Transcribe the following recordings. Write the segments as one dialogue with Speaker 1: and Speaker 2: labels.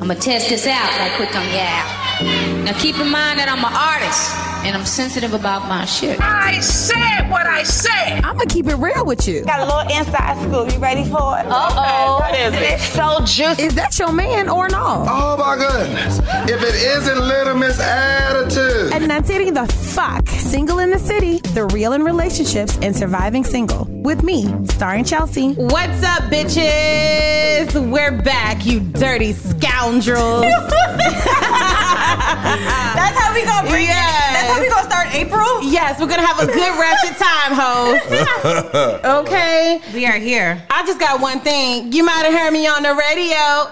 Speaker 1: I'ma test this out right quick on y'all. Now keep in mind that I'm an artist and I'm sensitive about my shit.
Speaker 2: I said what I said.
Speaker 3: I'm gonna keep it real with you.
Speaker 4: Got a little inside scoop. You ready for it? Uh
Speaker 1: Uh-oh.
Speaker 5: Oh.
Speaker 4: What is it? So juicy.
Speaker 3: Is that your man or no?
Speaker 6: Oh my goodness. If it isn't Little Miss Attitude.
Speaker 3: And that's it the fuck. Single in the City, The Real in Relationships and Surviving Single. With me, starring Chelsea.
Speaker 7: What's up, bitches? We're back, you dirty scoundrels.
Speaker 4: That's how we gonna bring
Speaker 7: Yes.
Speaker 4: it. That's how we gonna start April.
Speaker 7: yes, we're gonna have a good ratchet time, hoes. Okay.
Speaker 4: We are here.
Speaker 7: I just got one thing. You might have heard me on the radio.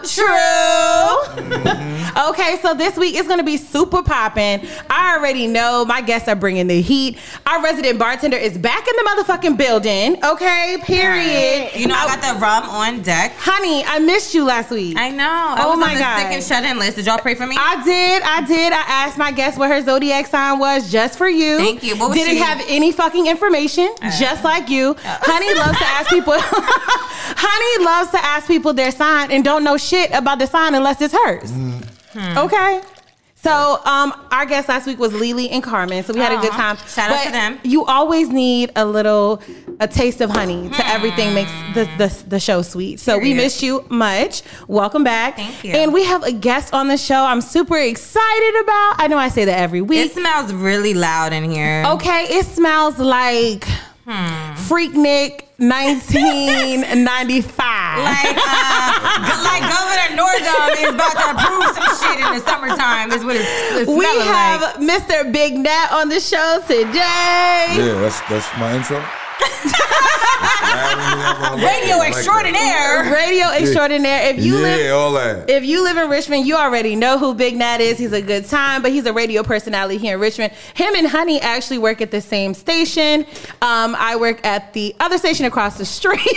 Speaker 7: True. okay, so this week is going to be super poppin'. I already know my guests are bringing the heat. Our resident bartender is back in the motherfucking building. Okay, period.
Speaker 5: You know, I got the rum on deck.
Speaker 7: Honey, I missed you last week.
Speaker 5: I know. I
Speaker 7: Oh
Speaker 5: was
Speaker 7: my
Speaker 5: on the
Speaker 7: God.
Speaker 5: Sick and shut in list. Did y'all pray for me?
Speaker 7: I did, I did. I asked my guest what her zodiac sign was just for you.
Speaker 5: Thank you. What was
Speaker 7: Didn't
Speaker 5: she? Oh.
Speaker 7: have any fucking information, just like you. Honey loves to ask people. Honey loves to ask people their sign and don't know shit about the sign unless it's hers.
Speaker 5: Hmm.
Speaker 7: Okay. So um, our guest last week was Lily and Carmen, so we had a good
Speaker 5: Aw.
Speaker 7: time.
Speaker 5: Shout out to them.
Speaker 7: You always need a little, a taste of honey to everything makes the, the the show sweet. So we
Speaker 5: Hmm. Period.
Speaker 7: missed you much. Welcome back.
Speaker 5: Thank you.
Speaker 7: And we have a guest on the show I'm super excited about. I know I say that every
Speaker 5: it
Speaker 7: week.
Speaker 5: smells really loud in here.
Speaker 7: okay, it smells like Freak Nick 1995.
Speaker 5: Like, uh, like Governor Nordum is about to approve some shit in the summertime. Is what it's, it's
Speaker 7: we
Speaker 5: smelling
Speaker 7: have
Speaker 5: like.
Speaker 7: Mr. Big Nat on the show today.
Speaker 6: Yeah, that's that's my intro.
Speaker 5: radio extraordinaire.
Speaker 7: Radio extraordinaire. If you
Speaker 6: yeah,
Speaker 7: live
Speaker 6: all that.
Speaker 7: If you live in Richmond, you already know who Big Nat is. He's a good time, but he's a radio personality here in Richmond. Him and Honey actually work at the same station. Um, I work at the other station across the street.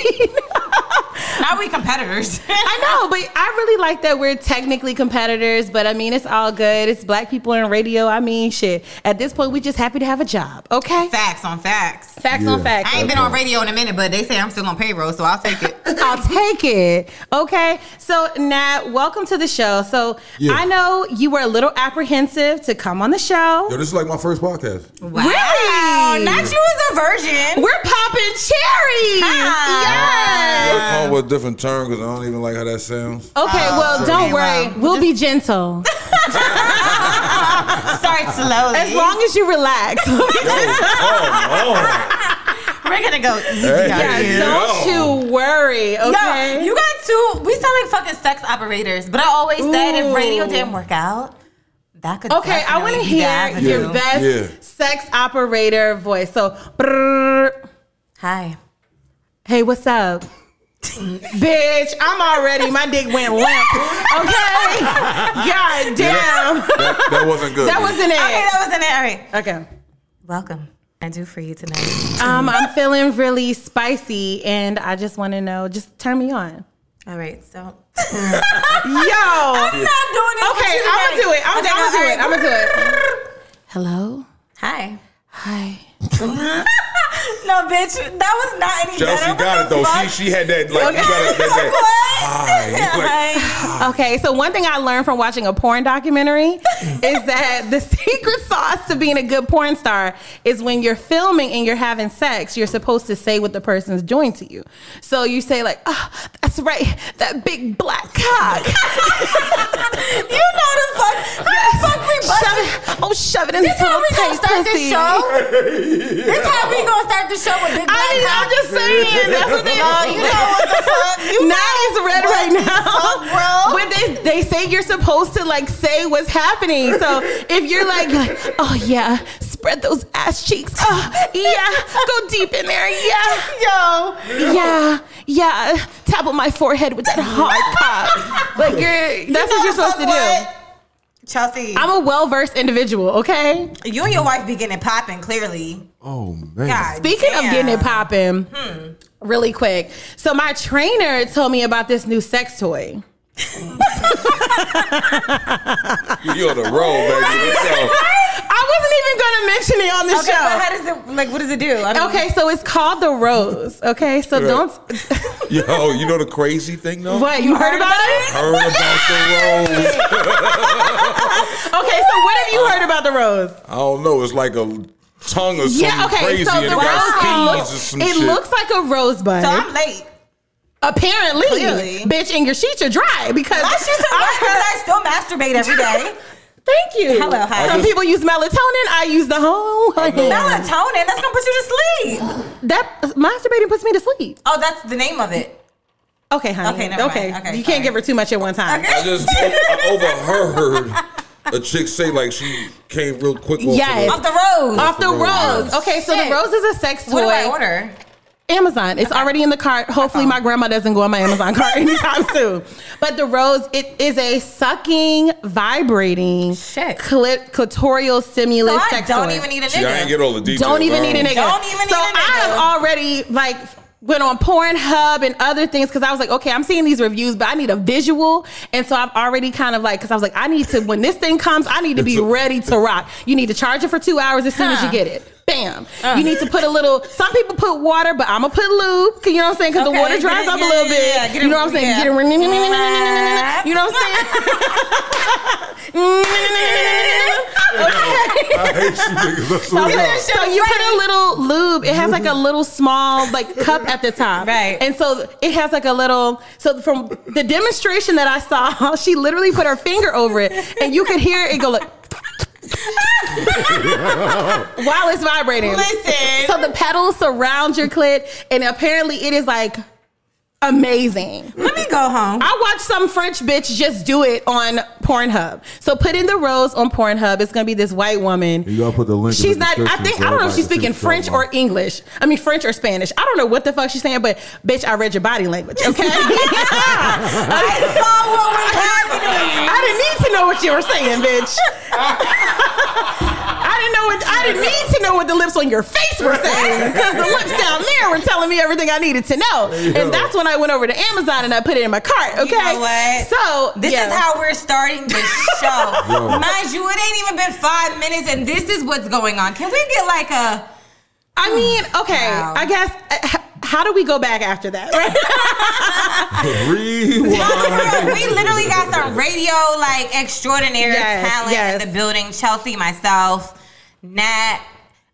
Speaker 5: Now we competitors.
Speaker 7: I know, but I really like that we're technically competitors, but I mean, it's all good. It's black people in radio. I mean, shit. At this point, we just happy to have a job, okay?
Speaker 5: facts on facts.
Speaker 7: Facts on
Speaker 6: Yeah.
Speaker 7: facts.
Speaker 5: I ain't been on radio in a minute, but they say I'm still on payroll, so I'll take it.
Speaker 7: I'll take it. Okay. So, Nat, welcome to the show. So,
Speaker 8: Yeah.
Speaker 7: I know you were a little apprehensive to come on the show.
Speaker 8: Yo, this is like my first podcast.
Speaker 5: Wow,
Speaker 7: Really?
Speaker 5: Not you as a virgin.
Speaker 7: We're popping cherries.
Speaker 5: Hi.
Speaker 7: Yes.
Speaker 8: Let's come up with a different term because I don't even like how that sounds.
Speaker 7: Okay, well, don't
Speaker 5: okay,
Speaker 7: worry.
Speaker 5: wow.
Speaker 7: We'll be gentle.
Speaker 5: Start slowly.
Speaker 7: As long as you relax.
Speaker 8: Yo, oh,
Speaker 5: We're gonna go easy
Speaker 8: Hey.
Speaker 5: on
Speaker 8: Yes,
Speaker 5: you.
Speaker 7: don't you worry, okay?
Speaker 5: Yo, you got two. We sound like fucking sex operators, but I always said if radio
Speaker 7: Ooh.
Speaker 5: didn't work out, that could.
Speaker 7: okay, I want to hear your
Speaker 8: Yeah.
Speaker 7: best
Speaker 8: Yeah.
Speaker 7: sex operator voice. So, brrr,
Speaker 5: Hi.
Speaker 7: hey, what's up? Bitch, I'm already, my dick went limp. Okay? God damn.
Speaker 8: that, that wasn't good.
Speaker 7: That wasn't
Speaker 5: Okay,
Speaker 7: it.
Speaker 5: that was in it. All right.
Speaker 7: Okay.
Speaker 5: Welcome. I do for you tonight.
Speaker 7: Um, I'm feeling really spicy, and I just want to know. Just turn me on,
Speaker 5: All right. So.
Speaker 7: yo. Okay,
Speaker 5: I'm not doing this. with you
Speaker 7: I'm gonna
Speaker 5: tonight.
Speaker 7: do it. I'm,
Speaker 5: Okay,
Speaker 7: I'm
Speaker 5: no,
Speaker 7: gonna do
Speaker 5: all
Speaker 7: it. I'm gonna
Speaker 5: right.
Speaker 7: do it. Hello.
Speaker 5: Hi.
Speaker 7: Hi.
Speaker 5: No, bitch. That was not any
Speaker 8: Chelsea
Speaker 5: better. What
Speaker 8: got it
Speaker 5: the
Speaker 8: though.
Speaker 5: fuck?
Speaker 8: She she had that like
Speaker 7: Okay.
Speaker 8: you got that, that, that
Speaker 5: What?
Speaker 8: high. You like,
Speaker 5: Hi.
Speaker 7: Okay, so one thing I learned from watching a porn documentary is that the secret sauce to being a good porn star is when you're filming and you're having sex, you're supposed to say what the person's doing to you. So you say like, "Oh, that's right, that big black cock."
Speaker 5: You know the fuck. How the fuck we
Speaker 7: Shove
Speaker 5: busting?
Speaker 7: it, oh, shove it in
Speaker 5: This
Speaker 7: this
Speaker 5: how
Speaker 7: little
Speaker 5: we gonna
Speaker 7: tight
Speaker 5: start
Speaker 7: pussy.
Speaker 5: this show? This how we gonna start the show with big black
Speaker 7: I mean, I'm
Speaker 5: cock?
Speaker 7: just saying. That's what they.
Speaker 5: Oh, you know what the fuck? You
Speaker 7: Now it's red
Speaker 5: What
Speaker 7: right
Speaker 5: the
Speaker 7: now.
Speaker 5: fuck, bro?
Speaker 7: But they, they say you're supposed to like say what's happening. So if you're like, like, oh yeah, spread those ass cheeks. Oh yeah, go deep in there. Yeah,
Speaker 5: Yo,
Speaker 7: yeah, yeah. Tap on my forehead with that hard cock. Like you're. That's what you're supposed to do.
Speaker 5: Chelsea,
Speaker 7: I'm a well versed individual. Okay.
Speaker 5: you and your wife be getting it popping clearly.
Speaker 8: oh man.
Speaker 5: God
Speaker 7: Speaking of getting it
Speaker 5: damn.
Speaker 7: popping,
Speaker 5: Hmm.
Speaker 7: really quick. So my trainer told me about this new sex toy.
Speaker 8: You're the roll, baby. Let's go.
Speaker 7: I wasn't even gonna mention it on the
Speaker 5: Okay, but how
Speaker 7: show.
Speaker 5: does it like? What does it do? I don't
Speaker 7: okay, so it's called the rose. Okay, so
Speaker 8: Right.
Speaker 7: don't.
Speaker 8: Yo, you know the crazy thing though?
Speaker 7: What you heard about it?
Speaker 8: Heard about the rose.
Speaker 7: Okay, so what have you
Speaker 8: Uh,
Speaker 7: heard about the rose?
Speaker 8: I don't know. It's like a tongue or something crazy, and it got seeds
Speaker 7: it
Speaker 8: or
Speaker 7: looks,
Speaker 8: some
Speaker 7: it
Speaker 8: shit.
Speaker 7: looks like a rosebud.
Speaker 5: So I'm late.
Speaker 7: Apparently,
Speaker 5: Clearly.
Speaker 7: bitch, and your sheets are dry because
Speaker 5: Last year, so
Speaker 7: I heard-
Speaker 5: I still masturbate every day.
Speaker 7: Thank you.
Speaker 5: Hello, hi.
Speaker 7: Some
Speaker 8: I just-
Speaker 7: people use melatonin. I use the whole.
Speaker 5: Melatonin. That's gonna put you to sleep.
Speaker 7: That masturbating puts me to sleep.
Speaker 5: Oh, that's the name of it.
Speaker 7: Okay, honey.
Speaker 5: Okay, never mind.
Speaker 7: okay.
Speaker 5: Okay,
Speaker 7: you
Speaker 5: sorry.
Speaker 7: can't give her too much at one time.
Speaker 5: Okay.
Speaker 8: I just I overheard a chick say like she came real quick. Off
Speaker 7: Yes.
Speaker 5: Off the road.
Speaker 7: Off the rose. Okay, so
Speaker 5: Shit.
Speaker 7: the rose is a sex toy.
Speaker 5: What do I order?
Speaker 7: Amazon. It's already in the cart. Hopefully, my grandma doesn't go on my Amazon cart anytime soon. But the rose, it is a sucking, vibrating,
Speaker 5: Shit.
Speaker 7: clit- clitoral
Speaker 5: So
Speaker 7: stimulus
Speaker 5: Oh, I
Speaker 7: sex
Speaker 5: don't
Speaker 7: toy.
Speaker 5: even need a
Speaker 8: See, I ain't
Speaker 5: nigga.
Speaker 8: get all the details.
Speaker 7: Don't even
Speaker 8: I
Speaker 7: need a nigga.
Speaker 5: Don't even need
Speaker 7: so
Speaker 5: a
Speaker 7: I
Speaker 5: nigga.
Speaker 7: have already like went on Pornhub and other things because I was like, okay, I'm seeing these reviews, but I need a visual. And so I've already kind of like, because I was like, I need to when this thing comes, I need to be
Speaker 8: It's a-
Speaker 7: ready to rock. You need to charge it for two hours as soon as you
Speaker 5: Huh. Uh-huh.
Speaker 7: get it. Bam. You need to put a little. Some people put water, but I'm gonna put lube. 'cause You know what I'm saying? Because
Speaker 5: Okay,
Speaker 7: the water
Speaker 5: get
Speaker 7: dries
Speaker 5: it,
Speaker 7: up
Speaker 5: yeah,
Speaker 7: a little
Speaker 5: yeah,
Speaker 7: bit.
Speaker 5: yeah, get it-
Speaker 7: you know what I'm saying?
Speaker 5: yeah.
Speaker 7: Get it. You know what I'm saying? okay.
Speaker 8: I hate you niggas. That's what
Speaker 7: So,
Speaker 8: it is.
Speaker 7: so you put a little lube. It has like a little small like cup at the top,
Speaker 5: Right.
Speaker 7: And so it has like a little. So from the demonstration that I saw, she literally put her finger over it, and you could hear it go like while it's vibrating.
Speaker 5: Listen.
Speaker 7: So the pedals surround your clit, and apparently it is like amazing.
Speaker 5: Let me go home.
Speaker 7: I watched some French bitch just do it on Pornhub. So put in the rose on Pornhub. It's gonna be this white woman.
Speaker 9: You gotta put the link in
Speaker 7: She's
Speaker 9: the
Speaker 7: not. I
Speaker 9: description
Speaker 7: think
Speaker 9: so
Speaker 7: I don't know if
Speaker 9: everybody
Speaker 7: she's
Speaker 9: can see
Speaker 7: speaking
Speaker 9: what you're
Speaker 7: French
Speaker 9: talking
Speaker 7: or
Speaker 9: about.
Speaker 7: English. I mean French or Spanish. I don't know what the fuck she's saying, but bitch, I read your body language. Okay. I saw what was happening. I didn't need to know what you were saying, bitch. I didn't know what I didn't need to know what the lips on your face were saying because the lips down there were telling me everything I needed to know, and that's when I went over to Amazon and I put it in my cart. Okay,
Speaker 5: You know what?
Speaker 7: so
Speaker 5: This
Speaker 7: yeah.
Speaker 5: is how we're starting the show. Mind you, it ain't even been five minutes, and this is what's going on. Can we get like a?
Speaker 7: I mean. Okay,
Speaker 5: Wow.
Speaker 7: I guess. uh, h- How do we go back after that?
Speaker 8: Rewind.
Speaker 5: we literally got some radio like extraordinary
Speaker 7: Yes,
Speaker 5: talent
Speaker 7: yes.
Speaker 5: in the building. Chelsea, myself, Nat.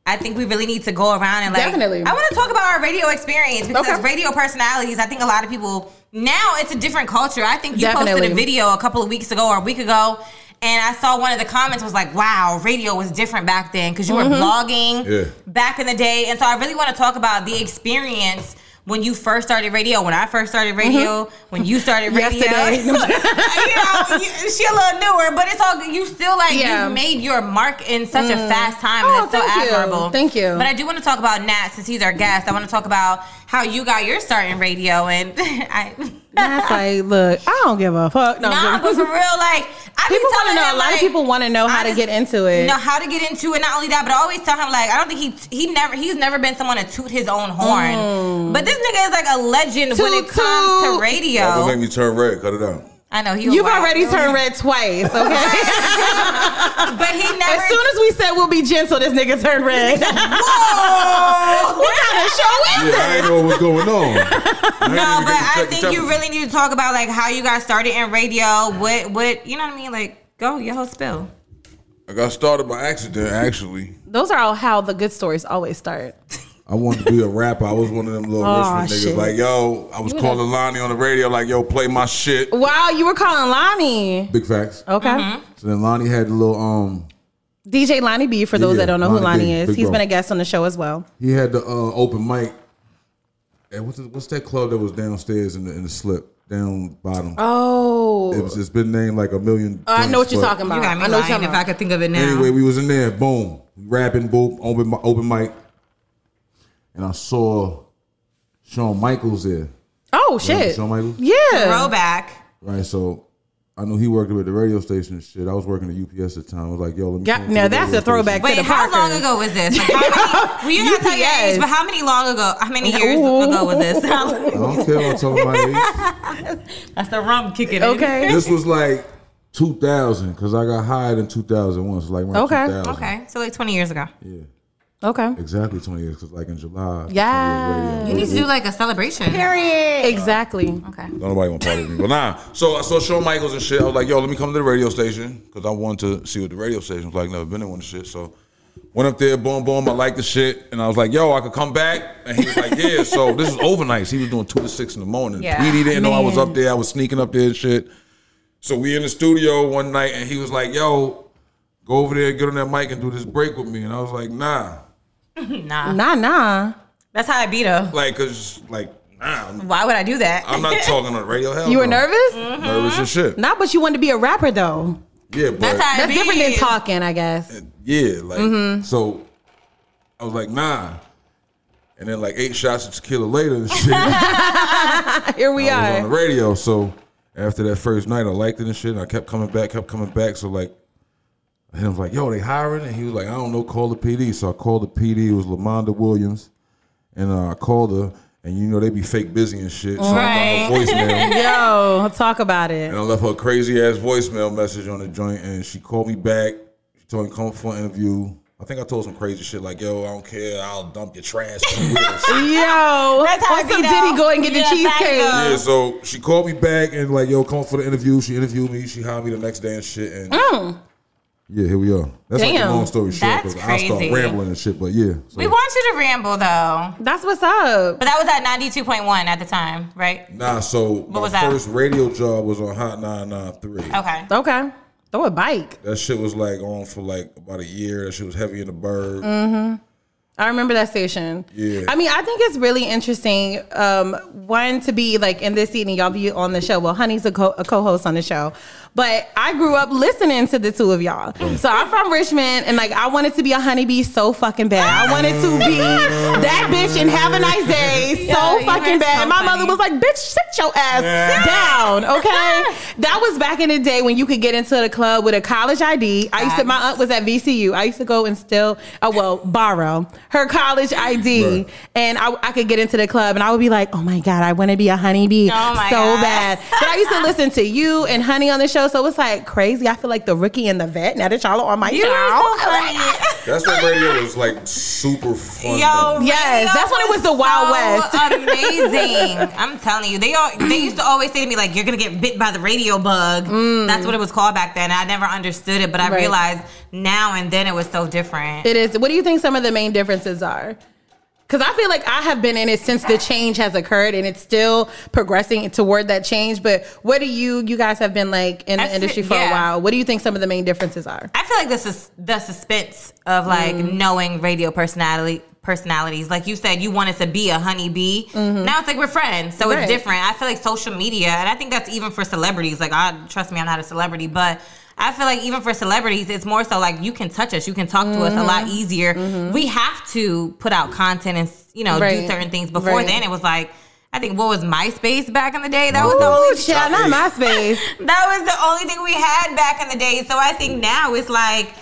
Speaker 5: I think we really need to go around and like.
Speaker 7: Definitely.
Speaker 5: I want to talk about our radio experience because
Speaker 7: Okay.
Speaker 5: radio personalities. I think a lot of people now it's a different culture. I think you posted a
Speaker 7: Definitely.
Speaker 5: video a couple of weeks ago or a week ago. And I saw one of the comments was like, "Wow, radio was different back then because you
Speaker 7: Mm-hmm.
Speaker 5: were blogging
Speaker 8: Yeah.
Speaker 5: back in the day." And so I really want to talk about the experience when you first started radio, when I first started radio,
Speaker 7: Mm-hmm.
Speaker 5: when you started radio.
Speaker 7: Yesterday.
Speaker 5: you know, you- she a little newer, but it's all good. You still like
Speaker 7: Yeah.
Speaker 5: you made your mark in such a fast time,
Speaker 7: Oh,
Speaker 5: and that's so
Speaker 7: thank you.
Speaker 5: admirable.
Speaker 7: Thank you.
Speaker 5: But I do want to talk about Nat since he's our guest. I want to talk about how you got your start in radio, and I.
Speaker 7: That's like, look, I don't give a fuck. No,
Speaker 5: Nah,
Speaker 7: I'm
Speaker 5: but
Speaker 7: joking.
Speaker 5: for real, like I
Speaker 7: people
Speaker 5: want to
Speaker 7: know. A lot of people want to know how
Speaker 5: I
Speaker 7: to
Speaker 5: just-
Speaker 7: get into it.
Speaker 5: know how to get into it. Not only that, but I always tell him like I don't think he he never he's never been someone to toot his own horn. But this nigga is like a legend when
Speaker 7: Mm.
Speaker 5: it
Speaker 7: Toot,
Speaker 5: comes to
Speaker 7: toot.
Speaker 8: Don't make
Speaker 5: radio.
Speaker 8: me turn red. Cut it out.
Speaker 5: I know he. a
Speaker 7: You've
Speaker 5: wild
Speaker 7: already
Speaker 5: dude.
Speaker 7: turned red twice, okay?
Speaker 5: but he never.
Speaker 7: as soon as we said we'll be gentle, this nigga turned red.
Speaker 5: Whoa!
Speaker 7: what kind of show is
Speaker 9: Yeah, I didn't know what was going on.
Speaker 5: no, but I think you
Speaker 8: really.
Speaker 5: really need to talk about like how you got started in radio. What what you know what I mean? Like go your whole spill.
Speaker 8: I got started by accident, actually.
Speaker 7: Those are all how the good stories always start.
Speaker 8: I wanted to be a rapper. I was one of them little
Speaker 7: Aw,
Speaker 8: Richmond niggas.
Speaker 7: shit.
Speaker 8: Like, yo, I was calling Lonnie on the radio, like, yo, play my shit.
Speaker 7: Wow, you were calling Lonnie.
Speaker 9: Big facts.
Speaker 7: Okay.
Speaker 5: Mm-hmm.
Speaker 9: So then Lonnie had a little um
Speaker 7: DJ Lonnie B, for
Speaker 9: Yeah,
Speaker 7: those that don't know who
Speaker 9: Lonnie B,
Speaker 7: Lonnie is,
Speaker 9: big
Speaker 7: he's
Speaker 9: bro.
Speaker 7: been a guest on the show as well.
Speaker 9: he had the uh, open mic. And what's the, what's that club that was downstairs in the in the slip down bottom?
Speaker 7: Oh.
Speaker 9: It was, it's been named like a million.
Speaker 7: I know what
Speaker 9: things,
Speaker 7: you're
Speaker 9: but
Speaker 7: talking about.
Speaker 5: You got me
Speaker 7: I know what you're
Speaker 5: lying
Speaker 7: talking
Speaker 5: if I
Speaker 7: about.
Speaker 5: could think of it now.
Speaker 9: Anyway, we was in there. Boom, rapping. Boom, open mi- open mic. And I saw Shawn Michaels there.
Speaker 7: Oh, shit.
Speaker 9: Shawn Michaels.
Speaker 7: Yeah.
Speaker 5: Throwback.
Speaker 9: Right. So I knew he worked with the radio station and shit. I was working at UPS at the time. I was like, yo, let me.
Speaker 7: Yeah,
Speaker 9: come to
Speaker 7: now
Speaker 9: the
Speaker 7: that's
Speaker 9: radio
Speaker 7: a throwback.
Speaker 9: station.
Speaker 5: Wait,
Speaker 7: the
Speaker 5: how long
Speaker 7: Parkers.
Speaker 5: ago was this? Like, how many, well, you not tell your
Speaker 7: UPS.
Speaker 5: age, but how many long ago? How many years
Speaker 7: Ooh.
Speaker 5: ago was this?
Speaker 9: I don't care. I'm talking about age.
Speaker 5: That's the rum kicking
Speaker 7: Okay.
Speaker 9: This was like
Speaker 10: 2000 because I got hired in 2001. So like around
Speaker 7: Okay.
Speaker 10: 2000.
Speaker 5: Okay, so like 20 years ago.
Speaker 10: Yeah.
Speaker 7: Okay.
Speaker 10: Exactly 20 years because like in July.
Speaker 7: Yeah.
Speaker 5: You need to do like a celebration.
Speaker 7: Exactly.
Speaker 5: Okay.
Speaker 11: Don't nobody want to party with me. But nah, so I saw Shawn Michaels and shit. I was like, yo, let me come to the radio station because I wanted to see what the radio station was like. Never been in one of shit. So went up there, boom, boom. I liked the shit. And I was like, yo, I could come back. And he was like, yeah. So this is overnights. He was doing two to six in the morning.
Speaker 5: Yeah.
Speaker 11: Petey didn't know I was up there. I was sneaking up there and shit. So we in the studio one night and he was like, yo, go over there, get on that mic and do this break with me. And I was like, nah.
Speaker 5: Nah.
Speaker 7: Nah, nah.
Speaker 5: That's how I beat her.
Speaker 11: Like, cause like, nah. I'm-
Speaker 5: Why would I do that?
Speaker 11: I'm not talking on the radio. Hell
Speaker 7: You were
Speaker 11: no.
Speaker 7: nervous?
Speaker 11: Nervous as shit.
Speaker 7: Not, but you wanted to be a rapper though.
Speaker 11: Yeah, but
Speaker 5: That's how I
Speaker 7: That's
Speaker 5: beat
Speaker 7: different than talking, I guess.
Speaker 11: Yeah, like so. I was like, nah. And then like eight shots of tequila later and shit. I
Speaker 7: Here we
Speaker 11: was on
Speaker 7: are.
Speaker 11: the radio. So after that first night, I liked it and shit. And I kept coming back, kept coming back. So like, and I was like, yo, they hiring? And he was like, I don't know, call the PD. So I called the PD. It was Lamonda Williams, and uh, I called her. And you know they be fake busy and shit. So I got her voicemail.
Speaker 7: Yo, talk about it.
Speaker 11: And I left her a crazy ass voicemail message on the joint, and she called me back. She told me come for an interview. I think I told some crazy shit like, "Yo, I don't care. I'll dump your trash." I'm weird and shit.
Speaker 7: Yo,
Speaker 5: That's how I
Speaker 7: on some
Speaker 5: beat her.
Speaker 7: Diddy, go and get the
Speaker 5: Yeah, that's how I
Speaker 7: cheesecake.
Speaker 5: go.
Speaker 11: yeah, so she called me back and like, "Yo, come for the interview." She interviewed me. She hired me the next day and shit. And yeah, here we are. That's like
Speaker 7: Damn.
Speaker 11: a long story short
Speaker 5: Mm. That's
Speaker 11: I start
Speaker 5: crazy.
Speaker 11: rambling and shit. But yeah, so
Speaker 5: We want you to ramble though.
Speaker 7: That's what's up.
Speaker 5: But that was at 92.1 at the time, right?
Speaker 11: nah. So my
Speaker 5: was that?
Speaker 11: first radio job was on Hot Nine Nine Three.
Speaker 5: Okay.
Speaker 7: Okay. Throw a bike.
Speaker 11: That shit was like on for like about a year. That shit was heavy in the bird.
Speaker 7: I remember that station.
Speaker 11: Yeah.
Speaker 7: I mean, I think it's really interesting. Um, one to be like in this season, y'all be on the show. Well, Honey's a, co- a co-host on the show, but I grew up listening to the two of y'all. So I'm from Richmond, and like I wanted to be a honeybee so fucking bad. I wanted to be that bitch and have a nice day so
Speaker 5: Yo, you
Speaker 7: fucking
Speaker 5: are
Speaker 7: bad.
Speaker 5: so
Speaker 7: and my mother
Speaker 5: funny.
Speaker 7: was like, "Bitch, sit your ass down." Okay, that was back in the day when you could get into the club with a college ID. I used to. My aunt was at VCU. I used to go and still, uh, well, borrow her college ID,
Speaker 11: Right.
Speaker 7: and I, I could get into the club, and I would be like, "Oh my god, I want to be a honeybee
Speaker 5: Oh my
Speaker 7: so
Speaker 5: God.
Speaker 7: bad." But I used to listen to you and Honey on the show, so it's like crazy. I feel like the rookie and the vet. Now that y'all are on my
Speaker 5: You
Speaker 7: show,
Speaker 5: were so funny.
Speaker 11: That's when radio was like super fun.
Speaker 5: Yo,
Speaker 11: though.
Speaker 7: Yes,
Speaker 5: radio
Speaker 7: that's when it was the Wild West.
Speaker 5: Amazing. I'm telling you, they all they used to always say to me like, "You're gonna get bit by the radio bug." That's what it was called back then. I never understood it, but I
Speaker 7: Mm. Right.
Speaker 5: realized now and then it was so different.
Speaker 7: It is. What do you think some of the main differences are? Because I feel like I have been in it since the change has occurred, and it's still progressing toward that change. But what do you, you guys have been like in
Speaker 5: That's
Speaker 7: the industry
Speaker 5: it,
Speaker 7: for a
Speaker 5: yeah.
Speaker 7: while? What do you think some of the main differences are?
Speaker 5: I feel like this is the suspense of like
Speaker 7: Mm.
Speaker 5: knowing radio personality personalities. Like you said, you wanted to be a honeybee. Now it's like we're friends, so
Speaker 7: Mm-hmm. Right.
Speaker 5: it's different. I feel like social media, and I think that's even for celebrities. Like, I trust me, I'm not a celebrity, but. I feel like even for celebrities, it's more so like you can touch us, you can talk to us a lot
Speaker 7: Mm-hmm.
Speaker 5: easier. We have to put out content and you know
Speaker 7: Right.
Speaker 5: do certain things. Before
Speaker 7: Right.
Speaker 5: then, it was like I think what was MySpace back in the day? That was the only
Speaker 7: Oh, child, not MySpace.
Speaker 5: that was the only thing we had back in the day. So I think now it's like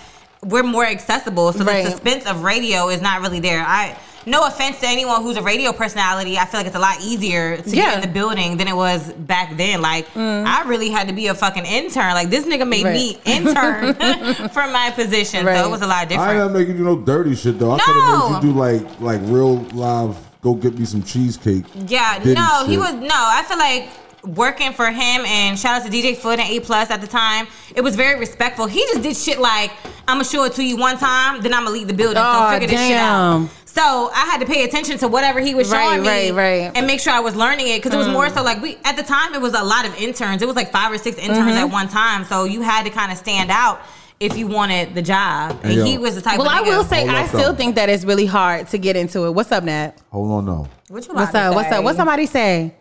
Speaker 5: we're more accessible. So
Speaker 7: Right.
Speaker 5: the suspense of radio is not really there. I no offense to anyone who's a radio personality. I feel like it's a lot easier to
Speaker 7: Yeah. Mm.
Speaker 5: get in the building than it was back then. Like I really had to be a fucking intern. Like this nigga made
Speaker 7: Right.
Speaker 5: me intern for my position.
Speaker 7: Right.
Speaker 5: So it was a lot
Speaker 10: I ain't
Speaker 5: different.
Speaker 10: not make you do no dirty shit though. I
Speaker 5: No.
Speaker 10: could have made you do like like real live. Go get me some cheesecake.
Speaker 5: Yeah,
Speaker 10: Diddy
Speaker 5: no, he
Speaker 10: shit.
Speaker 5: was no. I feel like working for him and shout out to DJ Foot and A Plus at the time. It was very respectful. He just did shit like I'm gonna show it to you one time, then I'm gonna leave the building.
Speaker 7: Aw,
Speaker 5: so figure this shit
Speaker 7: damn.
Speaker 5: out. So I had to pay attention to whatever he was
Speaker 7: Right,
Speaker 5: showing me,
Speaker 7: right, right. Mm.
Speaker 5: and make sure I was learning it because it was more so like we at the time it was a lot of interns. It was like five or six interns at
Speaker 7: Mm-hmm.
Speaker 5: one time, so you had to kind of stand out if you wanted the job. And
Speaker 10: yo.
Speaker 5: he was the type.
Speaker 7: Well,
Speaker 5: of
Speaker 7: I
Speaker 5: nigga-
Speaker 7: will say,
Speaker 10: Hold
Speaker 7: I
Speaker 10: up,
Speaker 7: still
Speaker 10: though.
Speaker 7: think that it's really hard to get into it. What's up, Nat?
Speaker 10: Hold on, no.
Speaker 5: What you
Speaker 7: What's
Speaker 5: about to
Speaker 7: up? What's
Speaker 5: say?
Speaker 7: up? What's somebody say?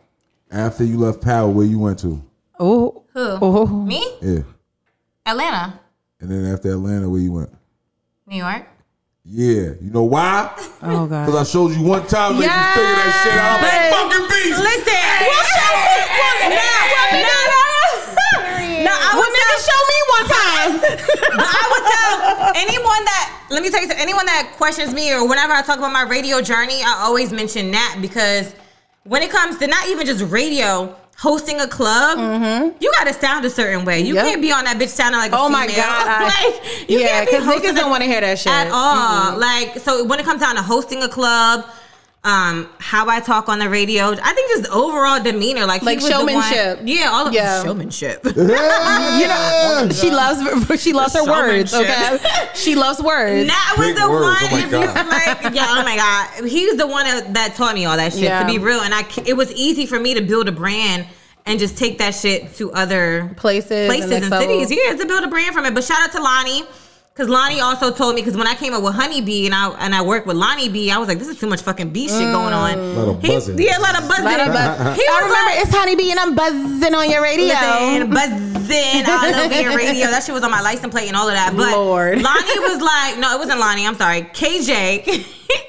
Speaker 10: After you left Power, where you went to?
Speaker 7: Oh,
Speaker 5: Who? Me?
Speaker 10: Yeah.
Speaker 5: Atlanta,
Speaker 10: And then after Atlanta, where you went?
Speaker 5: New York.
Speaker 10: Yeah. You know why?
Speaker 7: oh God.
Speaker 10: Because I showed you one time, like you figure that shit out. I'm
Speaker 7: Yes.
Speaker 10: Like, fucking beast.
Speaker 5: Listen.
Speaker 7: No, I would nigga show me one time.
Speaker 5: I would tell anyone that let me tell you something, anyone that questions me or whenever I talk about my radio journey, I always mention that because when it comes to not even just radio, hosting a club, you got to sound a certain way.
Speaker 7: Mm-hmm.
Speaker 5: You
Speaker 7: Yep.
Speaker 5: can't be on that bitch sounding like a
Speaker 7: Oh
Speaker 5: female.
Speaker 7: my God, I-
Speaker 5: like, you
Speaker 7: Yeah,
Speaker 5: can't be
Speaker 7: 'cause
Speaker 5: hosting
Speaker 7: niggas don't
Speaker 5: a-
Speaker 7: wanna hear that shit. Mm-hmm.
Speaker 5: at all. Like so, when it comes down to hosting a club. Um, how I talk on the radio. I think just overall demeanor, like he
Speaker 7: Like
Speaker 5: was the one-
Speaker 7: showmanship.
Speaker 5: yeah, all of
Speaker 7: Yeah.
Speaker 5: showmanship.
Speaker 7: You know, she loves she loves her words. Okay, she loves words.
Speaker 5: That was
Speaker 8: Big
Speaker 5: the
Speaker 8: words, oh
Speaker 5: one.
Speaker 8: my
Speaker 5: if you
Speaker 8: God.
Speaker 5: like, yeah, oh my god, he's the one that, that taught me all that shit.
Speaker 7: Yeah.
Speaker 5: To be real, and I, ca- it was easy for me to build a brand and just take that shit to other
Speaker 7: Places and
Speaker 5: places
Speaker 7: next
Speaker 5: and,
Speaker 7: level.
Speaker 5: cities. Yeah, to build a brand from it. But shout out to Lonnie. Cause Lonnie also told me, cause when I came up with Honeybee and I and I worked with Lonnie B, I was like, this is too much fucking B shit going on.
Speaker 8: Lot of
Speaker 5: He-
Speaker 8: buzzing.
Speaker 5: yeah, a lot of buzzing.
Speaker 7: Lot of buzz-
Speaker 5: He
Speaker 7: I
Speaker 5: was
Speaker 7: remember
Speaker 5: like-
Speaker 7: it's Honeybee and I'm buzzing on your radio.
Speaker 5: Listen, buzzing all over your radio. That shit was on my license plate and all of that. But
Speaker 7: Lord.
Speaker 5: Lonnie was like, no, it wasn't Lonnie. I'm sorry. KJ.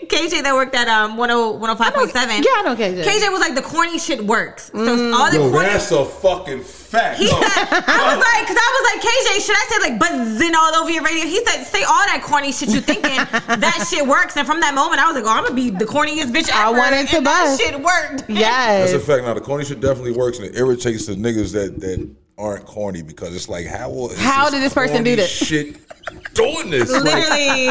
Speaker 5: KJ that worked at um 10- 105.7.
Speaker 7: yeah, Mm. I know KJ.
Speaker 5: KJ was like, the corny shit works. So all the
Speaker 9: Yo,
Speaker 5: corny
Speaker 9: that's a fucking fact.
Speaker 5: he said, I was like, because I was like, KJ, should I say like buzzing all over your radio? He said, say all that corny shit you thinking. that shit works. And from that moment, I was like, oh, I'm going to be the corniest bitch
Speaker 7: I
Speaker 5: ever.
Speaker 7: wanted to
Speaker 5: and that
Speaker 7: buzz.
Speaker 5: shit worked.
Speaker 7: Yes.
Speaker 8: That's a fact. Now the corny shit definitely works, and it irritates the niggas that that aren't corny because it's like, how will- is
Speaker 7: How did this person do
Speaker 8: corny
Speaker 7: this?
Speaker 8: Shit, doing this. Like,
Speaker 5: Literally.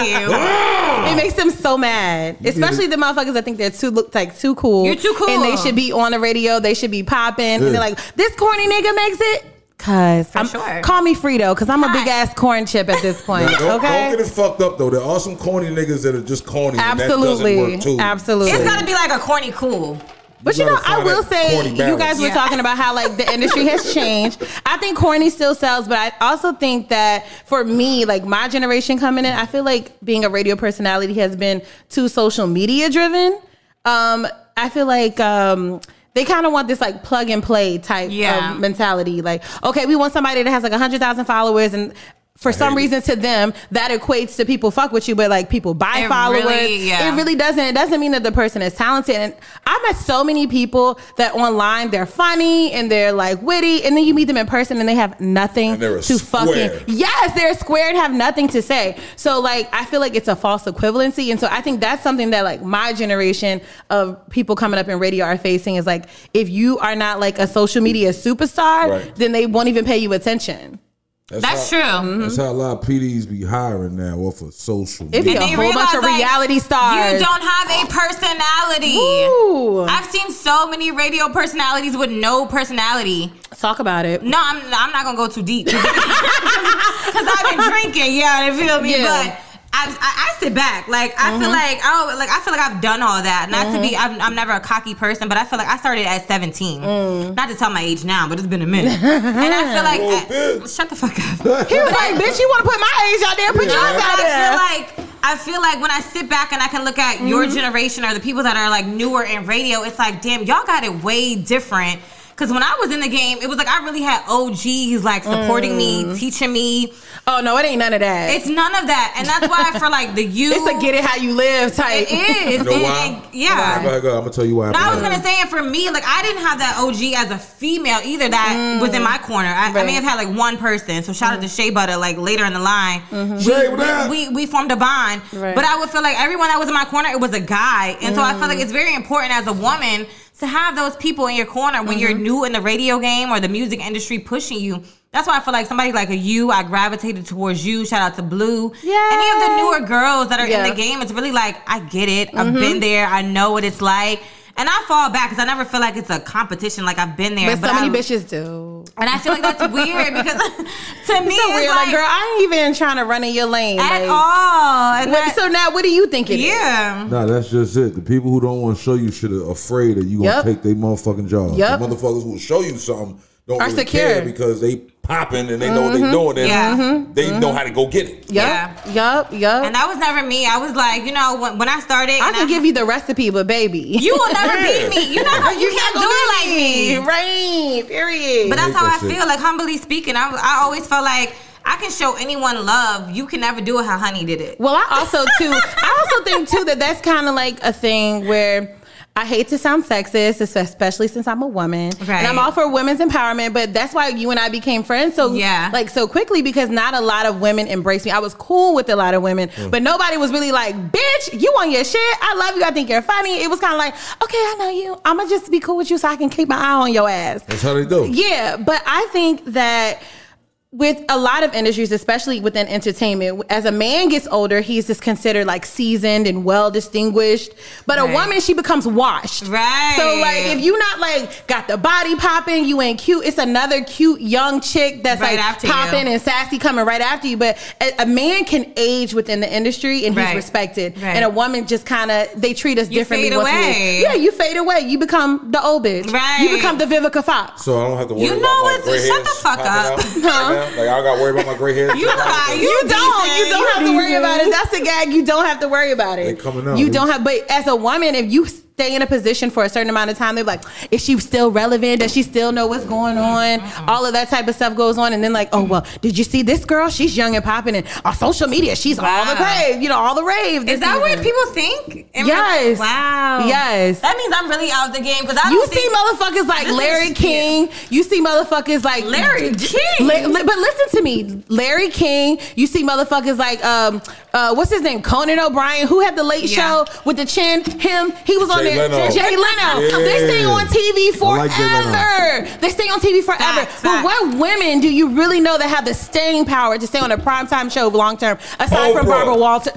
Speaker 7: It makes them so mad, especially the motherfuckers that think they're too look like too cool.
Speaker 5: You're too cool.
Speaker 7: and they should be on the radio. They should be popping, and
Speaker 8: Yeah.
Speaker 7: they're like, "This corny nigga makes it." Cause I'm,
Speaker 5: sure.
Speaker 7: call me Frito, cause I'm a
Speaker 5: Hi.
Speaker 7: big ass corn chip at this point.
Speaker 8: now, don't,
Speaker 7: okay,
Speaker 8: don't get it fucked up though. There are some corny niggas that are just corny.
Speaker 7: Absolutely.
Speaker 8: and that doesn't work too.
Speaker 7: Absolutely.
Speaker 5: It's got to be like a corny cool.
Speaker 7: But you know,
Speaker 8: gotta
Speaker 7: I
Speaker 8: find
Speaker 7: will
Speaker 8: that
Speaker 7: say
Speaker 8: corny
Speaker 7: you
Speaker 8: balance.
Speaker 7: guys were
Speaker 5: Yeah.
Speaker 7: talking about how like the industry has changed. I think corny still sells, but I also think that for me, like my generation coming in, I feel like being a radio personality has been too social media driven. Um, I feel like um they kind of want this like plug and play type
Speaker 5: Yeah.
Speaker 7: of mentality. Like, okay, we want somebody that has like hundred thousand followers and for some reason to them that equates to people fuck with you, but like people buy
Speaker 5: It
Speaker 7: followers.
Speaker 5: really- yeah.
Speaker 7: It really really doesn't. It doesn't mean that the person is talented. And I met so many people that online they're funny and they're like witty, and then you meet them in person and they have nothing
Speaker 8: And they're a
Speaker 7: to
Speaker 8: square.
Speaker 7: fucking. Yes, they're square and have nothing to say. So like, I feel like it's a false equivalency, and so I think that's something that like my generation of people coming up in radio are facing is like, if you are not like a social media superstar,
Speaker 8: Right.
Speaker 7: then they won't even pay you attention.
Speaker 5: That's
Speaker 8: how-
Speaker 5: true.
Speaker 8: That's how a lot of PDs be hiring now off of social.
Speaker 7: It'd be
Speaker 8: media.
Speaker 7: a
Speaker 5: They
Speaker 7: whole bunch
Speaker 5: realize,
Speaker 7: of
Speaker 5: like,
Speaker 7: reality stars.
Speaker 5: You don't have a personality.
Speaker 7: Ooh.
Speaker 5: I've seen so many radio personalities with no personality.
Speaker 7: Talk about it.
Speaker 5: No, I'm I'm not gonna go too deep because I've been drinking. Yeah, you feel me?
Speaker 7: Yeah.
Speaker 5: But. I, I, I sit back, like I feel like I don't, like I feel like I've done all that. Not to be, I'm, I'm never a cocky person, but I feel like I started at 17. Not to tell my age now, but it's been a minute, and I feel like
Speaker 8: Whoa,
Speaker 5: I- shut the fuck up.
Speaker 7: He was like, bitch, you want to put my age out there? Put
Speaker 5: Yeah,
Speaker 7: yours
Speaker 5: but
Speaker 7: out there.
Speaker 5: I feel like I feel like when I sit back and I can look at your generation or the people that are like newer in radio, it's like, damn, y'all got it way different. Cause when I was in the game, it was like I really had OGs like supporting me, teaching me.
Speaker 7: Oh no, it ain't none of that. It's,
Speaker 5: It's none of that, and that's why for like the youth,
Speaker 7: a get it how you live type.
Speaker 5: It is.
Speaker 8: You know
Speaker 5: And-
Speaker 8: why?
Speaker 5: and- yeah.
Speaker 8: I'm gonna tell you why.
Speaker 5: No, I was gonna say, and for me, like I didn't have that OG as a female either.
Speaker 8: Mm.
Speaker 5: That was in my corner. I, I
Speaker 7: Right.
Speaker 5: may have had like one person. So shout out to Shea Butter. Like later in the line,
Speaker 8: Mm-hmm. Shea, what up?
Speaker 5: we, we, we formed a bond.
Speaker 7: Right.
Speaker 5: But I would feel like everyone that was in my corner, it was a guy, and so I feel like
Speaker 8: Mm.
Speaker 5: it's very important as a woman to have those people in your corner when you're
Speaker 8: Mm-hmm.
Speaker 5: new in the radio game or the music industry pushing you. That's why I feel like somebody like a you, I gravitated towards you. Shout out to Blue. Any of the
Speaker 7: Yay.
Speaker 5: newer girls that are in
Speaker 7: Yeah. Mm-hmm.
Speaker 5: the game, it's really like, I get it. I've been there. I know what it's like. And I fall back because I never feel like it's a competition. Like I've been there.
Speaker 7: but so many
Speaker 5: I-
Speaker 7: bitches do.
Speaker 5: And I feel like that's weird because to me,
Speaker 7: So
Speaker 5: it's
Speaker 7: weird, like,
Speaker 5: like,
Speaker 7: girl, I ain't even trying to run in your lane.
Speaker 5: at
Speaker 7: like,
Speaker 5: all. And
Speaker 7: what-
Speaker 5: that-
Speaker 7: so now, what do you think it is?
Speaker 5: yeah.
Speaker 8: Nah, that's just it. The people who don't want to show you shit are afraid that you gonna
Speaker 7: Yep.
Speaker 8: take their motherfucking job.
Speaker 7: Yep.
Speaker 8: The motherfuckers who will show you something don't
Speaker 7: Are
Speaker 8: really
Speaker 7: secure.
Speaker 8: care because they popping and they know what they doing and
Speaker 5: Mm-hmm. Yeah. Mm-hmm.
Speaker 8: they know how to go get it.
Speaker 7: Yup, yup, yup.
Speaker 5: And that was never me. I was like, you know, when, when I started,
Speaker 7: I
Speaker 5: and
Speaker 7: can give you the recipe, but baby,
Speaker 5: You will never
Speaker 8: Yeah.
Speaker 5: beat me. You know, you, can't do it like me.
Speaker 7: Right? Period.
Speaker 5: But that's
Speaker 8: hate
Speaker 5: how I
Speaker 8: that shit.
Speaker 5: feel. Like humbly speaking, I, I always felt like I can show anyone love. You can never do it how Honey did it.
Speaker 7: Well, I also too. I also think too that that's kind of like a thing where I hate to sound sexist, es- especially since I'm a woman,
Speaker 5: Right.
Speaker 7: and I'm all for women's empowerment. But that's why you and I became friends so
Speaker 5: Yeah.
Speaker 7: like so quickly because not a lot of women embraced me. I was cool with a lot of women, but nobody was really like, "Bitch, you on your shit. I love you. I think you're funny." It was kind of like, "Okay, I know you. I'ma just be cool with you so I can keep my eye on your ass."
Speaker 8: That's how they do.
Speaker 7: Yeah, but I think that with a lot of industries, especially within entertainment, as a man gets older, he's just considered like seasoned and well distinguished. But
Speaker 5: Right.
Speaker 7: a woman, she becomes washed.
Speaker 5: Right.
Speaker 7: So like, if you not like got the body popping, you ain't cute. It's another cute young chick that's
Speaker 5: Right
Speaker 7: like
Speaker 5: after you.
Speaker 7: popping and sassy coming right after you. But a, a man can age within the industry and
Speaker 5: Right.
Speaker 7: he's respected,
Speaker 5: Right.
Speaker 7: and a woman just kind of they treat us
Speaker 5: You
Speaker 7: differently.
Speaker 5: fade
Speaker 7: once we-
Speaker 5: away.
Speaker 7: Yeah, you fade away. You become the old bitch.
Speaker 5: Right.
Speaker 7: You become the Vivica Fox.
Speaker 8: So I don't have to worry
Speaker 5: You know
Speaker 8: about
Speaker 5: what?
Speaker 8: my gray
Speaker 5: Shut the
Speaker 8: hairs
Speaker 5: fuck
Speaker 8: popping
Speaker 5: up.
Speaker 8: out right now. Like I got to worry about my gray hairs.
Speaker 5: You lie. You,
Speaker 7: You don't.
Speaker 5: decent.
Speaker 7: You don't have to worry about it. That's the gag. You don't have to worry about it.
Speaker 8: They coming out.
Speaker 7: You don't have. But as a woman, if you stay in a position for a certain amount of time, they're like, is she still relevant? Does she still know what's going on? All of that type of stuff goes on, and then like, oh well, did you see this girl? She's young and popping, and on social media, she's all the
Speaker 5: Wow.
Speaker 7: rave. You know, all the rave. this
Speaker 5: Is that
Speaker 7: season.
Speaker 5: what people think? Am I-
Speaker 7: Yes.
Speaker 5: wow.
Speaker 7: Yes.
Speaker 5: That means I'm really out the game because I don't
Speaker 7: You
Speaker 5: think
Speaker 7: see motherfuckers like
Speaker 5: This is-
Speaker 7: Larry King. You see motherfuckers like
Speaker 5: Larry King?
Speaker 7: La- li- but listen to me, Larry King. You see motherfuckers like um uh what's his name Conan O'Brien who had the late
Speaker 5: Yeah.
Speaker 7: show with the chin. Him he was on
Speaker 8: Jay
Speaker 7: there.
Speaker 8: Leno.
Speaker 7: Jay Leno. They stay
Speaker 8: Yeah.
Speaker 7: on TV
Speaker 8: I like Jay
Speaker 7: forever. they stay on TV forever.
Speaker 5: Facts,
Speaker 7: but
Speaker 5: facts.
Speaker 7: what women do you really know that have the staying power to stay on a primetime show long term aside from
Speaker 8: Oprah.
Speaker 7: Barbara Walter?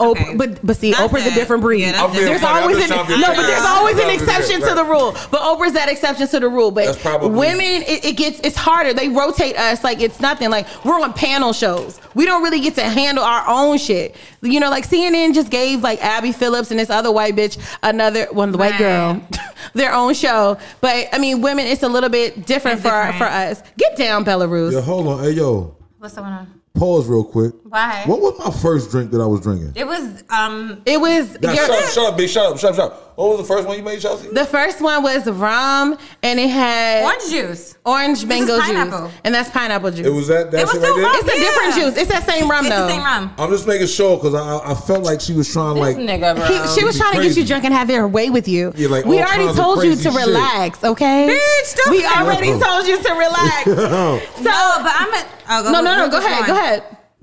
Speaker 7: Oprah,
Speaker 5: Okay.
Speaker 7: but but see,
Speaker 5: That's
Speaker 7: Oprah's a
Speaker 5: it.
Speaker 7: different breed.
Speaker 5: Yeah, that's I'm being
Speaker 7: there's
Speaker 8: funny. I'm
Speaker 7: always
Speaker 8: just
Speaker 7: an,
Speaker 8: trying to be
Speaker 7: no, but there's
Speaker 8: fair.
Speaker 7: always an
Speaker 8: I'm just being
Speaker 7: exception to
Speaker 8: fair.
Speaker 7: the rule. But Oprah's that exception to the rule. But
Speaker 8: That's probably-
Speaker 7: women, it, it gets it's harder. They rotate us like it's nothing. Like we're on panel shows. We don't really get to handle our own shit. You know, like CNN just gave like Abby Phillips and this other white bitch another one, the white
Speaker 5: Right.
Speaker 7: girl, their own show. But I mean, women, it's a little bit different
Speaker 5: It's
Speaker 7: for
Speaker 5: different.
Speaker 7: for us. Get down, Belarus.
Speaker 8: Yo, hold on. Hey, yo.
Speaker 5: What's going on?
Speaker 8: Pause real quick.
Speaker 5: Why?
Speaker 8: What was my first drink that I was drinking?
Speaker 5: It was um
Speaker 7: It was
Speaker 8: Nah,
Speaker 7: your-
Speaker 8: shut up, shut up, big, shut up, shut up, shut up. What was the first one you made, Chelsea?
Speaker 7: The first one was rum, and it had
Speaker 5: orange juice.
Speaker 7: orange mango
Speaker 5: is
Speaker 7: juice,
Speaker 5: pineapple.
Speaker 7: and that's pineapple juice.
Speaker 8: It was that. That
Speaker 5: It was
Speaker 8: shit
Speaker 5: still
Speaker 8: right there.
Speaker 5: rum.
Speaker 7: It's a
Speaker 5: Yeah.
Speaker 7: different juice. It's that same rum
Speaker 5: It's
Speaker 7: though.
Speaker 5: the same rum.
Speaker 8: I'm just making sure because I, I felt like she was trying like
Speaker 5: nigga, bro.
Speaker 7: He- she was
Speaker 8: be
Speaker 7: trying to get
Speaker 8: crazy.
Speaker 7: you drunk and have your way with you.
Speaker 8: Yeah, like
Speaker 7: we
Speaker 8: all
Speaker 7: already
Speaker 8: kinds of
Speaker 7: told you to
Speaker 8: crazy shit. Oh.
Speaker 7: relax, okay?
Speaker 5: Bitch, don't
Speaker 7: we
Speaker 5: say-
Speaker 7: already told you to relax.
Speaker 5: no, but I'm a oh, go,
Speaker 7: no, no, no. Go
Speaker 5: what's
Speaker 7: ahead.
Speaker 5: going?
Speaker 7: Go ahead.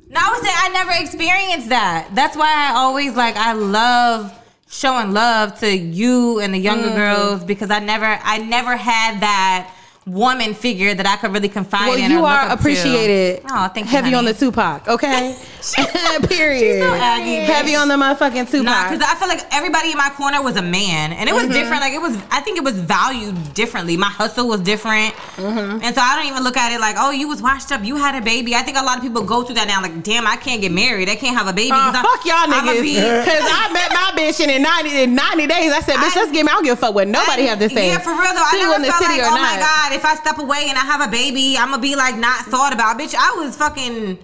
Speaker 5: No, I was saying I never experienced that. That's why I always like I love showing love to you and the younger
Speaker 7: Mm.
Speaker 5: girls because I never I never had that woman figure that I could really confide
Speaker 7: Well,
Speaker 5: in.
Speaker 7: you
Speaker 5: or look
Speaker 7: are
Speaker 5: up to.
Speaker 7: appreciated.
Speaker 5: Oh, thank you.
Speaker 7: Heavy on the
Speaker 5: honey.
Speaker 7: Tupac, okay? Period.
Speaker 5: aggy, bitch.
Speaker 7: Heavy on the motherfucking Tupac.
Speaker 5: Nah, because I felt like everybody in my corner was a man, and it
Speaker 7: Mm-hmm.
Speaker 5: was different. Like it was, I think it was valued differently. My hustle was different,
Speaker 7: Mm-hmm.
Speaker 5: and so I don't even look at it like, oh, you was washed up, you had a baby. I think a lot of people go through that now. Like, damn, I can't get married, I can't have a baby.
Speaker 7: Uh,
Speaker 5: 'cause I-
Speaker 7: fuck y'all
Speaker 5: I'ma
Speaker 7: niggas.
Speaker 5: be-
Speaker 7: Because I met my bitch and in 90, in 90 days, I said, bitch,
Speaker 5: I-
Speaker 7: let's get married. I don't give a fuck what nobody
Speaker 5: I-
Speaker 7: have to say.
Speaker 5: Yeah, for real though. I
Speaker 7: See you
Speaker 5: never
Speaker 7: in the
Speaker 5: felt
Speaker 7: city
Speaker 5: like,
Speaker 7: or
Speaker 5: oh
Speaker 7: not.
Speaker 5: my god, if I step away and I have a baby, I'm gonna be like not thought about, bitch. I was fucking.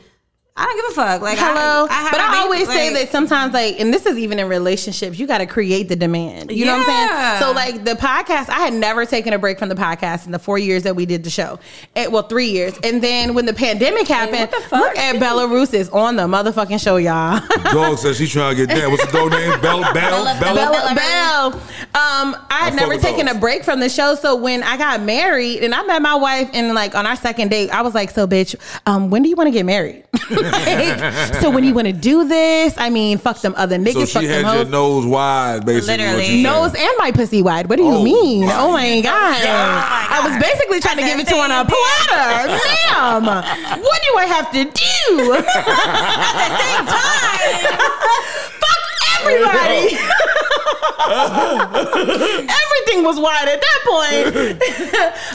Speaker 5: I don't give a fuck. Like,
Speaker 7: Hello,
Speaker 5: I, I had
Speaker 7: but
Speaker 5: my
Speaker 7: I
Speaker 5: baby,
Speaker 7: always say
Speaker 5: like-
Speaker 7: that sometimes, like, and this is even in relationships, you got to create the demand. You know what I'm saying?
Speaker 5: Yeah.
Speaker 7: So, like, the podcast, I had never taken a break from the podcast in the four years that we did the show. Eh, well, three years, and then when the pandemic happened, look at Belarus is on the motherfucking show, y'all.
Speaker 8: Dog says she trying to get down. What's the dog name? Bella, Bella, Bella.
Speaker 7: Bella, Bell. Um, I had
Speaker 8: I
Speaker 7: never
Speaker 8: fuck with
Speaker 7: taken a
Speaker 8: those.
Speaker 7: break from the show, so when I got married and I met my wife, and like on our second date, I was like, "So, bitch, um, when do you want to get married? Like, so when you want to do this? I mean, fuck them other
Speaker 8: So
Speaker 7: niggas, fuck
Speaker 8: she
Speaker 7: them
Speaker 8: had your
Speaker 7: hoes,
Speaker 8: nose wide, basically. is what
Speaker 5: Literally.
Speaker 8: you said.
Speaker 7: nose and my pussy wide. What do you
Speaker 8: Oh,
Speaker 7: mean?
Speaker 8: my
Speaker 7: Oh my god!
Speaker 5: God.
Speaker 7: I was basically trying to give it to her on a platter, ma'am. What do I have to do? fuck everybody. Everything was wide at that point.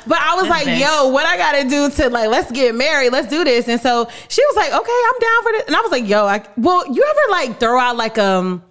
Speaker 7: but I was like, yo, what I gotta do to like, let's get married, let's do this. And so she was like, okay, I'm down for this. And I was like, yo, I, well, you ever like throw out like um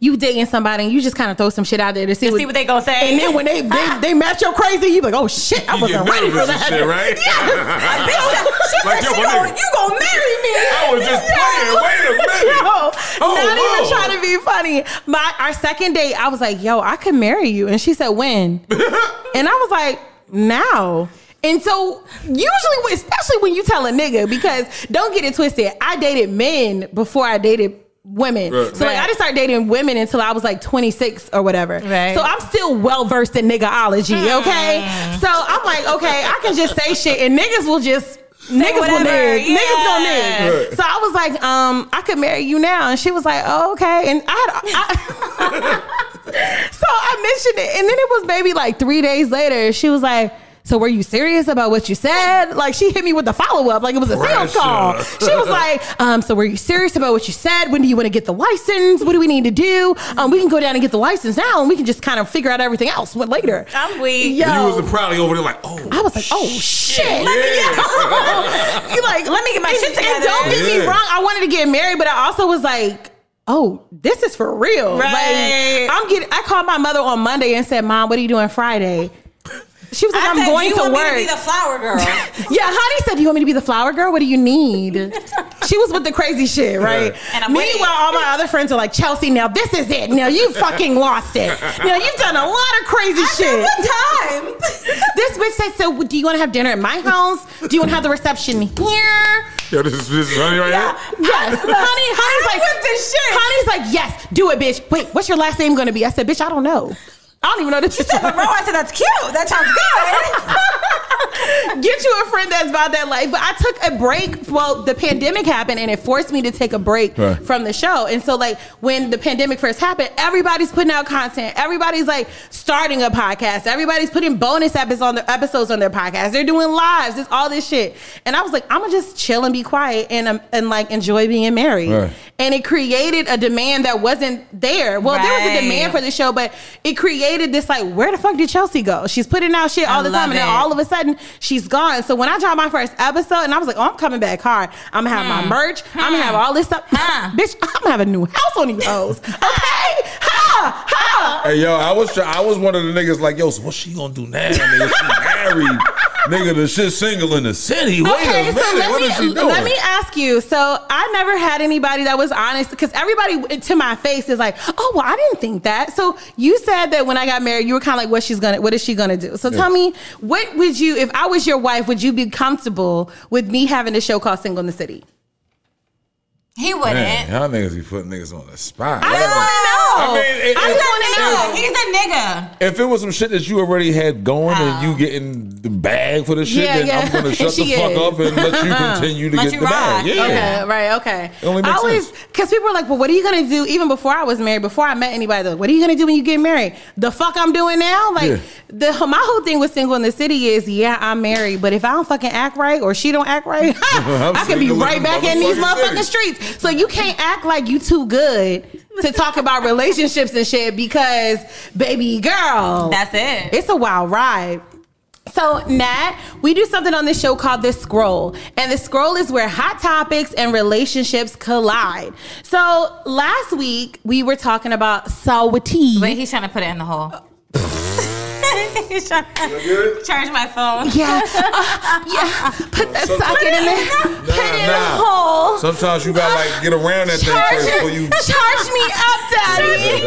Speaker 7: you dating somebody and you just kind of throw some shit out there to see,
Speaker 5: Hmm. see what they gonna say.
Speaker 7: And then when they they, they match your crazy, you be like, oh shit, I
Speaker 8: You
Speaker 7: wasn't
Speaker 8: get
Speaker 7: ready for
Speaker 8: nervous and
Speaker 7: that.
Speaker 8: shit, right?
Speaker 7: Yes.
Speaker 8: Like, yo, my nigga.
Speaker 7: "Oh, you gonna marry me.
Speaker 8: I was just playing. Wait a minute.
Speaker 7: Yo,
Speaker 8: Oh,
Speaker 7: not even
Speaker 8: whoa.
Speaker 7: trying to be funny. My our second date, I was like, yo, I could marry you. And she said, when? and I was like, now. And so usually, when- especially when you tell a nigga, because don't get it twisted, I dated men before I dated women.
Speaker 8: Right.
Speaker 7: So like I
Speaker 5: Right.
Speaker 7: didn't start dating women until I was like 26 or whatever.
Speaker 5: Right.
Speaker 7: So I'm still well versed in niggaology, okay? So I'm like, okay, I can just say shit and niggas will just niggas will
Speaker 5: whatever,
Speaker 7: nigg.
Speaker 5: yeah.
Speaker 7: Niggas gonna nigg.
Speaker 8: Right.
Speaker 7: So I was like, um, I could marry you now. And she was like, oh, okay. And I had I, So I mentioned it. And then it was maybe like three days later, she was like, so were you serious about what you said? Like she hit me with the follow up, like it was a sales
Speaker 8: Pressure.
Speaker 7: call. She was like, um, "So were you serious about what you said? When do you want to get the license? What do we need to do? Um, we can go down and get the license now, and we can just kind of figure out everything else when- later."
Speaker 5: I'm weak.
Speaker 7: Yo,
Speaker 8: And you was probably over there like, oh.
Speaker 7: I was like, "Oh shit!"
Speaker 8: Yeah.
Speaker 7: you like, let me get my shit
Speaker 5: together.
Speaker 7: Don't get me
Speaker 8: Yeah.
Speaker 7: wrong. I wanted to get married, but I also was like, oh, this is for real.
Speaker 5: Right.
Speaker 7: Like, I'm getting. I called my mother on Monday and said, Mom, what are you doing Friday? She was like,
Speaker 5: I
Speaker 7: I'm
Speaker 5: said,
Speaker 7: going
Speaker 5: you
Speaker 7: to
Speaker 5: want
Speaker 7: work.
Speaker 5: Me to be the flower girl.
Speaker 7: yeah, honey said, "You want me to be the flower girl? What do you need?" she was with the crazy shit, right?
Speaker 8: Yeah.
Speaker 5: And I'm
Speaker 7: Meanwhile,
Speaker 5: waiting.
Speaker 7: all my other friends are like, "Chelsea, now this is it. Now you fucking lost it. Now you've done a lot of crazy shit."
Speaker 5: what time?
Speaker 7: this bitch said, "So, do you want to have dinner at my house? Do you want to have the reception here?"
Speaker 8: Yo, this is, this is honey right here.
Speaker 7: Yes, honey. Honey's like, Honey's like, yes, do it, bitch. Wait, what's your last name gonna be? I said, bitch, I don't know. I don't even know this. She said,
Speaker 4: Bro, I said that's cute. That sounds good.
Speaker 7: get you a friend that's about that life. But I took a break. Well, the pandemic happened and it forced me to take a break
Speaker 8: Right.
Speaker 7: from the show. And so, like, when the pandemic first happened, everybody's putting out content. Everybody's like starting a podcast. Everybody's putting bonus episodes on their episodes on their podcast. They're doing lives. It's all this shit. And I was like, I'm gonna just chill and be quiet and um, and like enjoy being married.
Speaker 8: Right.
Speaker 7: And it created a demand that wasn't there. Well, there was a
Speaker 5: Right.
Speaker 7: demand for the show, but it created this like, where the fuck did Chelsea go? She's putting out shit all
Speaker 5: I
Speaker 7: the time,
Speaker 5: love
Speaker 7: and then
Speaker 5: it.
Speaker 7: all of all of a sudden she's gone. So when I dropped my first episode and I was like, oh, I'm coming back hard. I'm gonna have my merch. I'm gonna have all this stuff.
Speaker 5: Hmm. Huh.
Speaker 7: Bitch, I'm gonna have a new house on these hoes. Okay? ha! Ha!
Speaker 8: Hey, yo, I was try- I was one of the niggas like, yo, so what's she gonna do now? Nigga, she married. Nigga, the shit single in the city. Wait
Speaker 7: okay,
Speaker 8: a minute,
Speaker 7: so let
Speaker 8: what
Speaker 7: me
Speaker 8: is she doing?
Speaker 7: let me ask you. So I never had anybody that was honest because everybody to my face is like, "Oh, well, I didn't think that." So you said that when I got married, you were kind of like, "What she's gonna? What is she gonna do?" So tell me, what would you, if I was your wife, would you be comfortable with me having a show called "Single in the City"?
Speaker 5: He wouldn't.
Speaker 8: Man, y'all niggas be putting niggas on the spot.
Speaker 7: I just want to know.
Speaker 8: I mean, it-
Speaker 7: I
Speaker 8: it-
Speaker 7: just want to know.
Speaker 5: No, he's a nigga.
Speaker 8: If it was some shit that you already had going and
Speaker 5: Ah.
Speaker 8: you getting the bag for the shit,
Speaker 7: Yeah,
Speaker 8: then
Speaker 7: yeah.
Speaker 8: I'm gonna shut the
Speaker 7: She
Speaker 8: fuck
Speaker 7: is.
Speaker 8: up and let you continue to
Speaker 5: Let
Speaker 8: get
Speaker 5: you
Speaker 8: the bag.
Speaker 5: ride.
Speaker 8: Yeah.
Speaker 7: Okay, right, okay.
Speaker 8: It only makes
Speaker 7: I always
Speaker 8: sense.
Speaker 7: because people are like, "Well, what are you gonna do?" Even before I was married, before I met anybody, they're like, what are you gonna do when you get married? The fuck I'm doing now? Like
Speaker 8: Yeah.
Speaker 7: the my whole thing with single in the city is, yeah, I'm married, but if I don't fucking act right or she don't act right, I could be
Speaker 8: single
Speaker 7: right
Speaker 8: in
Speaker 7: back in these motherfucking
Speaker 8: motherfucking
Speaker 7: streets. So you can't act like you too good to talk about relationships and shit because, baby girl,
Speaker 5: That's it.
Speaker 7: it's a wild ride. So, Nat, we do something on this show called The Scroll. And The Scroll is where hot topics and relationships collide. So, last week we were talking about Sawati.
Speaker 5: Wait, he's trying to put it in the hole. he's trying to charge my phone.
Speaker 7: Yeah. Uh, yeah. Put that socket in there. Put it in the
Speaker 8: nah.
Speaker 7: hole.
Speaker 8: Sometimes you gotta like get around that
Speaker 7: Charge,
Speaker 8: thing first before you
Speaker 7: charge me up, daddy.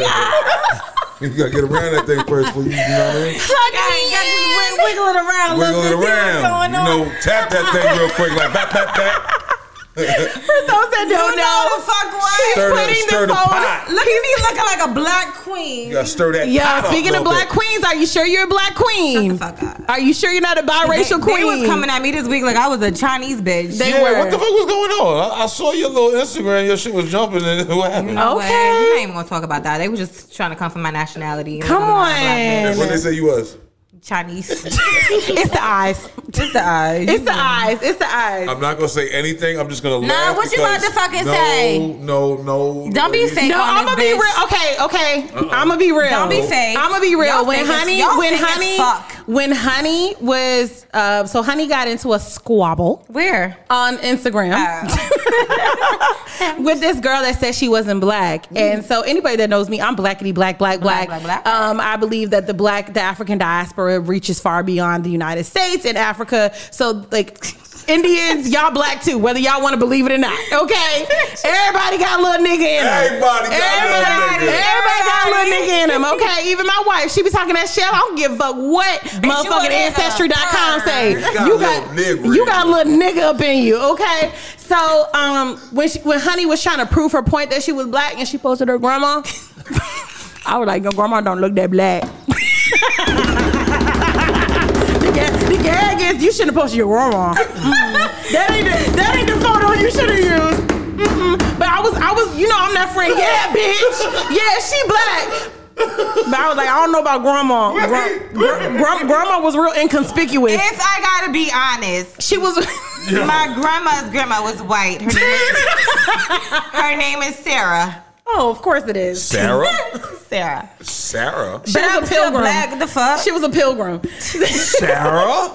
Speaker 8: You gotta get around that thing first before you, you know what I mean?
Speaker 7: Plug
Speaker 5: Yeah,
Speaker 7: me
Speaker 5: you gotta just
Speaker 7: in.
Speaker 5: wig- wiggle it around.
Speaker 8: Wiggle it
Speaker 5: Let's see what's
Speaker 8: around.
Speaker 5: going
Speaker 8: You
Speaker 5: on.
Speaker 8: know, tap that thing real quick, like bap, bap, bap.
Speaker 7: For those that don't
Speaker 5: You know the
Speaker 7: know,
Speaker 5: fuck what?
Speaker 8: Stir the,
Speaker 7: putting the
Speaker 8: stir the
Speaker 7: phone-
Speaker 8: pot.
Speaker 5: Look at me looking like a black
Speaker 8: You
Speaker 5: queen.
Speaker 8: gotta stir that
Speaker 7: Yeah,
Speaker 8: pot up
Speaker 7: speaking
Speaker 8: a
Speaker 7: of
Speaker 8: little
Speaker 7: black
Speaker 8: bit.
Speaker 7: queens, are you sure you're a black queen?
Speaker 5: Shut the fuck up.
Speaker 7: Are you sure you're not a biracial
Speaker 5: they,
Speaker 7: queen?
Speaker 5: they was coming at me this week like I was a Chinese bitch.
Speaker 7: They
Speaker 8: yeah,
Speaker 7: were.
Speaker 8: what the fuck was going on? I, I saw your little Instagram. Your shit was jumping, and what happened?
Speaker 5: No way.
Speaker 7: Okay.
Speaker 5: We're not even gonna talk about that. They were just trying to come for my nationality.
Speaker 7: Come
Speaker 5: I'm not black
Speaker 7: on.
Speaker 8: That's what they say you was.
Speaker 5: bitch. Chinese.
Speaker 7: It's the eyes.
Speaker 5: Just the eyes.
Speaker 7: It's the eyes. It's the eyes.
Speaker 8: I'm not gonna say anything. I'm just gonna
Speaker 5: Nah,
Speaker 8: laugh.
Speaker 5: what you
Speaker 8: because
Speaker 5: about to fucking
Speaker 8: no,
Speaker 5: say?
Speaker 8: No, no, no.
Speaker 5: Don't be
Speaker 8: you-
Speaker 5: fake.
Speaker 7: no,
Speaker 5: on
Speaker 7: I'm gonna
Speaker 5: this
Speaker 7: be
Speaker 5: bitch.
Speaker 7: real. Okay, okay. I'm gonna be real.
Speaker 5: Don't be fake.
Speaker 7: I'm gonna be real.
Speaker 5: Y'all
Speaker 7: when
Speaker 5: fake as-
Speaker 7: honey,
Speaker 5: y'all
Speaker 7: when
Speaker 5: fake as
Speaker 7: honey,
Speaker 5: fuck.
Speaker 7: when honey was, uh, so honey got into a squabble
Speaker 5: Where?
Speaker 7: on Instagram
Speaker 5: Uh,
Speaker 7: with this girl that said she wasn't black. And so anybody that knows me, I'm blackity black, black, black.
Speaker 5: Black, black, black.
Speaker 7: Um, I believe that the black, the African diaspora reaches far beyond the United States and Africa. So like. Indians, y'all black too, whether y'all want to believe it or not. Okay, everybody got a little nigga in them.
Speaker 11: Everybody got a little
Speaker 7: Everybody-
Speaker 11: nigga.
Speaker 7: Everybody got a little nigga in them. Okay, even my wife, she be talking that shit. I don't give a fuck what motherfucking
Speaker 5: a
Speaker 7: ancestry.com say.
Speaker 11: You got a
Speaker 7: You got
Speaker 11: little nigga
Speaker 7: you
Speaker 11: in
Speaker 7: got a
Speaker 11: you.
Speaker 7: little nigga up in you. Okay, so um, when she, when Honey was trying to prove her point that she was black and she posted her grandma, I was like, your grandma don't look that black. The gag- The gag is you shouldn't have posted your grandma. Mm-mm. that ain't the, that ain't the photo you should have used. Mm-mm. But I was I was you know I'm that friend. Yeah, bitch. Yeah, she black. But I was like I don't know about grandma. Gra- gra- gra- grandma was real inconspicuous.
Speaker 5: If I gotta be honest,
Speaker 7: She was.
Speaker 5: my grandma's grandma was white. Her name is, her name is Sarah.
Speaker 7: oh, of course it is.
Speaker 11: Sarah?
Speaker 5: Sarah.
Speaker 11: Sarah?
Speaker 7: She was a pilgrim.
Speaker 5: Black the fuck.
Speaker 7: She was a pilgrim.
Speaker 11: Sarah?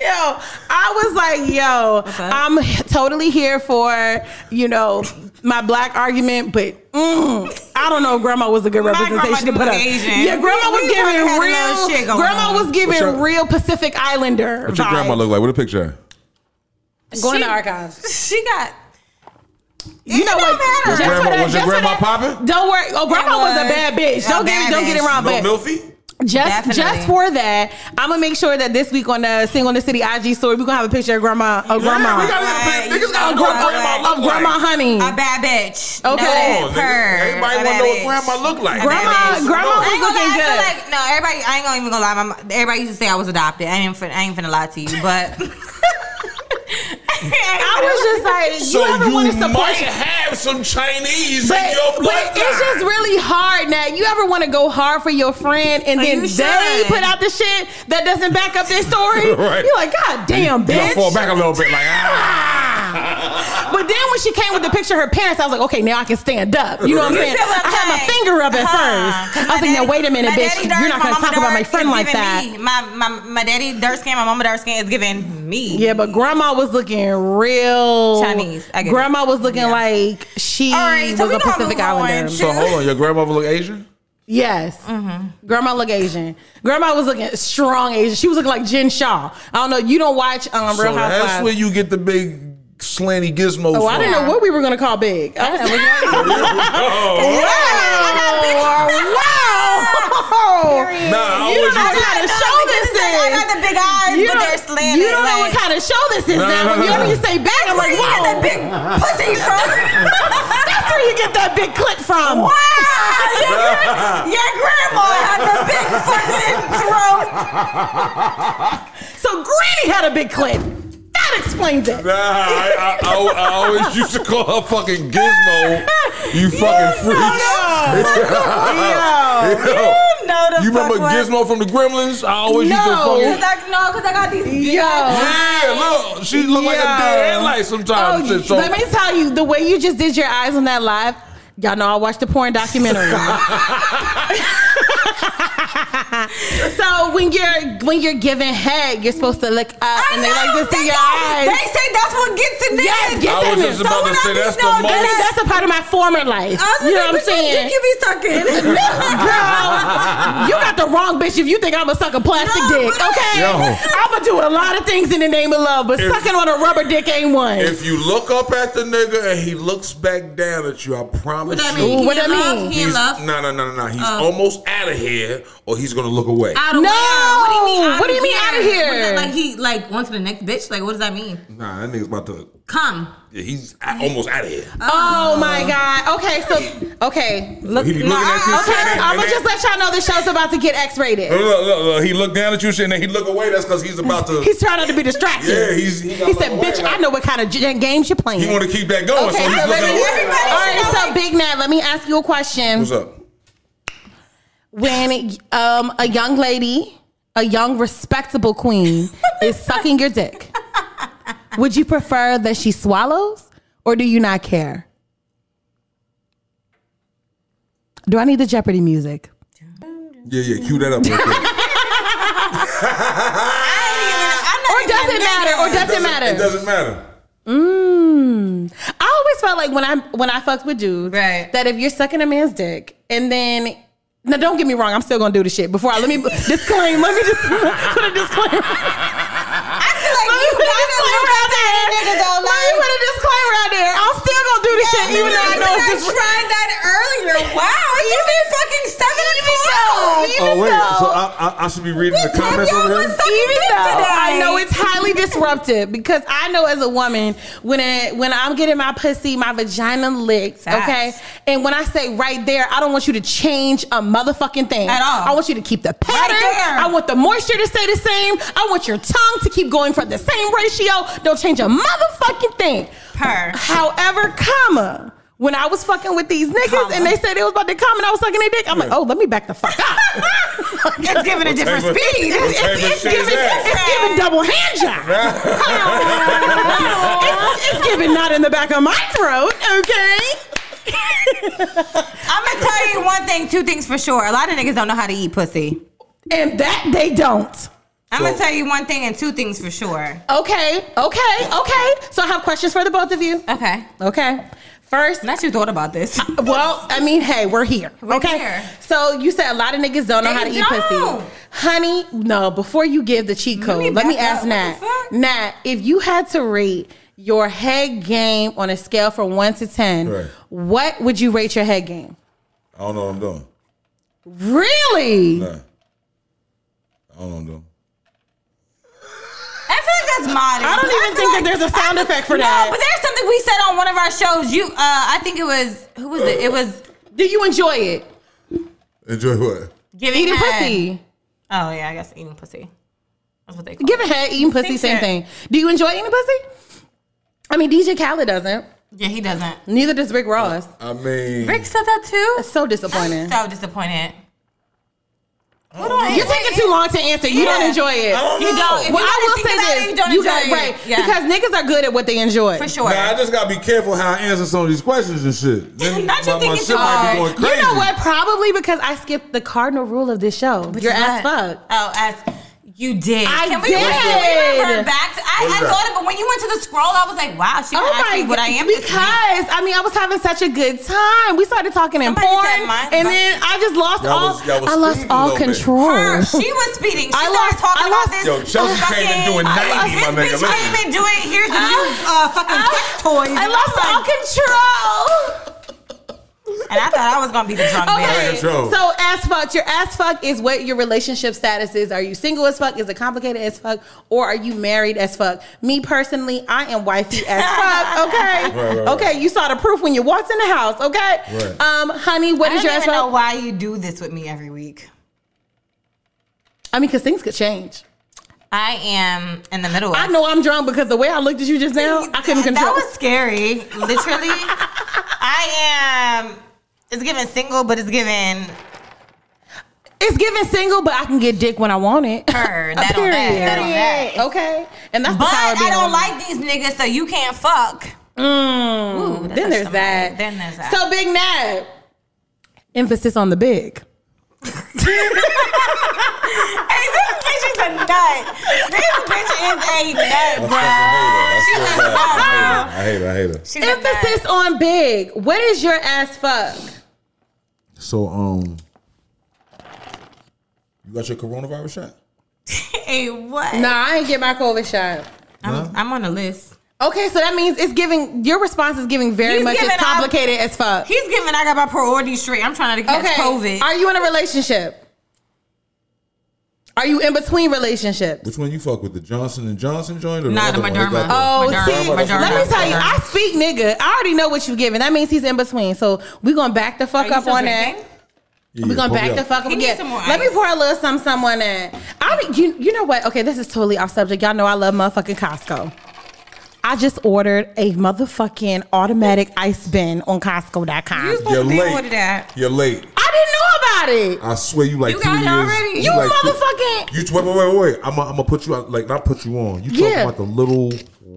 Speaker 7: Yo, I was like, yo, I'm totally here for, you know, my black argument, but mm, I don't know if grandma was a good
Speaker 5: My
Speaker 7: representation to
Speaker 5: grandma
Speaker 7: put up.
Speaker 5: was Asian.
Speaker 7: Yeah, grandma
Speaker 5: We-
Speaker 7: was
Speaker 5: we
Speaker 7: giving
Speaker 5: had a little shit
Speaker 7: real
Speaker 5: going
Speaker 7: grandma
Speaker 5: on.
Speaker 7: was giving
Speaker 11: What's your-
Speaker 7: real Pacific Islander.
Speaker 11: What's your
Speaker 7: vibes.
Speaker 11: grandma look like? What a picture.
Speaker 7: Going
Speaker 5: She-
Speaker 7: to archives.
Speaker 5: She got.
Speaker 7: You know what?
Speaker 5: don't matter. Was
Speaker 7: Just for
Speaker 11: grandma-
Speaker 7: that-
Speaker 11: was
Speaker 7: just
Speaker 11: your
Speaker 7: for
Speaker 11: grandma
Speaker 7: that-
Speaker 11: popping?
Speaker 7: Don't worry. Oh, grandma was. a
Speaker 5: was.
Speaker 7: bad bitch.
Speaker 5: A
Speaker 7: Don't get
Speaker 5: bad
Speaker 7: it. Don't get it
Speaker 5: bitch.
Speaker 7: wrong. but
Speaker 11: Milfy?
Speaker 7: Just
Speaker 5: Definitely.
Speaker 7: just for that, I'm gonna make sure that this week on the Sing on the City IG story, we're gonna have a picture of grandma of grandma.
Speaker 11: we gotta
Speaker 5: Right.
Speaker 11: get a pic- niggas gotta
Speaker 5: You know
Speaker 11: know what grandma
Speaker 5: what?
Speaker 11: look
Speaker 7: of grandma
Speaker 11: like.
Speaker 7: honey.
Speaker 5: A bad bitch.
Speaker 7: Okay.
Speaker 5: No,
Speaker 11: Come on, nigga.
Speaker 5: her. A
Speaker 11: Everybody wanna
Speaker 5: bad
Speaker 11: know what
Speaker 5: bitch.
Speaker 11: grandma look like.
Speaker 7: Grandma,
Speaker 5: Bitch.
Speaker 7: grandma
Speaker 5: I
Speaker 7: was
Speaker 5: ain't gonna
Speaker 7: looking
Speaker 5: lie, I feel
Speaker 7: good.
Speaker 5: like, no, everybody, I ain't gonna even gonna lie. My, mom- everybody used to say I was adopted. I ain't, fin- I ain't finna lie to you, but.
Speaker 7: I was just like, you
Speaker 11: So
Speaker 7: ever
Speaker 11: you
Speaker 7: want to support
Speaker 11: might
Speaker 7: your
Speaker 11: have some Chinese
Speaker 7: but,
Speaker 11: in your
Speaker 7: but
Speaker 11: bloodline.
Speaker 7: it's just really hard now. You ever want to go hard for your friend and
Speaker 5: Oh,
Speaker 7: then
Speaker 5: you
Speaker 7: they
Speaker 5: should.
Speaker 7: put out the shit that doesn't back up their story?
Speaker 11: Right.
Speaker 7: You're like, God damn,
Speaker 11: You
Speaker 7: bitch.
Speaker 11: gotta fall back a little bit, like ah.
Speaker 7: But then when she came with the picture of her parents, I was like, okay, now I can stand up. You know what I'm
Speaker 5: You
Speaker 7: saying?
Speaker 5: feel what
Speaker 7: I
Speaker 5: I'm
Speaker 7: had my
Speaker 5: saying?
Speaker 7: finger up at
Speaker 11: Uh-huh.
Speaker 5: Huh.
Speaker 7: first.
Speaker 5: 'Cause
Speaker 7: I was like,
Speaker 5: my
Speaker 7: now
Speaker 5: daddy-
Speaker 7: wait a minute,
Speaker 5: my
Speaker 7: bitch.
Speaker 5: daddy dark,
Speaker 7: You're not
Speaker 5: my
Speaker 7: going to
Speaker 5: mama
Speaker 7: talk about
Speaker 5: dark
Speaker 7: my
Speaker 5: is
Speaker 7: friend like
Speaker 5: giving
Speaker 7: that.
Speaker 5: me. My, my, my daddy dark skin, my mama dark skin is giving me.
Speaker 7: Yeah, but grandma was looking real
Speaker 5: Chinese. I get it.
Speaker 7: grandma was looking
Speaker 5: Yeah.
Speaker 7: like she
Speaker 5: All right, so
Speaker 7: was
Speaker 5: we
Speaker 7: a
Speaker 5: gonna
Speaker 7: Pacific
Speaker 5: move on
Speaker 7: Islander.
Speaker 5: to-
Speaker 11: So hold on, your grandmother look Asian?
Speaker 7: Yes.
Speaker 5: Mm-hmm.
Speaker 7: Grandma look Asian. Grandma was looking strong Asian. She was looking like Jen Shaw. I don't know. You don't watch um, Real
Speaker 11: so
Speaker 7: Housewives.
Speaker 11: that's where you get the big slanty gizmos.
Speaker 7: oh, I didn't know what we were gonna call big. I was like,
Speaker 11: Oh,
Speaker 7: oh, wow, wow.
Speaker 11: Nah, I
Speaker 7: you don't know what
Speaker 11: always
Speaker 7: kind of show this
Speaker 5: I
Speaker 7: is.
Speaker 5: got the big eyes,
Speaker 7: You
Speaker 5: but
Speaker 7: don't,
Speaker 5: they're
Speaker 7: you
Speaker 5: slanted.
Speaker 7: don't know what
Speaker 5: like-
Speaker 7: kind of show this is
Speaker 11: No,
Speaker 7: now.
Speaker 11: no, no,
Speaker 7: Whenever
Speaker 11: no.
Speaker 7: you say big, I'm like,
Speaker 5: Where you get
Speaker 7: wow.
Speaker 5: that big pussy from?
Speaker 7: That's where you get that big clit from.
Speaker 5: Wow, your, gran- your grandma had the big fucking throat.
Speaker 7: So Granny had a big clit. That explains it.
Speaker 11: Nah, I, I, I, I always used to call her fucking Gizmo. You fucking freak.
Speaker 5: You know the
Speaker 11: You remember
Speaker 5: fuck what?
Speaker 11: Gizmo from the Gremlins? I always
Speaker 7: No.
Speaker 11: used to
Speaker 5: Cause
Speaker 11: fucking.
Speaker 5: I, no, cause I got these. big
Speaker 7: Yo.
Speaker 5: eyes.
Speaker 11: Yeah, look, she look like a
Speaker 7: Yeah.
Speaker 11: dead headlight sometimes.
Speaker 7: Oh,
Speaker 11: and shit, so,
Speaker 7: let me tell you, the way you just did your eyes on that live, y'all know I watched the porn documentary. so when you're when you're giving head, you're supposed to look up
Speaker 5: I
Speaker 7: and they
Speaker 5: know,
Speaker 7: like to see
Speaker 5: they
Speaker 7: your
Speaker 5: know.
Speaker 7: eyes.
Speaker 5: They say that's what gets in there.
Speaker 7: Yes, get
Speaker 11: I
Speaker 7: that
Speaker 11: was
Speaker 7: in.
Speaker 11: just about to
Speaker 5: Someone
Speaker 11: say
Speaker 5: else
Speaker 11: that's the
Speaker 5: knows
Speaker 11: most.
Speaker 7: And then that's a part of my former life.
Speaker 5: I was
Speaker 7: You know
Speaker 5: gonna
Speaker 7: what I'm
Speaker 5: say, but your
Speaker 7: saying?
Speaker 5: dick You be sucking.
Speaker 7: Girl, you got the wrong bitch if you think I'm a suck a plastic
Speaker 5: No,
Speaker 7: dick,
Speaker 5: but-
Speaker 7: okay?
Speaker 11: Yo.
Speaker 7: I'm gonna do a lot of things in the name of love, but
Speaker 11: If-
Speaker 7: sucking on a rubber dick ain't one.
Speaker 11: If you look up at the nigga and he looks back down at you, I promise
Speaker 5: that
Speaker 11: you.
Speaker 5: mean?
Speaker 7: Ooh,
Speaker 5: He
Speaker 7: what that
Speaker 5: in love?
Speaker 7: mean?
Speaker 5: He in
Speaker 11: he's-
Speaker 5: love?
Speaker 11: No, no, no, no, no. He's almost out of here, or he's gonna look away.
Speaker 5: Out of
Speaker 7: No!
Speaker 5: where?
Speaker 7: What do you mean out of here?
Speaker 5: What is that, like he like went to the next bitch. Like what does that mean?
Speaker 11: nah, that nigga's about to.
Speaker 5: Come.
Speaker 11: Yeah, he's a- almost out of here.
Speaker 7: oh
Speaker 11: Uh-huh.
Speaker 7: my god. Okay, so okay. Look,
Speaker 11: he be looking at you.
Speaker 7: okay,
Speaker 11: shit, and-
Speaker 7: I'm
Speaker 11: and
Speaker 7: gonna just let y'all know this show's about to get X-rated.
Speaker 11: Look, look, look, look, He looked down at you, shit, and then he look away. That's because he's about to.
Speaker 7: He's trying not to be distracted.
Speaker 11: Yeah, he's- he got
Speaker 7: he said,
Speaker 11: like,
Speaker 7: "Bitch,
Speaker 11: like-
Speaker 7: I know what kind of j- games you're playing."
Speaker 11: he want to keep that going, so he's
Speaker 7: so
Speaker 11: looking
Speaker 7: let me-
Speaker 11: away.
Speaker 5: everybody-
Speaker 7: all right, so Big Nat, let me ask you a question.
Speaker 11: What's up?
Speaker 7: when um, a young lady, a young respectable queen, is sucking your dick, would you prefer that she swallows or do you not care? Do I need the Jeopardy music?
Speaker 11: Yeah, yeah. Cue that up. Real quick.
Speaker 7: Or does it matter? Or does it
Speaker 11: It
Speaker 7: matter?
Speaker 11: doesn't matter.
Speaker 7: Mm. I always felt like when I when I fucked with dudes,
Speaker 5: Right.
Speaker 7: that if you're sucking a man's dick and then now don't get me wrong, I'm still gonna do the shit. Before I let me disclaim, let me just put a disclaimer.
Speaker 5: I feel like you gotta look
Speaker 7: even
Speaker 8: Oh wait,
Speaker 7: though-
Speaker 8: so I, I, I should be reading the comments
Speaker 7: Y'all
Speaker 8: over
Speaker 7: was
Speaker 8: here.
Speaker 7: sucking dick today. I
Speaker 4: today.
Speaker 7: know it's highly disruptive because I know as a woman when it, when I'm getting my pussy, my vagina licked,
Speaker 5: Facts.
Speaker 7: okay, and when I say right there, I don't want you to change a motherfucking thing
Speaker 5: At all.
Speaker 7: I want you to keep the pattern.
Speaker 5: there.
Speaker 7: I want the moisture to stay the same. I want your tongue to keep going for the same ratio. Don't change a motherfucking thing.
Speaker 5: Per.
Speaker 7: However, comma. When I was fucking with these niggas and they said it was about to come and I was sucking their dick, I'm like, oh, let me back the fuck up.
Speaker 5: It's giving a different
Speaker 8: What type of-
Speaker 5: speed.
Speaker 8: what
Speaker 5: It's-
Speaker 8: type of
Speaker 5: it's- it's
Speaker 8: shit is
Speaker 5: giving
Speaker 8: that?
Speaker 5: different.
Speaker 7: It's giving double hand job. it's, it's giving not in the back of my throat, okay?
Speaker 5: I'm gonna tell you one thing, two things for sure. A lot of niggas don't know how to eat pussy.
Speaker 7: and that they don't.
Speaker 5: I'm gonna tell you one thing and two things for sure.
Speaker 7: Okay, okay, okay. So I have questions for the both of you.
Speaker 5: Okay.
Speaker 7: Okay. First,
Speaker 5: Not you thought about this.
Speaker 7: well, I mean, hey, we're here.
Speaker 5: We're
Speaker 7: okay.
Speaker 5: here.
Speaker 7: So you said a lot of niggas don't know
Speaker 5: They
Speaker 7: how to eat
Speaker 5: don't.
Speaker 7: pussy. Honey, no, before you give the cheat
Speaker 5: Let me
Speaker 7: code, let me
Speaker 5: back
Speaker 7: ask
Speaker 5: up. What
Speaker 7: Nat.
Speaker 5: the fuck?
Speaker 7: Nat, if you had to rate your head game on a scale from one to 10,
Speaker 8: Right.
Speaker 7: what would you rate your head game?
Speaker 8: I don't know what I'm doing.
Speaker 7: Really?
Speaker 8: Nah. I don't know what I'm doing.
Speaker 5: I feel like that's modest.
Speaker 7: I don't even
Speaker 5: feel
Speaker 7: think that there's a sound effect for that.
Speaker 5: No, but there's something we said on one of our shows. You, uh, I think it was who was it? It was
Speaker 7: Do you enjoy it?
Speaker 8: Enjoy what?
Speaker 5: giving
Speaker 7: Eating
Speaker 5: head.
Speaker 7: pussy.
Speaker 5: Oh yeah, I guess eating pussy. That's what they call. it.
Speaker 7: Giving head, eating pussy,
Speaker 5: Think
Speaker 7: same
Speaker 5: that-
Speaker 7: thing. Do you enjoy eating pussy? I mean, DJ Khaled doesn't.
Speaker 5: Yeah, he doesn't.
Speaker 7: Neither does Rick Ross.
Speaker 8: I mean,
Speaker 5: Rick said that too.
Speaker 7: That's so disappointing.
Speaker 5: So disappointed.
Speaker 7: You're taking too long to answer. You
Speaker 5: Yeah.
Speaker 7: don't enjoy it.
Speaker 5: You don't. If you
Speaker 7: Well, I
Speaker 5: really
Speaker 7: will
Speaker 5: think
Speaker 7: say
Speaker 5: about
Speaker 7: this.
Speaker 5: it, you don't
Speaker 7: got
Speaker 5: enjoy it.
Speaker 7: right
Speaker 5: Yeah.
Speaker 7: because niggas are good at what they enjoy.
Speaker 5: for sure.
Speaker 8: Nah, I just gotta be careful how I answer some of these questions and shit. Then
Speaker 5: Not you
Speaker 8: my, my
Speaker 5: thinking
Speaker 8: shit
Speaker 5: too
Speaker 8: might be going
Speaker 5: hard.
Speaker 8: crazy.
Speaker 7: You know what? Probably because I skipped the cardinal rule of this show.
Speaker 5: Which
Speaker 7: You're
Speaker 5: is
Speaker 7: ass
Speaker 5: what?
Speaker 7: fuck.
Speaker 5: Oh, as you did.
Speaker 7: I
Speaker 5: can we,
Speaker 7: did.
Speaker 5: Can we revert back? To, I,
Speaker 8: What
Speaker 5: I
Speaker 8: is that?
Speaker 5: thought it, but when you went to the scroll, I was like, wow, she
Speaker 7: Oh
Speaker 5: asked
Speaker 7: my
Speaker 5: me
Speaker 7: god!
Speaker 5: what I am this
Speaker 7: because
Speaker 5: week.
Speaker 7: I mean I was having such a good time. We started talking in
Speaker 5: Somebody
Speaker 7: porn,
Speaker 5: said mine-
Speaker 7: and then I just lost
Speaker 8: Y'all
Speaker 7: all.
Speaker 8: was- y'all was
Speaker 7: I lost
Speaker 8: speeding a
Speaker 7: all
Speaker 8: little bit.
Speaker 7: control.
Speaker 5: Her, she was speeding. She
Speaker 7: Oh. I
Speaker 5: I
Speaker 7: lost-
Speaker 5: lost, talking
Speaker 7: I
Speaker 5: about
Speaker 7: lost-
Speaker 5: this.
Speaker 8: Yo, Chelsea
Speaker 5: fucking-
Speaker 8: came in doing 90,
Speaker 5: This
Speaker 8: my nigga,
Speaker 5: bitch came
Speaker 8: listen.
Speaker 5: in doing, here's the new uh, fucking sex toys.
Speaker 7: I
Speaker 5: And
Speaker 7: lost
Speaker 5: was
Speaker 7: all
Speaker 5: like-
Speaker 7: control.
Speaker 5: And I thought I was going to be the drunk
Speaker 8: Out of
Speaker 7: Okay.
Speaker 5: bitch.
Speaker 8: control.
Speaker 7: So ass fuck, your ass fuck is what your relationship status is. Are you single as fuck? Is it complicated as fuck? Or are you married as fuck? Me personally, I am wifey as fuck. Okay.
Speaker 8: Right, right, right.
Speaker 7: Okay, you saw the proof when you walked in the house, okay?
Speaker 8: Right.
Speaker 7: Um, honey, what
Speaker 5: I
Speaker 7: is
Speaker 5: don't
Speaker 7: your ass
Speaker 5: even know
Speaker 7: fuck?
Speaker 5: why you do this with me every week.
Speaker 7: I mean, cause things could change.
Speaker 5: I am in the middle of
Speaker 7: I know I'm drunk because the way I looked at you just now, I couldn't
Speaker 5: That-
Speaker 7: control.
Speaker 5: That was scary. Literally, I am. It's given single, but it's given
Speaker 7: it's given single, but I can get dick when I want it.
Speaker 5: her.
Speaker 7: A
Speaker 5: That on that.
Speaker 7: period.
Speaker 5: That on that.
Speaker 7: Okay, and that's
Speaker 5: But
Speaker 7: the power of
Speaker 5: I
Speaker 7: being a
Speaker 5: don't
Speaker 7: woman.
Speaker 5: like these niggas, so you can't fuck.
Speaker 7: Mm.
Speaker 5: Ooh, Hmm,
Speaker 7: then
Speaker 5: that touched
Speaker 7: there's
Speaker 5: somebody.
Speaker 7: that.
Speaker 5: Then there's that.
Speaker 7: So big nab. Emphasis on the big.
Speaker 5: Hey, this bitch is a nut. This bitch is a nut,
Speaker 8: I fucking hate her.
Speaker 5: bruh.
Speaker 8: I swear
Speaker 5: She's a
Speaker 8: to
Speaker 5: nut,
Speaker 8: God,
Speaker 5: bruh.
Speaker 8: I hate her. I hate her. I hate her.
Speaker 5: She's a nut.
Speaker 7: Emphasis on big. What is your ass fuck?
Speaker 8: So um, you got your coronavirus shot?
Speaker 5: Hey, what?
Speaker 7: Nah, I ain't get my COVID shot.
Speaker 5: I'm, I'm on the list.
Speaker 7: Okay, so that means it's giving your response is giving very
Speaker 5: He's
Speaker 7: much
Speaker 5: giving
Speaker 7: as
Speaker 5: up.
Speaker 7: complicated as fuck.
Speaker 5: He's giving. I got my priorities straight. I'm trying to catch
Speaker 7: Okay.
Speaker 5: COVID.
Speaker 7: Are you in a relationship? Are you in between relationships?
Speaker 8: Which one you fuck with? The Johnson and Johnson joint or
Speaker 5: Nah,
Speaker 8: the
Speaker 5: the
Speaker 8: other one? They got
Speaker 5: Moderna.
Speaker 7: Oh,
Speaker 8: the-
Speaker 5: Moderna,
Speaker 7: see,
Speaker 8: Moderna.
Speaker 7: let me tell you,
Speaker 5: Moderna.
Speaker 7: I speak nigga. I already know what you giving. That means he's in between. So we gonna back the
Speaker 5: Are
Speaker 7: fuck
Speaker 5: you
Speaker 7: up
Speaker 5: still
Speaker 7: on that.
Speaker 5: drinking?
Speaker 8: Yeah,
Speaker 7: We're gonna
Speaker 8: pull me
Speaker 7: back
Speaker 8: up.
Speaker 7: the fuck up
Speaker 5: He needs
Speaker 7: again.
Speaker 5: some more
Speaker 7: Let me
Speaker 5: ice.
Speaker 7: pour a little some someone in. I don't- you you know what? Okay, this is totally off subject. Y'all know I love motherfucking Costco. I just ordered a motherfucking automatic ice bin on Costco.com.
Speaker 5: You
Speaker 7: I didn't
Speaker 5: supposed
Speaker 8: You're
Speaker 5: to be
Speaker 8: late.
Speaker 5: with that.
Speaker 8: You're late.
Speaker 7: know about it.
Speaker 8: I swear you like
Speaker 5: You
Speaker 8: two
Speaker 5: got it
Speaker 8: years.
Speaker 5: already?
Speaker 7: You
Speaker 8: like two-
Speaker 7: motherfucking
Speaker 8: You tw- wait, wait, wait, wait. I'm gonna put you on, like not put you on. You talking
Speaker 7: Yeah.
Speaker 8: about the little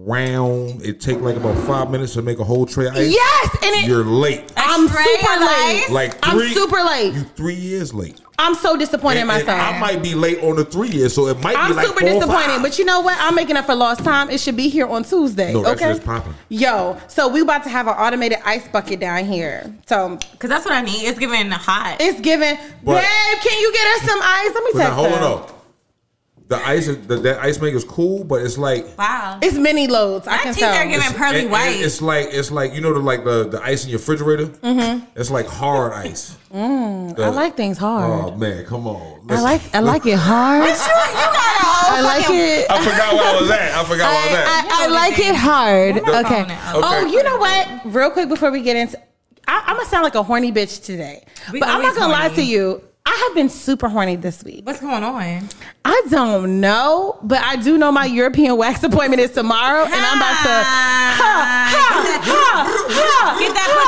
Speaker 8: round? It take like about five minutes to make a whole tray. Of ice.
Speaker 7: yes, and it.
Speaker 8: you're late.
Speaker 7: I'm
Speaker 5: tray
Speaker 7: super
Speaker 5: of
Speaker 7: late.
Speaker 5: ice?
Speaker 8: Like
Speaker 7: I'm
Speaker 8: three,
Speaker 7: super late.
Speaker 8: You three years late.
Speaker 7: I'm so disappointed in
Speaker 8: And- and
Speaker 7: myself.
Speaker 8: I might be late on the three years, so it might
Speaker 7: I'm
Speaker 8: be like
Speaker 7: super
Speaker 8: four or
Speaker 7: disappointed,
Speaker 8: five.
Speaker 7: but you know what? I'm making up for lost time. It should be here on Tuesday.
Speaker 8: No, that
Speaker 7: okay,
Speaker 8: shit's popping.
Speaker 7: Yo, so we about to have an automated ice bucket down here. So
Speaker 5: Cause that's what I need. It's giving hot.
Speaker 7: it's giving.
Speaker 8: But-
Speaker 7: babe, can you get us some ice? Let me
Speaker 8: But now,
Speaker 7: text
Speaker 8: hold
Speaker 7: her.
Speaker 8: on. up. The ice, is- the, that ice maker's cool, but it's like
Speaker 5: Wow.
Speaker 7: It's mini loads. I
Speaker 5: I
Speaker 7: can
Speaker 5: think they're
Speaker 7: tell.
Speaker 5: giving pearly
Speaker 8: and-
Speaker 5: white.
Speaker 8: and It's like it's like you know the like the, the ice in your refrigerator.
Speaker 7: Mm-hmm.
Speaker 8: It's like hard ice.
Speaker 7: I like things hard.
Speaker 8: Oh man, come on.
Speaker 7: Mm-hmm. I
Speaker 8: Listen.
Speaker 7: like I like it hard.
Speaker 5: you, you got a whole
Speaker 7: I like
Speaker 5: fucking-
Speaker 7: it.
Speaker 8: I forgot where I was at. I forgot where I was at.
Speaker 7: I, I, I like it hard.
Speaker 5: We're not
Speaker 7: Okay.
Speaker 5: calling it out.
Speaker 7: Oh,
Speaker 8: Okay.
Speaker 7: you know what? Real quick before we get into, I, I'm gonna sound like a horny bitch today,
Speaker 5: We
Speaker 7: but I'm not
Speaker 5: always
Speaker 7: gonna lie
Speaker 5: horny.
Speaker 7: to you. I have been super horny this week.
Speaker 5: What's going on?
Speaker 7: I don't know, but I do know my European wax appointment is tomorrow, and I'm about to. Ha, ha, ha, ha,
Speaker 5: Get that
Speaker 7: ha,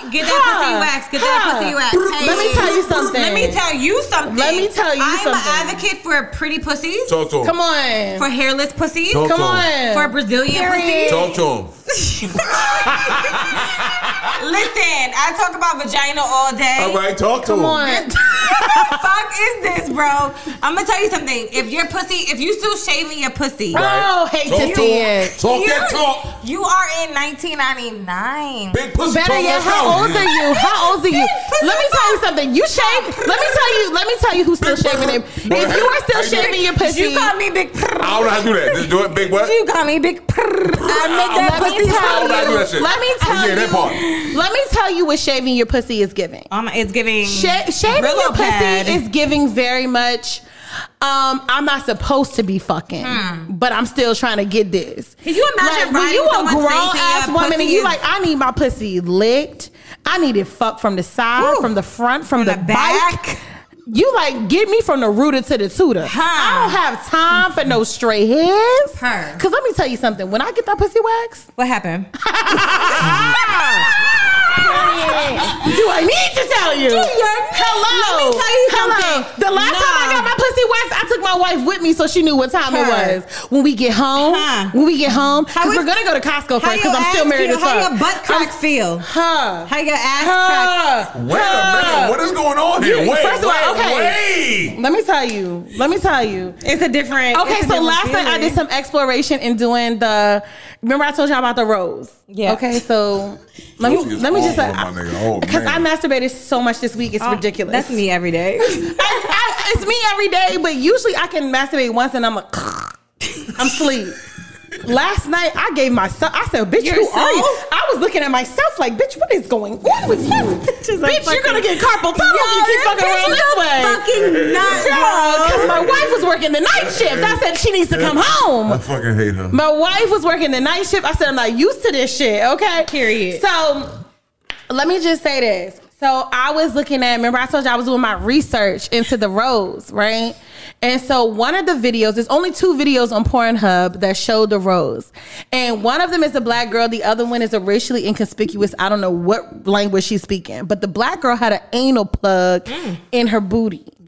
Speaker 5: pussy, get that
Speaker 7: ha,
Speaker 5: pussy wax, get that
Speaker 7: ha.
Speaker 5: pussy wax.
Speaker 7: Let me
Speaker 5: Hey.
Speaker 7: tell you something.
Speaker 5: Let me tell you something.
Speaker 7: Let me tell you
Speaker 5: I'm
Speaker 7: something.
Speaker 5: an advocate for pretty pussies,
Speaker 8: Talk to him.
Speaker 7: Come on.
Speaker 5: for hairless pussies,
Speaker 8: Talk
Speaker 7: Come
Speaker 8: to him.
Speaker 7: on.
Speaker 5: for Brazilian pussies.
Speaker 8: Talk to him.
Speaker 5: Listen, I talk about vagina all day.
Speaker 8: All right, talk to
Speaker 7: Come
Speaker 8: him.
Speaker 7: on.
Speaker 5: fuck is this, bro? I'm gonna tell you something. If your pussy, if you still shaving your pussy,
Speaker 7: Oh, hate
Speaker 8: Talk
Speaker 7: to see it.
Speaker 8: Talk
Speaker 5: you,
Speaker 8: that talk.
Speaker 5: you are in 1999.
Speaker 8: Big pussy
Speaker 7: Better
Speaker 8: talk
Speaker 7: yet,
Speaker 8: that
Speaker 7: how old
Speaker 8: talk.
Speaker 7: are you? How old are you? Let me tell you something. You shave. Let me tell you. Let me tell you who's still shaving it. If you are still shaving your pussy,
Speaker 5: You call me big.
Speaker 8: I don't know how to do that. Just do it big what?
Speaker 5: You call me big. I make that
Speaker 7: let me
Speaker 5: pussy
Speaker 8: I don't know how to do that
Speaker 7: tell you.
Speaker 8: shit.
Speaker 7: Let me tell
Speaker 8: yeah, that part.
Speaker 7: you. Let me tell you what shaving your pussy is giving.
Speaker 5: Um, it's giving.
Speaker 7: Sha- shaving
Speaker 5: Brillo
Speaker 7: your pussy
Speaker 5: pad.
Speaker 7: is giving very much. Um, I'm not supposed to be fucking, but I'm still trying to get this.
Speaker 5: Hmm. Can you imagine
Speaker 7: when
Speaker 5: riding
Speaker 7: you a
Speaker 5: someone's
Speaker 7: grown
Speaker 5: face and
Speaker 7: ass
Speaker 5: your
Speaker 7: woman and
Speaker 5: pussy
Speaker 7: you
Speaker 5: is-
Speaker 7: like, I need my pussy licked. I need it fucked from the side,
Speaker 5: Ooh.
Speaker 7: from the front, from,
Speaker 5: From
Speaker 7: the,
Speaker 5: the back.
Speaker 7: back. You like get me from the rooter to the tutor.
Speaker 5: Huh.
Speaker 7: I don't have time for no stray hairs.
Speaker 5: Her.
Speaker 7: Cause let me tell you something. When I get that pussy wax,
Speaker 5: What happened?
Speaker 7: do I need to tell Ah! you? Hello.
Speaker 5: Let me tell you
Speaker 7: Hello.
Speaker 5: something.
Speaker 7: The last time I
Speaker 5: Nah.
Speaker 7: got my pussy waxed, I took my wife with me so she knew what time
Speaker 5: Her.
Speaker 7: it was. When we get home,
Speaker 5: Huh.
Speaker 7: when we get home,
Speaker 5: How
Speaker 7: because
Speaker 5: is-
Speaker 7: we're gonna go to Costco
Speaker 5: How
Speaker 7: first
Speaker 5: your
Speaker 7: because I'm
Speaker 5: ass
Speaker 7: still married
Speaker 5: feel?
Speaker 7: as fuck.
Speaker 5: How your butt crack feel?
Speaker 7: Huh.
Speaker 5: How your ass crack?
Speaker 7: Huh.
Speaker 8: Wait a
Speaker 7: Huh.
Speaker 8: minute. What is going on here?
Speaker 7: You-
Speaker 8: Wait,
Speaker 7: first of all,
Speaker 8: wait,
Speaker 7: okay.
Speaker 8: wait.
Speaker 7: Let me tell you. Let me tell you.
Speaker 5: It's a different.
Speaker 7: Okay,
Speaker 5: it's a
Speaker 7: so
Speaker 5: different
Speaker 7: last night I
Speaker 5: feeling.
Speaker 7: did some exploration in doing the. Remember I told y'all about the rose.
Speaker 5: Yeah.
Speaker 7: Okay, so let me
Speaker 8: Those is
Speaker 7: let me just
Speaker 8: awful, my nigga. Oh,
Speaker 7: because I
Speaker 8: man.
Speaker 7: masturbated so much this week, it's ridiculous.
Speaker 5: Oh, That's me every day.
Speaker 7: I, I, it's me every day, but usually I can masturbate once and I'm like, I'm sleep. Last night I gave myself. I said, "Bitch, who are you?"
Speaker 5: Yourself?
Speaker 7: I was looking at myself like, "Bitch, what is going on with you?"
Speaker 5: is
Speaker 7: bitch,
Speaker 5: a
Speaker 7: you're gonna
Speaker 5: fucking-
Speaker 7: get carpal tunnel if you keep
Speaker 5: Yo,
Speaker 7: fucking
Speaker 5: this
Speaker 7: around
Speaker 5: bitch
Speaker 7: this
Speaker 5: is
Speaker 7: way.
Speaker 5: Fucking nuts, bro.
Speaker 7: Because my wife was working the night shift. I said she needs to come home.
Speaker 8: fucking hate her.
Speaker 7: My wife was working the night shift. I said I'm not used to this shit. Okay.
Speaker 5: Period.
Speaker 7: So let me just say this. So I was looking at. Remember, I told you I was doing my research into the rose, right? And so one of the videos, there's only two videos on Pornhub that show the rose, and one of them is a black girl. The other one is a racially inconspicuous. I don't know what language she's speaking, but the black girl had an anal plug in her booty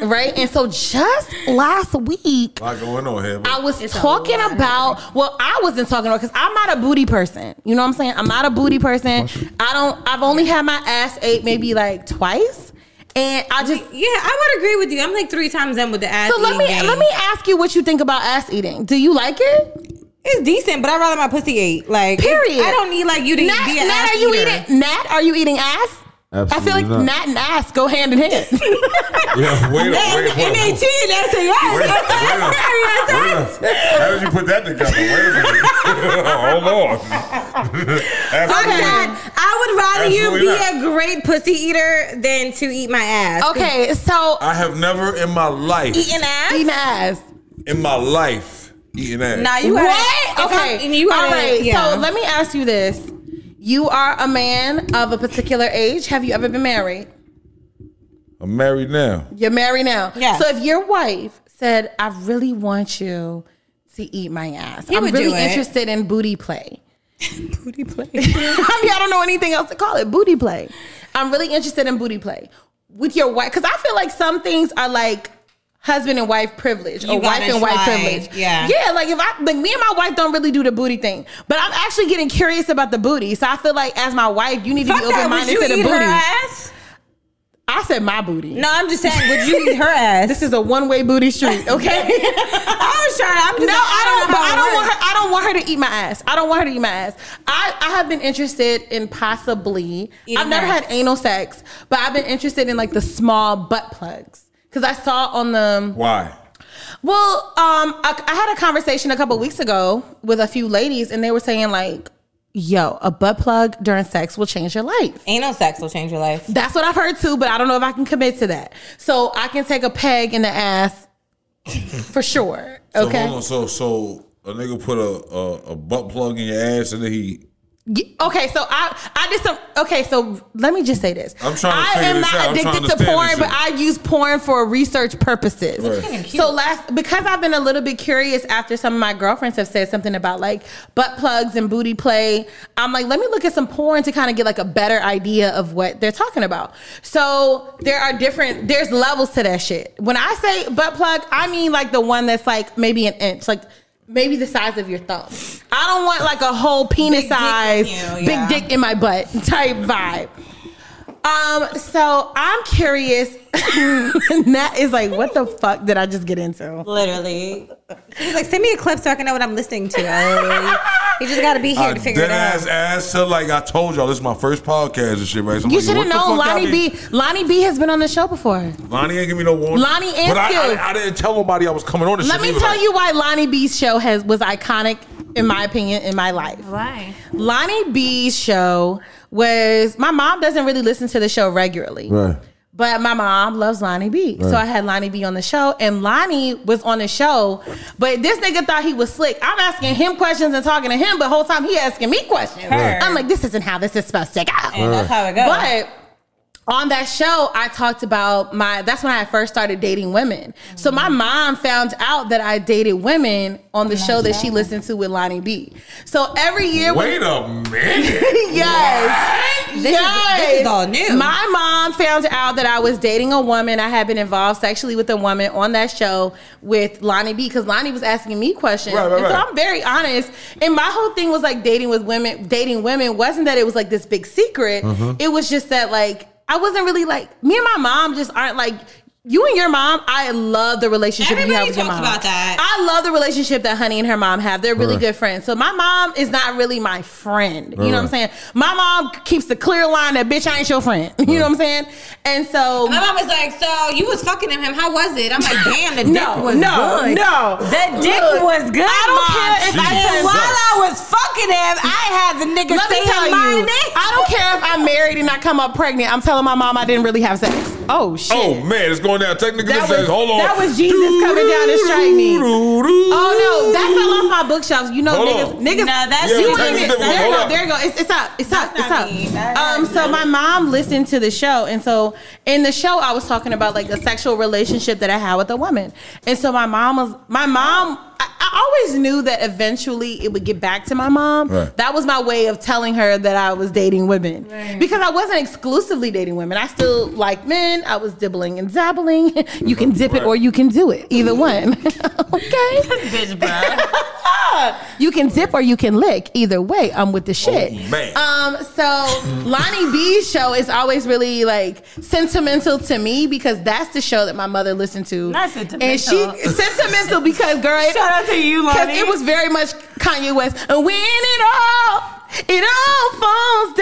Speaker 7: right? And so just last week,
Speaker 8: A lot going on here.
Speaker 7: I
Speaker 8: But
Speaker 7: was talking about. Well, I wasn't talking about because I'm not a booty person. You know what I'm saying? I'm not a booty person. I don't. I've only had my ass ate maybe like twice, and I just.
Speaker 5: Yeah, I would agree with you. I'm like three times in with the ass.
Speaker 7: So let me
Speaker 5: eating game.
Speaker 7: let me ask you what you think about ass eating. Do you like it?
Speaker 5: It's decent, but I'd rather my pussy ate. Like, it's-
Speaker 7: Period.
Speaker 5: I don't need like you to
Speaker 7: Nat,
Speaker 5: be an
Speaker 7: Nat,
Speaker 5: ass
Speaker 7: are you
Speaker 5: eater.
Speaker 7: eating? Nat, are you eating ass? I feel
Speaker 9: Absolutely
Speaker 7: like
Speaker 9: not.
Speaker 7: Nat and ass go hand in hand.
Speaker 8: yeah, wait a wait a
Speaker 5: M A
Speaker 8: minute.
Speaker 5: T, that's a
Speaker 8: Wait a-
Speaker 5: yes.
Speaker 8: wait a- wait a- How did you put that together? Wait a minute. Hold on.
Speaker 5: Fuck
Speaker 8: Absolutely.
Speaker 5: that. Oh I would rather you be
Speaker 8: Absolutely
Speaker 5: a great pussy eater than to eat my ass.
Speaker 7: okay, so
Speaker 8: I have never in my life,
Speaker 5: Oh, Eating ass?
Speaker 7: eating ass.
Speaker 8: in my life, eaten ass.
Speaker 5: Nah, you gotta,
Speaker 7: what?
Speaker 5: if I'm-
Speaker 7: Okay.
Speaker 5: and you gotta,
Speaker 7: All right.
Speaker 5: yeah.
Speaker 7: So let me ask you this: You are a man of a particular age. Have you ever been married?
Speaker 8: I'm married now.
Speaker 7: You're married now.
Speaker 5: Yes.
Speaker 7: So if your wife said, "I really want you to eat my ass. I'm
Speaker 5: would
Speaker 7: really
Speaker 5: do it.
Speaker 7: interested in booty play."
Speaker 5: booty play.
Speaker 7: I mean, I don't know anything else to call it. Booty play. I'm really interested in booty play with your wife because I feel like some things are like husband and wife privilege or
Speaker 5: You
Speaker 7: wife
Speaker 5: gotta
Speaker 7: and wife
Speaker 5: try.
Speaker 7: privilege.
Speaker 5: Yeah.
Speaker 7: yeah. Like if I like me and my wife don't really do the booty thing, but I'm actually getting curious about the booty. So I feel like as my wife, you need to
Speaker 5: Fuck
Speaker 7: be
Speaker 5: that.
Speaker 7: open
Speaker 5: Would
Speaker 7: minded
Speaker 5: you
Speaker 7: to the
Speaker 5: eat
Speaker 7: booty.
Speaker 5: her ass?
Speaker 7: I said my booty.
Speaker 5: No, I'm just saying, would you eat her ass?
Speaker 7: This is a one way booty street. Okay.
Speaker 5: I was trying. I'm just
Speaker 7: No,
Speaker 5: like,
Speaker 7: I don't.
Speaker 5: know
Speaker 7: But
Speaker 5: how
Speaker 7: I
Speaker 5: it
Speaker 7: don't want
Speaker 5: works.
Speaker 7: her. I don't want her to eat my ass. I don't want her to eat my ass. I, I have been interested in possibly.
Speaker 5: Eating
Speaker 7: I've never
Speaker 5: hers.
Speaker 7: had anal sex, but I've been interested in like the small butt plugs because I saw on the
Speaker 8: Why?
Speaker 7: Well, um, I, I had a conversation a couple weeks ago with a few ladies, and they were saying like, "Yo, a butt plug during sex will change your life."
Speaker 5: Anal sex will change your life.
Speaker 7: That's what I've heard too, but I don't know if I can commit to that. So I can take a peg in the ass for sure.
Speaker 9: So
Speaker 7: Okay.
Speaker 9: hold on, so so a nigga put a, a a butt plug in your ass and then he.
Speaker 7: Y- Okay, so I I did some. Okay, so let me just say this.
Speaker 9: I'm trying to figure
Speaker 7: I am
Speaker 9: this out.
Speaker 7: not
Speaker 9: I'm trying to
Speaker 7: addicted to,
Speaker 9: understand
Speaker 7: porn,
Speaker 9: this
Speaker 7: but I
Speaker 9: shit.
Speaker 7: use porn for research purposes.
Speaker 9: Right. That's kinda
Speaker 7: So last because I've been a little bit curious after some of my girlfriends have said something about like butt plugs and booty play. I'm like, let me look at some porn to kind of get like a better idea of what they're talking about. So there are different. There's levels to that shit. When I say butt plug, I mean like the one that's like maybe an inch, like. Maybe the size of your thumb. I don't want like a whole penis
Speaker 5: Big dick in
Speaker 7: size,
Speaker 5: you,
Speaker 7: big
Speaker 5: yeah.
Speaker 7: dick in my butt type vibe. Um, so I'm curious. Nat is like, what the fuck did I just get into?
Speaker 5: Literally. He's like, send me a clip so I can know what I'm listening to. Oh, you just gotta be here
Speaker 9: I
Speaker 5: to figure it
Speaker 9: dead
Speaker 5: out.
Speaker 9: ass ass to like I told y'all this is my first podcast and shit right. So I'm
Speaker 7: You
Speaker 9: like, yo,
Speaker 7: should have
Speaker 9: what the
Speaker 7: known
Speaker 9: fuck I
Speaker 7: Lonnie
Speaker 9: be-
Speaker 7: B. Lonnie B has been on the show before.
Speaker 9: Lonnie ain't give me no warning.
Speaker 7: Lonnie and
Speaker 9: but I,
Speaker 7: Skills.
Speaker 9: I, I didn't tell nobody I was coming on this.
Speaker 7: Let
Speaker 9: shit.
Speaker 7: me
Speaker 9: He was
Speaker 7: tell
Speaker 9: like,
Speaker 7: you why Lonnie B's show has was iconic, in my opinion, in my life.
Speaker 5: Why?
Speaker 7: Lonnie B's show was my mom doesn't really listen to the show regularly.
Speaker 9: Right.
Speaker 7: But my mom loves Lonnie B. So I had Lonnie B on the show, and Lonnie was on the show, but this nigga thought he was slick. I'm asking him questions and talking to him, but whole time he asking me questions.
Speaker 5: Right.
Speaker 7: I'm like, this isn't how this is supposed to go.
Speaker 5: And that's how it goes.
Speaker 7: But on that show, I talked about my. That's when I first started dating women. So my mom found out that I dated women on the show that she listened to with Lonnie B. So every year, when-
Speaker 9: Wait a minute.
Speaker 7: yes, this, yes.
Speaker 5: this is all new.
Speaker 7: My mom found out that I was dating a woman. I had been involved sexually with a woman on that show with Lonnie B. Because Lonnie was asking me questions,
Speaker 9: Right, right,
Speaker 7: and so
Speaker 9: right.
Speaker 7: I'm very honest. And my whole thing was like dating with women. Dating women wasn't that it was like this big secret.
Speaker 5: Mm-hmm.
Speaker 7: It was just that like I wasn't really like me and my mom just aren't like. You and your mom, I love the relationship you have
Speaker 5: Everybody
Speaker 7: with your
Speaker 5: talks
Speaker 7: mom.
Speaker 5: about that.
Speaker 7: I love the relationship that Honey and her mom have. They're really good friends. So my mom is not really my friend. You know what I'm saying? My mom keeps the clear line that bitch, I ain't your friend. You know what I'm saying? And so
Speaker 5: My mom was like, so you was fucking him. How was it? I'm like, damn, the dick
Speaker 7: no,
Speaker 5: was
Speaker 7: no,
Speaker 5: good.
Speaker 7: no.
Speaker 4: The dick
Speaker 7: Look,
Speaker 4: was good.
Speaker 7: I don't care if I
Speaker 4: I
Speaker 7: said
Speaker 4: while I was fucking him, I had the nigga
Speaker 7: Let me
Speaker 4: saying
Speaker 7: tell
Speaker 4: my
Speaker 7: you,
Speaker 4: name.
Speaker 7: I don't care if I'm married and I come up pregnant. I'm telling my mom I didn't really have sex. Oh shit.
Speaker 9: Oh man, it's going down. Technical
Speaker 7: That
Speaker 9: says,
Speaker 7: was-
Speaker 9: hold on.
Speaker 7: that was Jesus coming down to strike me. Oh no, that fell off my bookshelves. You know,
Speaker 9: Hold
Speaker 7: niggas,
Speaker 9: on.
Speaker 7: niggas.
Speaker 5: Nah, that's-
Speaker 7: you
Speaker 5: Yeah,
Speaker 7: ain't
Speaker 5: that's
Speaker 7: even.
Speaker 5: different.
Speaker 7: There you
Speaker 9: Hold
Speaker 7: go.
Speaker 9: up.
Speaker 7: There you go. It's, it's up. It's up.
Speaker 5: That's not me.
Speaker 7: It's up.
Speaker 5: That-
Speaker 7: Um, so my mom listened to the show, and so in the show, I was talking about like a sexual relationship that I had with a woman, and so my mom was my mom. I, I always knew that eventually it would get back to my mom.
Speaker 9: Right.
Speaker 7: That was my way of telling her that I was dating women because I wasn't exclusively dating women. I still like men. I was dibbling and dabbling. You can dip it or you can do it. Either one. okay.
Speaker 5: Bitch, bruh.
Speaker 7: You can dip or you can lick. Either way, I'm with the shit.
Speaker 9: man.
Speaker 7: Um, so Lonnie B's show is always really like sentimental to me because that's the show that my mother listened to.
Speaker 5: Not
Speaker 7: And she
Speaker 5: sentimental.
Speaker 7: sentimental because girl, it-
Speaker 5: Shout out to you,
Speaker 7: because
Speaker 5: Lonnie.
Speaker 7: it was very much Kanye West. And when it all, it all falls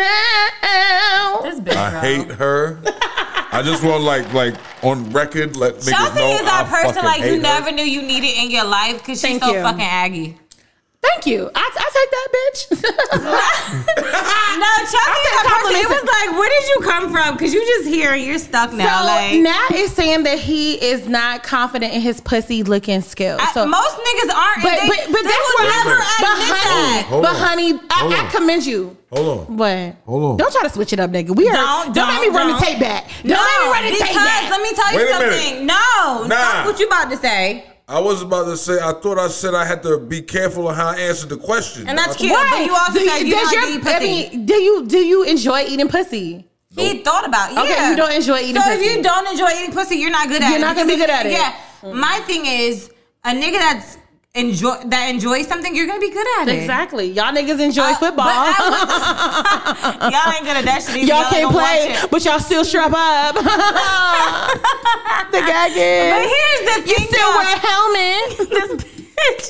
Speaker 7: down.
Speaker 5: This bitch,
Speaker 9: I
Speaker 5: bro.
Speaker 9: hate her. I just want like like on record. Let niggas
Speaker 5: Chelsea
Speaker 9: know
Speaker 5: is
Speaker 9: I
Speaker 5: that person
Speaker 9: fucking
Speaker 5: like
Speaker 9: hate
Speaker 5: you
Speaker 9: her.
Speaker 5: never knew you needed in your life because she's
Speaker 7: Thank
Speaker 5: so
Speaker 7: you.
Speaker 5: fucking aggy.
Speaker 7: Thank you. I, I take that bitch.
Speaker 5: No, Chelsea is that person.
Speaker 7: compliments
Speaker 5: It was like, where did you come from? Because you just here, you're stuck now.
Speaker 7: so
Speaker 5: like,
Speaker 7: Nat is saying that he is not confident in his pussy licking skills.
Speaker 5: I-
Speaker 7: So
Speaker 5: most niggas aren't.
Speaker 7: But
Speaker 5: they,
Speaker 7: but but
Speaker 5: they
Speaker 7: that's
Speaker 5: will
Speaker 7: what
Speaker 5: never
Speaker 7: but
Speaker 5: admit
Speaker 7: honey,
Speaker 5: that.
Speaker 9: Hold
Speaker 7: but
Speaker 9: on.
Speaker 7: honey,
Speaker 9: Hold
Speaker 7: I, I
Speaker 9: on.
Speaker 7: commend you.
Speaker 9: Hold on.
Speaker 7: What?
Speaker 9: Hold on.
Speaker 7: Don't try to switch it up, nigga. We are.
Speaker 5: Don't,
Speaker 7: Don't, make
Speaker 5: don't,
Speaker 7: me run the
Speaker 5: don't.
Speaker 7: tape back. Don't make me run the tape
Speaker 5: because
Speaker 7: back.
Speaker 5: let me tell you
Speaker 9: Wait a minute.
Speaker 5: something. No,
Speaker 9: Nah.
Speaker 5: fuck what you about to say,
Speaker 9: I was about to say. I thought I said I had to be careful on how I answered the question.
Speaker 5: and that's
Speaker 9: I-
Speaker 5: cute. But you also
Speaker 7: Do
Speaker 5: said you
Speaker 7: does
Speaker 5: don't
Speaker 7: your-
Speaker 5: eat pussy.
Speaker 7: I mean, do you do you enjoy eating pussy?
Speaker 5: He thought about yeah.
Speaker 7: Okay, you don't enjoy eating
Speaker 5: so
Speaker 7: pussy.
Speaker 5: if you don't enjoy eating pussy, you're not good at
Speaker 7: You're
Speaker 5: it.
Speaker 7: not gonna be
Speaker 5: Because-
Speaker 7: good at it. Mm-hmm.
Speaker 5: Yeah. My thing is a nigga that's enjoy that enjoys something, you're gonna be good at it.
Speaker 7: Exactly. Y'all niggas enjoy
Speaker 5: Uh, but
Speaker 7: football.
Speaker 5: I was- y'all ain't good at that shit. either.
Speaker 7: y'all,
Speaker 5: ain't
Speaker 7: can't
Speaker 5: gonna
Speaker 7: play,
Speaker 5: watch it.
Speaker 7: but y'all still strap up. the gag is.
Speaker 5: But here's the
Speaker 7: you
Speaker 5: thing,
Speaker 7: still
Speaker 5: though.
Speaker 7: wear a helmet.
Speaker 5: this bitch.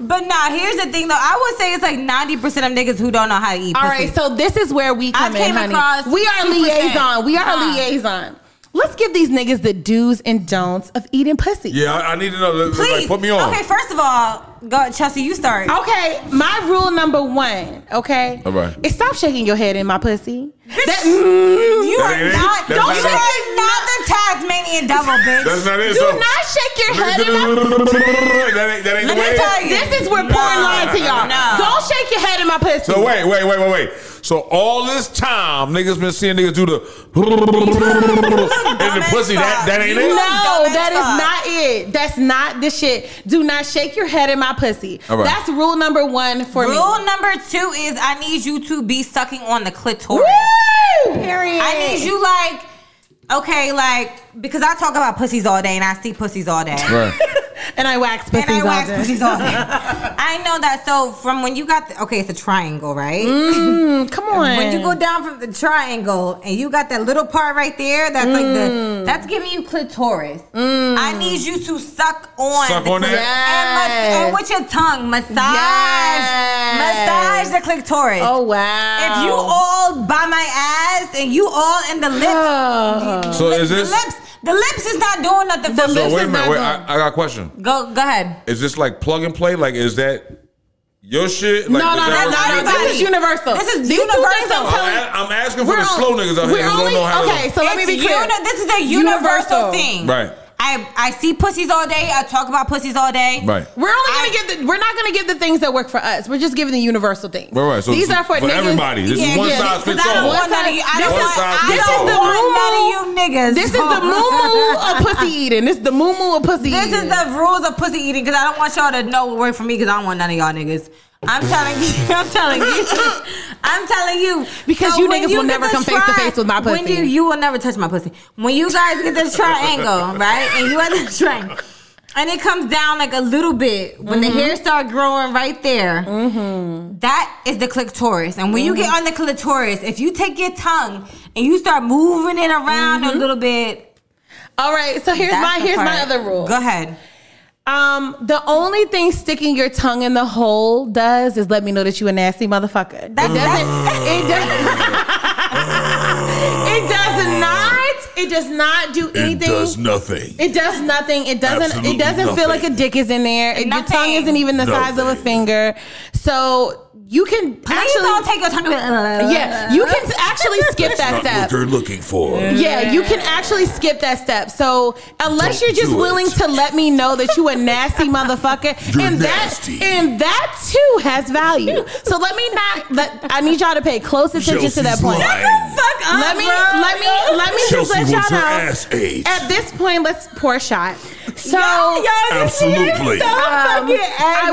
Speaker 5: But nah, here's the thing though. I would say it's like 90% of niggas who don't know how to eat
Speaker 7: All
Speaker 5: pussy.
Speaker 7: right, so this is where we come in,
Speaker 5: came
Speaker 7: honey.
Speaker 5: across
Speaker 7: We are
Speaker 5: 2%.
Speaker 7: liaison. We are
Speaker 5: Huh.
Speaker 7: liaison. Let's give these niggas the do's and don'ts of eating pussy.
Speaker 8: Yeah, I, I need to know. Like,
Speaker 5: Please
Speaker 8: put me on.
Speaker 5: Okay, first of all, go Chelsea, you start.
Speaker 7: Okay, my rule number one, okay?
Speaker 8: All right.
Speaker 7: Is stop shaking your head in my pussy. mm,
Speaker 5: Bitch, you
Speaker 8: That
Speaker 5: are
Speaker 8: ain't it.
Speaker 5: not.
Speaker 8: That's
Speaker 5: Don't
Speaker 8: not
Speaker 5: you
Speaker 8: it.
Speaker 5: are not the Tasmanian devil, bitch.
Speaker 8: That's not it.
Speaker 7: Do
Speaker 8: so.
Speaker 7: not shake your head in my
Speaker 8: that ain't, that ain't the
Speaker 5: Let
Speaker 8: way.
Speaker 5: me tell you.
Speaker 7: This is where porn lying to y'all.
Speaker 5: No.
Speaker 7: Don't shake your head in my pussy.
Speaker 8: So wait, wait, wait, wait, wait. So all this time, niggas been seeing niggas do the and the pussy. That that ain't
Speaker 7: No,
Speaker 8: it.
Speaker 5: dumb as
Speaker 7: that is
Speaker 5: fuck.
Speaker 7: not it. That's not the shit. Do not shake your head in my pussy.
Speaker 8: All right.
Speaker 7: That's rule number one for
Speaker 5: Rule
Speaker 7: me.
Speaker 5: number two is I need you to be sucking on the clitoris.
Speaker 7: Woo! Period.
Speaker 5: I need you like, okay, like because I talk about pussies all day and I see pussies all day.
Speaker 7: And I wax pussies
Speaker 5: And I wax
Speaker 7: all day.
Speaker 5: pussies all day. I know that. So from when you got the, okay, it's a triangle, right?
Speaker 7: Mm, come on.
Speaker 5: When you go down from the triangle and you got that little part right there, that's like
Speaker 7: Mm.
Speaker 5: the that's giving you clitoris. I need you to suck on,
Speaker 8: Suck
Speaker 5: the
Speaker 8: on
Speaker 5: clit-
Speaker 7: that?
Speaker 5: and, mas- and with your tongue, massage,
Speaker 7: Yes.
Speaker 5: massage the clitoris.
Speaker 7: Oh wow.
Speaker 5: If you all by my ass and you all in the lips,
Speaker 7: Oh.
Speaker 8: So is this?
Speaker 5: the lips, the lips is not doing nothing
Speaker 8: So
Speaker 5: for me.
Speaker 8: wait a minute.
Speaker 7: not
Speaker 8: Wait,
Speaker 7: done.
Speaker 8: I, I got a question.
Speaker 5: Go, go ahead.
Speaker 8: Is this like plug and play? Like, is that your shit? Like,
Speaker 7: no,
Speaker 8: does
Speaker 7: no,
Speaker 8: that
Speaker 7: no,
Speaker 8: work
Speaker 7: no,
Speaker 8: for
Speaker 7: no,
Speaker 8: you?
Speaker 7: This is universal.
Speaker 5: This is
Speaker 7: These two
Speaker 5: universal.
Speaker 7: things I'm
Speaker 8: I'm,
Speaker 7: telling-
Speaker 8: a- I'm asking for the
Speaker 7: We're on-
Speaker 8: slow niggas out
Speaker 7: we're
Speaker 8: here who
Speaker 7: only-
Speaker 8: don't know how to.
Speaker 7: okay, so let me
Speaker 5: It's
Speaker 7: be clear.
Speaker 5: uni- this is a universal, thing.
Speaker 8: Right.
Speaker 5: I, I see pussies all day. I talk about pussies all day.
Speaker 8: Right.
Speaker 7: We're only gonna
Speaker 5: I-
Speaker 7: give the. We're not gonna give the things that work for us. We're just giving the universal things.
Speaker 8: Right, right. So
Speaker 7: these
Speaker 8: for-
Speaker 7: are for,
Speaker 8: for
Speaker 7: niggas-
Speaker 8: everybody. This is one size
Speaker 5: Because
Speaker 8: fits
Speaker 5: I don't
Speaker 8: all.
Speaker 5: want none of you. I
Speaker 7: This
Speaker 5: don't
Speaker 8: is-
Speaker 5: want, I
Speaker 8: this
Speaker 5: don't
Speaker 8: is the
Speaker 5: want none of
Speaker 7: moo-moo.
Speaker 5: you niggas.
Speaker 7: This is the moo moo of pussy eating. This is the moo moo of pussy
Speaker 5: This
Speaker 7: eating.
Speaker 5: is the rules of pussy eating because I don't want y'all to know what worked for me because I don't want none of y'all niggas. I'm telling you. I'm telling you. I'm telling you.
Speaker 7: Because you
Speaker 5: when
Speaker 7: niggas will
Speaker 5: get
Speaker 7: never
Speaker 5: the
Speaker 7: come face to face with my
Speaker 5: When
Speaker 7: pussy.
Speaker 5: you you will never touch my pussy. When you guys get this triangle, right? And you at the triangle. And it comes down like a little bit when the
Speaker 7: Mm-hmm.
Speaker 5: hair start growing right there. That is the clitoris. And when you
Speaker 7: Mm-hmm.
Speaker 5: get on the clitoris, if you take your tongue and you start moving it around a little bit,
Speaker 7: All right. So Mm-hmm. here's
Speaker 5: that's
Speaker 7: my
Speaker 5: the
Speaker 7: here's my
Speaker 5: part.
Speaker 7: other rule.
Speaker 5: Go ahead.
Speaker 7: Um, the only thing sticking your tongue in the hole does is let me know that you a nasty motherfucker. That doesn't. It does. it does not. It does not do anything.
Speaker 8: nothing.
Speaker 7: It does nothing. It doesn't.
Speaker 8: Absolutely
Speaker 7: it doesn't feel like
Speaker 8: nothing.
Speaker 7: a dick is in there. It- your
Speaker 5: Nothing.
Speaker 7: tongue isn't even the size of a
Speaker 8: Nothing.
Speaker 7: finger. So you can
Speaker 5: Please
Speaker 7: actually
Speaker 5: don't take your time uh, to
Speaker 7: Yeah, you can actually skip that step.
Speaker 8: you're looking for.
Speaker 7: Yeah, you can actually skip that step. So unless
Speaker 8: Don't
Speaker 7: you're just
Speaker 8: do
Speaker 7: willing
Speaker 8: it.
Speaker 7: to let me know that you a nasty motherfucker,
Speaker 8: You're
Speaker 7: and
Speaker 8: nasty.
Speaker 7: that and that too has value. So let me not. Let, I need y'all to pay close attention to that point.
Speaker 5: Fuck up,
Speaker 7: Let me,
Speaker 5: bro.
Speaker 7: let me, let me just let y'all know. At this point, let's pour a shot. So
Speaker 5: Y'all- y'all just
Speaker 8: Absolutely.
Speaker 7: Um, I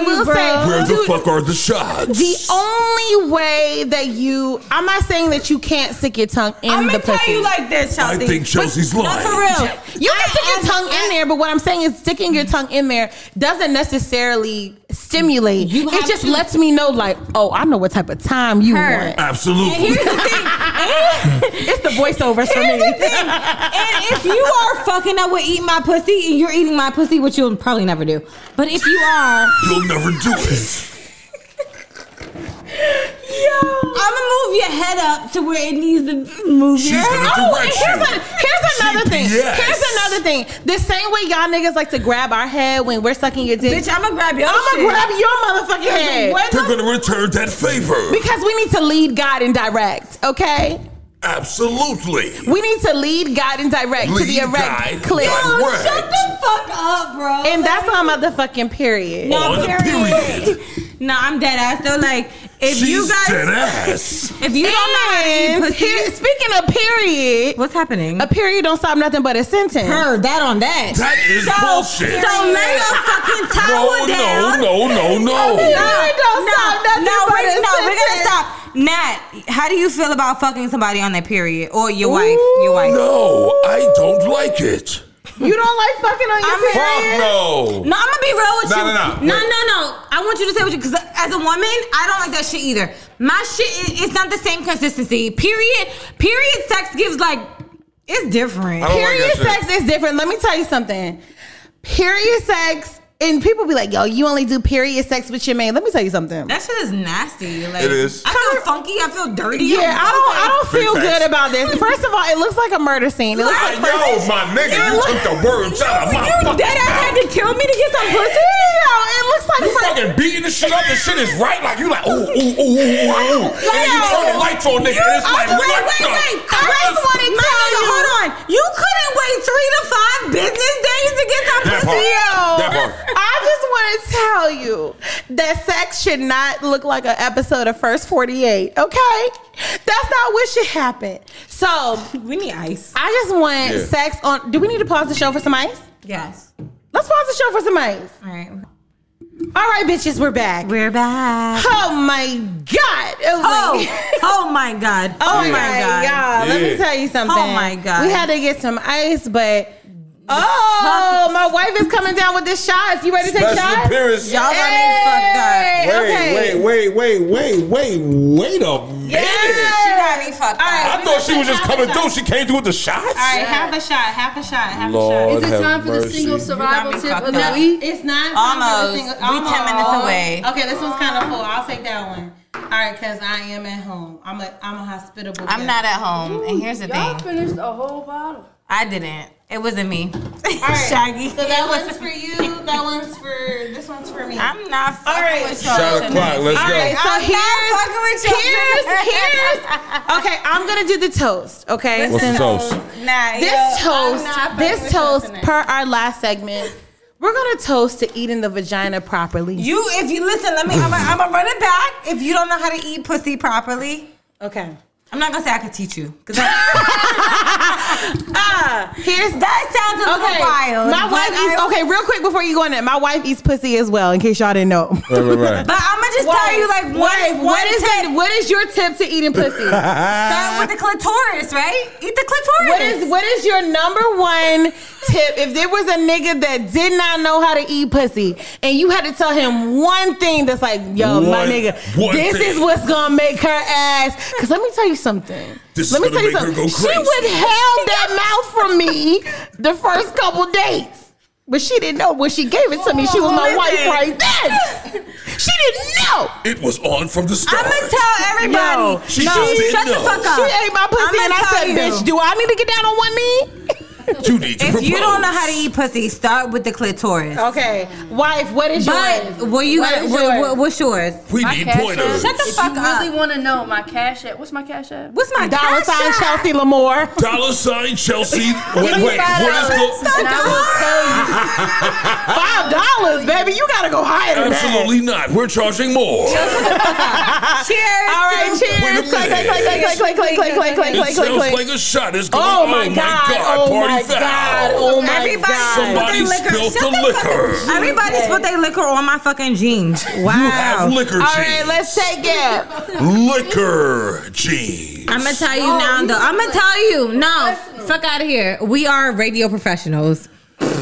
Speaker 7: will say, dude,
Speaker 8: are the shots?
Speaker 7: the only way that you, I'm not saying that you can't stick your tongue in
Speaker 5: I'm
Speaker 7: the
Speaker 5: gonna
Speaker 7: pussy.
Speaker 5: tell you like this, Chelsea.
Speaker 8: think Chelsea's
Speaker 5: But-
Speaker 8: lying.
Speaker 5: No, for real.
Speaker 7: You can
Speaker 5: I
Speaker 7: stick your
Speaker 5: am-
Speaker 7: tongue in there, but what I'm saying is sticking your tongue in there doesn't necessarily stimulate. It
Speaker 5: have
Speaker 7: just
Speaker 5: to-
Speaker 7: lets me know, like, oh, I know what type of time you
Speaker 5: Her.
Speaker 7: want.
Speaker 5: And here's the thing.
Speaker 7: It's the voiceovers for
Speaker 5: Here's
Speaker 7: me.
Speaker 5: the thing. And if you are fucking up with eating my pussy, and you're eating my pussy, which you'll probably never do, but if you are,
Speaker 8: You'll never do it.
Speaker 5: I'm gonna move your head up to where it needs to move.
Speaker 8: She's
Speaker 5: your
Speaker 8: gonna
Speaker 5: head.
Speaker 7: Oh, and
Speaker 8: Correction.
Speaker 7: here's, a, here's another thing.
Speaker 8: GPS.
Speaker 7: Here's another thing. The same way y'all niggas like to grab our head when we're sucking your dick.
Speaker 5: Bitch, I'm gonna grab your
Speaker 7: I'm
Speaker 5: shit.
Speaker 7: gonna grab your motherfucking head.
Speaker 5: What the-
Speaker 8: gonna return that favor.
Speaker 7: Because we need to lead, God, and direct, okay?
Speaker 8: Absolutely.
Speaker 7: We need to lead, God, and direct to the
Speaker 8: Lead,
Speaker 7: erect
Speaker 8: guide,
Speaker 7: clip.
Speaker 8: direct.
Speaker 5: Oh, shut the fuck up, bro.
Speaker 7: And Oh, that's on motherfucking period.
Speaker 5: No,
Speaker 8: On the
Speaker 5: period. No, I'm dead ass though. Like, if you guys,
Speaker 8: ass.
Speaker 5: if you don't know how to eat
Speaker 7: And
Speaker 5: pussy,
Speaker 7: here- speaking of period,
Speaker 5: what's happening?
Speaker 7: a period don't stop nothing but a sentence.
Speaker 5: Her, that on that.
Speaker 8: That is bullshit.
Speaker 5: So lay your fucking
Speaker 8: No,
Speaker 5: towel down.
Speaker 8: no, no, no,
Speaker 5: No,
Speaker 8: no.
Speaker 7: don't stop nothing
Speaker 5: no,
Speaker 7: but
Speaker 5: we're,
Speaker 7: a
Speaker 5: no, we're gonna
Speaker 7: sentence.
Speaker 5: stop. Nat, how do you feel about fucking somebody on their period or your wife? Your wife.
Speaker 8: No, I don't like it.
Speaker 7: You don't like fucking on your
Speaker 5: I'm-
Speaker 11: Oh,
Speaker 7: period?
Speaker 8: Fuck no.
Speaker 5: No, I'm gonna be real with
Speaker 8: No,
Speaker 5: you.
Speaker 8: no, no.
Speaker 5: no,
Speaker 8: Wait.
Speaker 5: no, no. I want you to say what you because as a woman, I don't like that shit either. My shit is it's not the same consistency. Period. Period. Sex gives like it's different.
Speaker 8: I don't like
Speaker 7: Period
Speaker 8: that shit.
Speaker 7: sex is different. Let me tell you something. Period sex And people be like, yo, you only do period sex with your man. Let me tell you something.
Speaker 5: That shit is nasty. Like,
Speaker 11: It is.
Speaker 5: I feel funky. I feel dirty.
Speaker 7: Yeah, I don't I don't
Speaker 11: Big
Speaker 7: feel
Speaker 11: facts.
Speaker 7: good about this. First of all, it looks like a murder scene. It looks
Speaker 11: I
Speaker 7: like
Speaker 11: know, my nigga, you took the words out of my
Speaker 4: You
Speaker 11: fucking
Speaker 4: dead ass had to kill me to get some
Speaker 7: Pussy,
Speaker 4: pussy?
Speaker 7: yo, it looks like
Speaker 11: You fucking beating the shit up. The shit is right. Like you like ooh ooh ooh ooh ooh ooh. ooh. And then you turn the lights on, nigga. And it's like
Speaker 4: wait,
Speaker 11: what
Speaker 4: wait,
Speaker 11: the
Speaker 4: wait.
Speaker 11: fuck?
Speaker 4: I just want to
Speaker 5: My
Speaker 4: tell
Speaker 5: nigga,
Speaker 4: you.
Speaker 5: hold on. You couldn't wait three to five business days to get some
Speaker 11: That
Speaker 5: pussy.
Speaker 11: part. That
Speaker 7: Yo,
Speaker 11: part.
Speaker 7: I just want to tell you that sex should not look like an episode of First 48, okay? That's not what should happen. So,
Speaker 5: We need ice.
Speaker 7: I just want
Speaker 11: Yeah.
Speaker 7: sex on. Do we need to pause the show for some ice?
Speaker 5: Yes.
Speaker 7: Let's pause the show for some ice.
Speaker 5: All right.
Speaker 7: All right, bitches, we're back.
Speaker 5: We're back.
Speaker 7: Oh my God. Oh, my-
Speaker 5: Oh, oh my god.
Speaker 7: Oh my
Speaker 5: my
Speaker 7: God.
Speaker 5: God.
Speaker 7: Let me
Speaker 11: Yeah.
Speaker 7: tell you something.
Speaker 5: Oh my God.
Speaker 7: We had to get some ice, but. Oh, my wife is coming down with the shots. You ready to take
Speaker 11: Special
Speaker 7: shots?
Speaker 11: appearance.
Speaker 5: Y'all got me fucked up.
Speaker 7: Hey, okay.
Speaker 11: Wait, wait, wait, wait, wait, wait, wait a minute.
Speaker 5: She got me fucked up.
Speaker 11: I thought she was just coming through. She came through with the shots.
Speaker 7: All right, half a shot, half a shot, half
Speaker 1: Is
Speaker 11: Lord
Speaker 1: it
Speaker 11: have
Speaker 1: time for the
Speaker 11: mercy.
Speaker 1: single survival
Speaker 5: You got me
Speaker 1: tip of
Speaker 5: fucked
Speaker 1: the
Speaker 7: a
Speaker 5: up.
Speaker 7: shot.
Speaker 1: week?
Speaker 7: It's not
Speaker 5: Almost.
Speaker 7: time for the
Speaker 5: We 10 minutes away.
Speaker 7: Okay, this one's kind of full. I'll take that one. All right, because I am at home. I'm a I'm a hospitable.
Speaker 5: I'm
Speaker 7: guest.
Speaker 5: not at home, and here's the
Speaker 1: Y'all
Speaker 5: thing:
Speaker 1: finished a whole bottle.
Speaker 5: I didn't. It wasn't me.
Speaker 7: right.
Speaker 5: Shaggy.
Speaker 7: So that one's for you. That one's for this one's for me.
Speaker 5: I'm not fucking
Speaker 7: right.
Speaker 5: with y'all.
Speaker 11: Shot o'clock. Let's
Speaker 7: All right,
Speaker 11: go.
Speaker 7: so
Speaker 5: I'm not
Speaker 7: here's,
Speaker 5: fucking with y'all
Speaker 7: here's,
Speaker 5: tonight.
Speaker 7: here's. Okay, I'm gonna do the toast. Okay,
Speaker 11: What's the
Speaker 7: Since-
Speaker 11: toast?
Speaker 5: Nah,
Speaker 7: This
Speaker 5: yo, I'm
Speaker 7: toast,
Speaker 5: not fucking
Speaker 7: this
Speaker 5: with y'all
Speaker 7: toast,
Speaker 5: tonight.
Speaker 7: per our last segment, we're gonna toast to eating the vagina properly.
Speaker 5: You, if you listen, let me. I'm gonna run it back. If you don't know how to eat pussy properly,
Speaker 7: okay.
Speaker 5: I'm not gonna say I could teach you. Cause I,
Speaker 7: Here's
Speaker 5: that sounds a little
Speaker 7: Okay.
Speaker 5: wild.
Speaker 7: My
Speaker 5: but
Speaker 7: wife eats.
Speaker 5: I-
Speaker 7: okay, real quick before you go on it, my wife eats pussy as well. In case y'all didn't know.
Speaker 11: Right, right, right.
Speaker 5: But I'm gonna just tell you like
Speaker 7: Wife,
Speaker 5: what,
Speaker 7: what is it? What is your tip to eating pussy?
Speaker 5: Start with the clitoris, right? Eat the clitoris.
Speaker 7: what is what is your number one tip? If there was a nigga that did not know how to eat pussy, and you had to tell him one thing that's like, yo, my
Speaker 11: One-
Speaker 7: nigga,
Speaker 11: one
Speaker 7: this
Speaker 11: thing.
Speaker 7: is what's gonna make her ass. Cause let me tell you something.
Speaker 11: This is
Speaker 7: let me
Speaker 11: gonna make her go
Speaker 7: She
Speaker 11: crazy.
Speaker 7: withheld that mouth from me the first couple dates. But she didn't know when she gave it to me, she was my wife right then. She didn't know.
Speaker 11: It was on from the
Speaker 5: I'm
Speaker 11: start.
Speaker 5: gonna tell everybody.
Speaker 7: Yo,
Speaker 11: She
Speaker 5: no,
Speaker 11: just didn't
Speaker 5: shut the
Speaker 11: know.
Speaker 5: fuck up.
Speaker 7: She ate my pussy,
Speaker 5: I'ma
Speaker 7: and I
Speaker 5: tell
Speaker 7: said,
Speaker 5: you.
Speaker 7: bitch, do I need to get down on one knee?
Speaker 11: You need to
Speaker 5: If
Speaker 11: propose.
Speaker 5: you don't know how to eat pussy, start with the clitoris.
Speaker 7: Okay, wife, what is Oh, yours?
Speaker 5: But what you
Speaker 7: What
Speaker 5: got?
Speaker 7: is
Speaker 5: What,
Speaker 7: yours?
Speaker 5: what, what's yours?
Speaker 11: we
Speaker 1: My
Speaker 11: need
Speaker 1: cash
Speaker 11: pointers.
Speaker 1: app.
Speaker 5: Shut the
Speaker 1: If
Speaker 5: fuck
Speaker 1: you
Speaker 5: up.
Speaker 1: really want to know my cash app, what's my cash app?
Speaker 5: What's my
Speaker 7: Dollar
Speaker 5: cash
Speaker 7: sign
Speaker 5: app?
Speaker 7: Chelsea Lamore.
Speaker 11: Dollar sign Chelsea. Wait,
Speaker 7: me
Speaker 11: wait.
Speaker 7: five
Speaker 11: What is the?
Speaker 5: Stop
Speaker 1: And I will
Speaker 5: the-
Speaker 1: tell you.
Speaker 7: Five dollars, baby. You gotta go higher than that.
Speaker 11: Absolutely not. We're charging more.
Speaker 5: Cheers.
Speaker 7: All right, cheers.
Speaker 11: minute.
Speaker 7: Click, click, click, click, click, click, click, click, click,
Speaker 11: It
Speaker 7: click,
Speaker 11: sounds
Speaker 7: click, click.
Speaker 11: like a shot. It's going.
Speaker 7: Oh my god! Oh
Speaker 11: Party
Speaker 7: my
Speaker 11: foul.
Speaker 7: god! Oh my
Speaker 5: Everybody
Speaker 7: god!
Speaker 11: Somebody
Speaker 5: spilled their liquor.
Speaker 11: spilled
Speaker 5: Shut
Speaker 11: the
Speaker 5: the fuck up.
Speaker 11: liquor.
Speaker 5: Everybody spilled their liquor on my fucking jeans. Wow.
Speaker 11: You have liquor
Speaker 7: All
Speaker 11: jeans.
Speaker 7: right, let's take it.
Speaker 11: liquor jeans.
Speaker 5: I'm gonna tell you now, though. I'm gonna tell you. No, fuck out of here. We are radio professionals.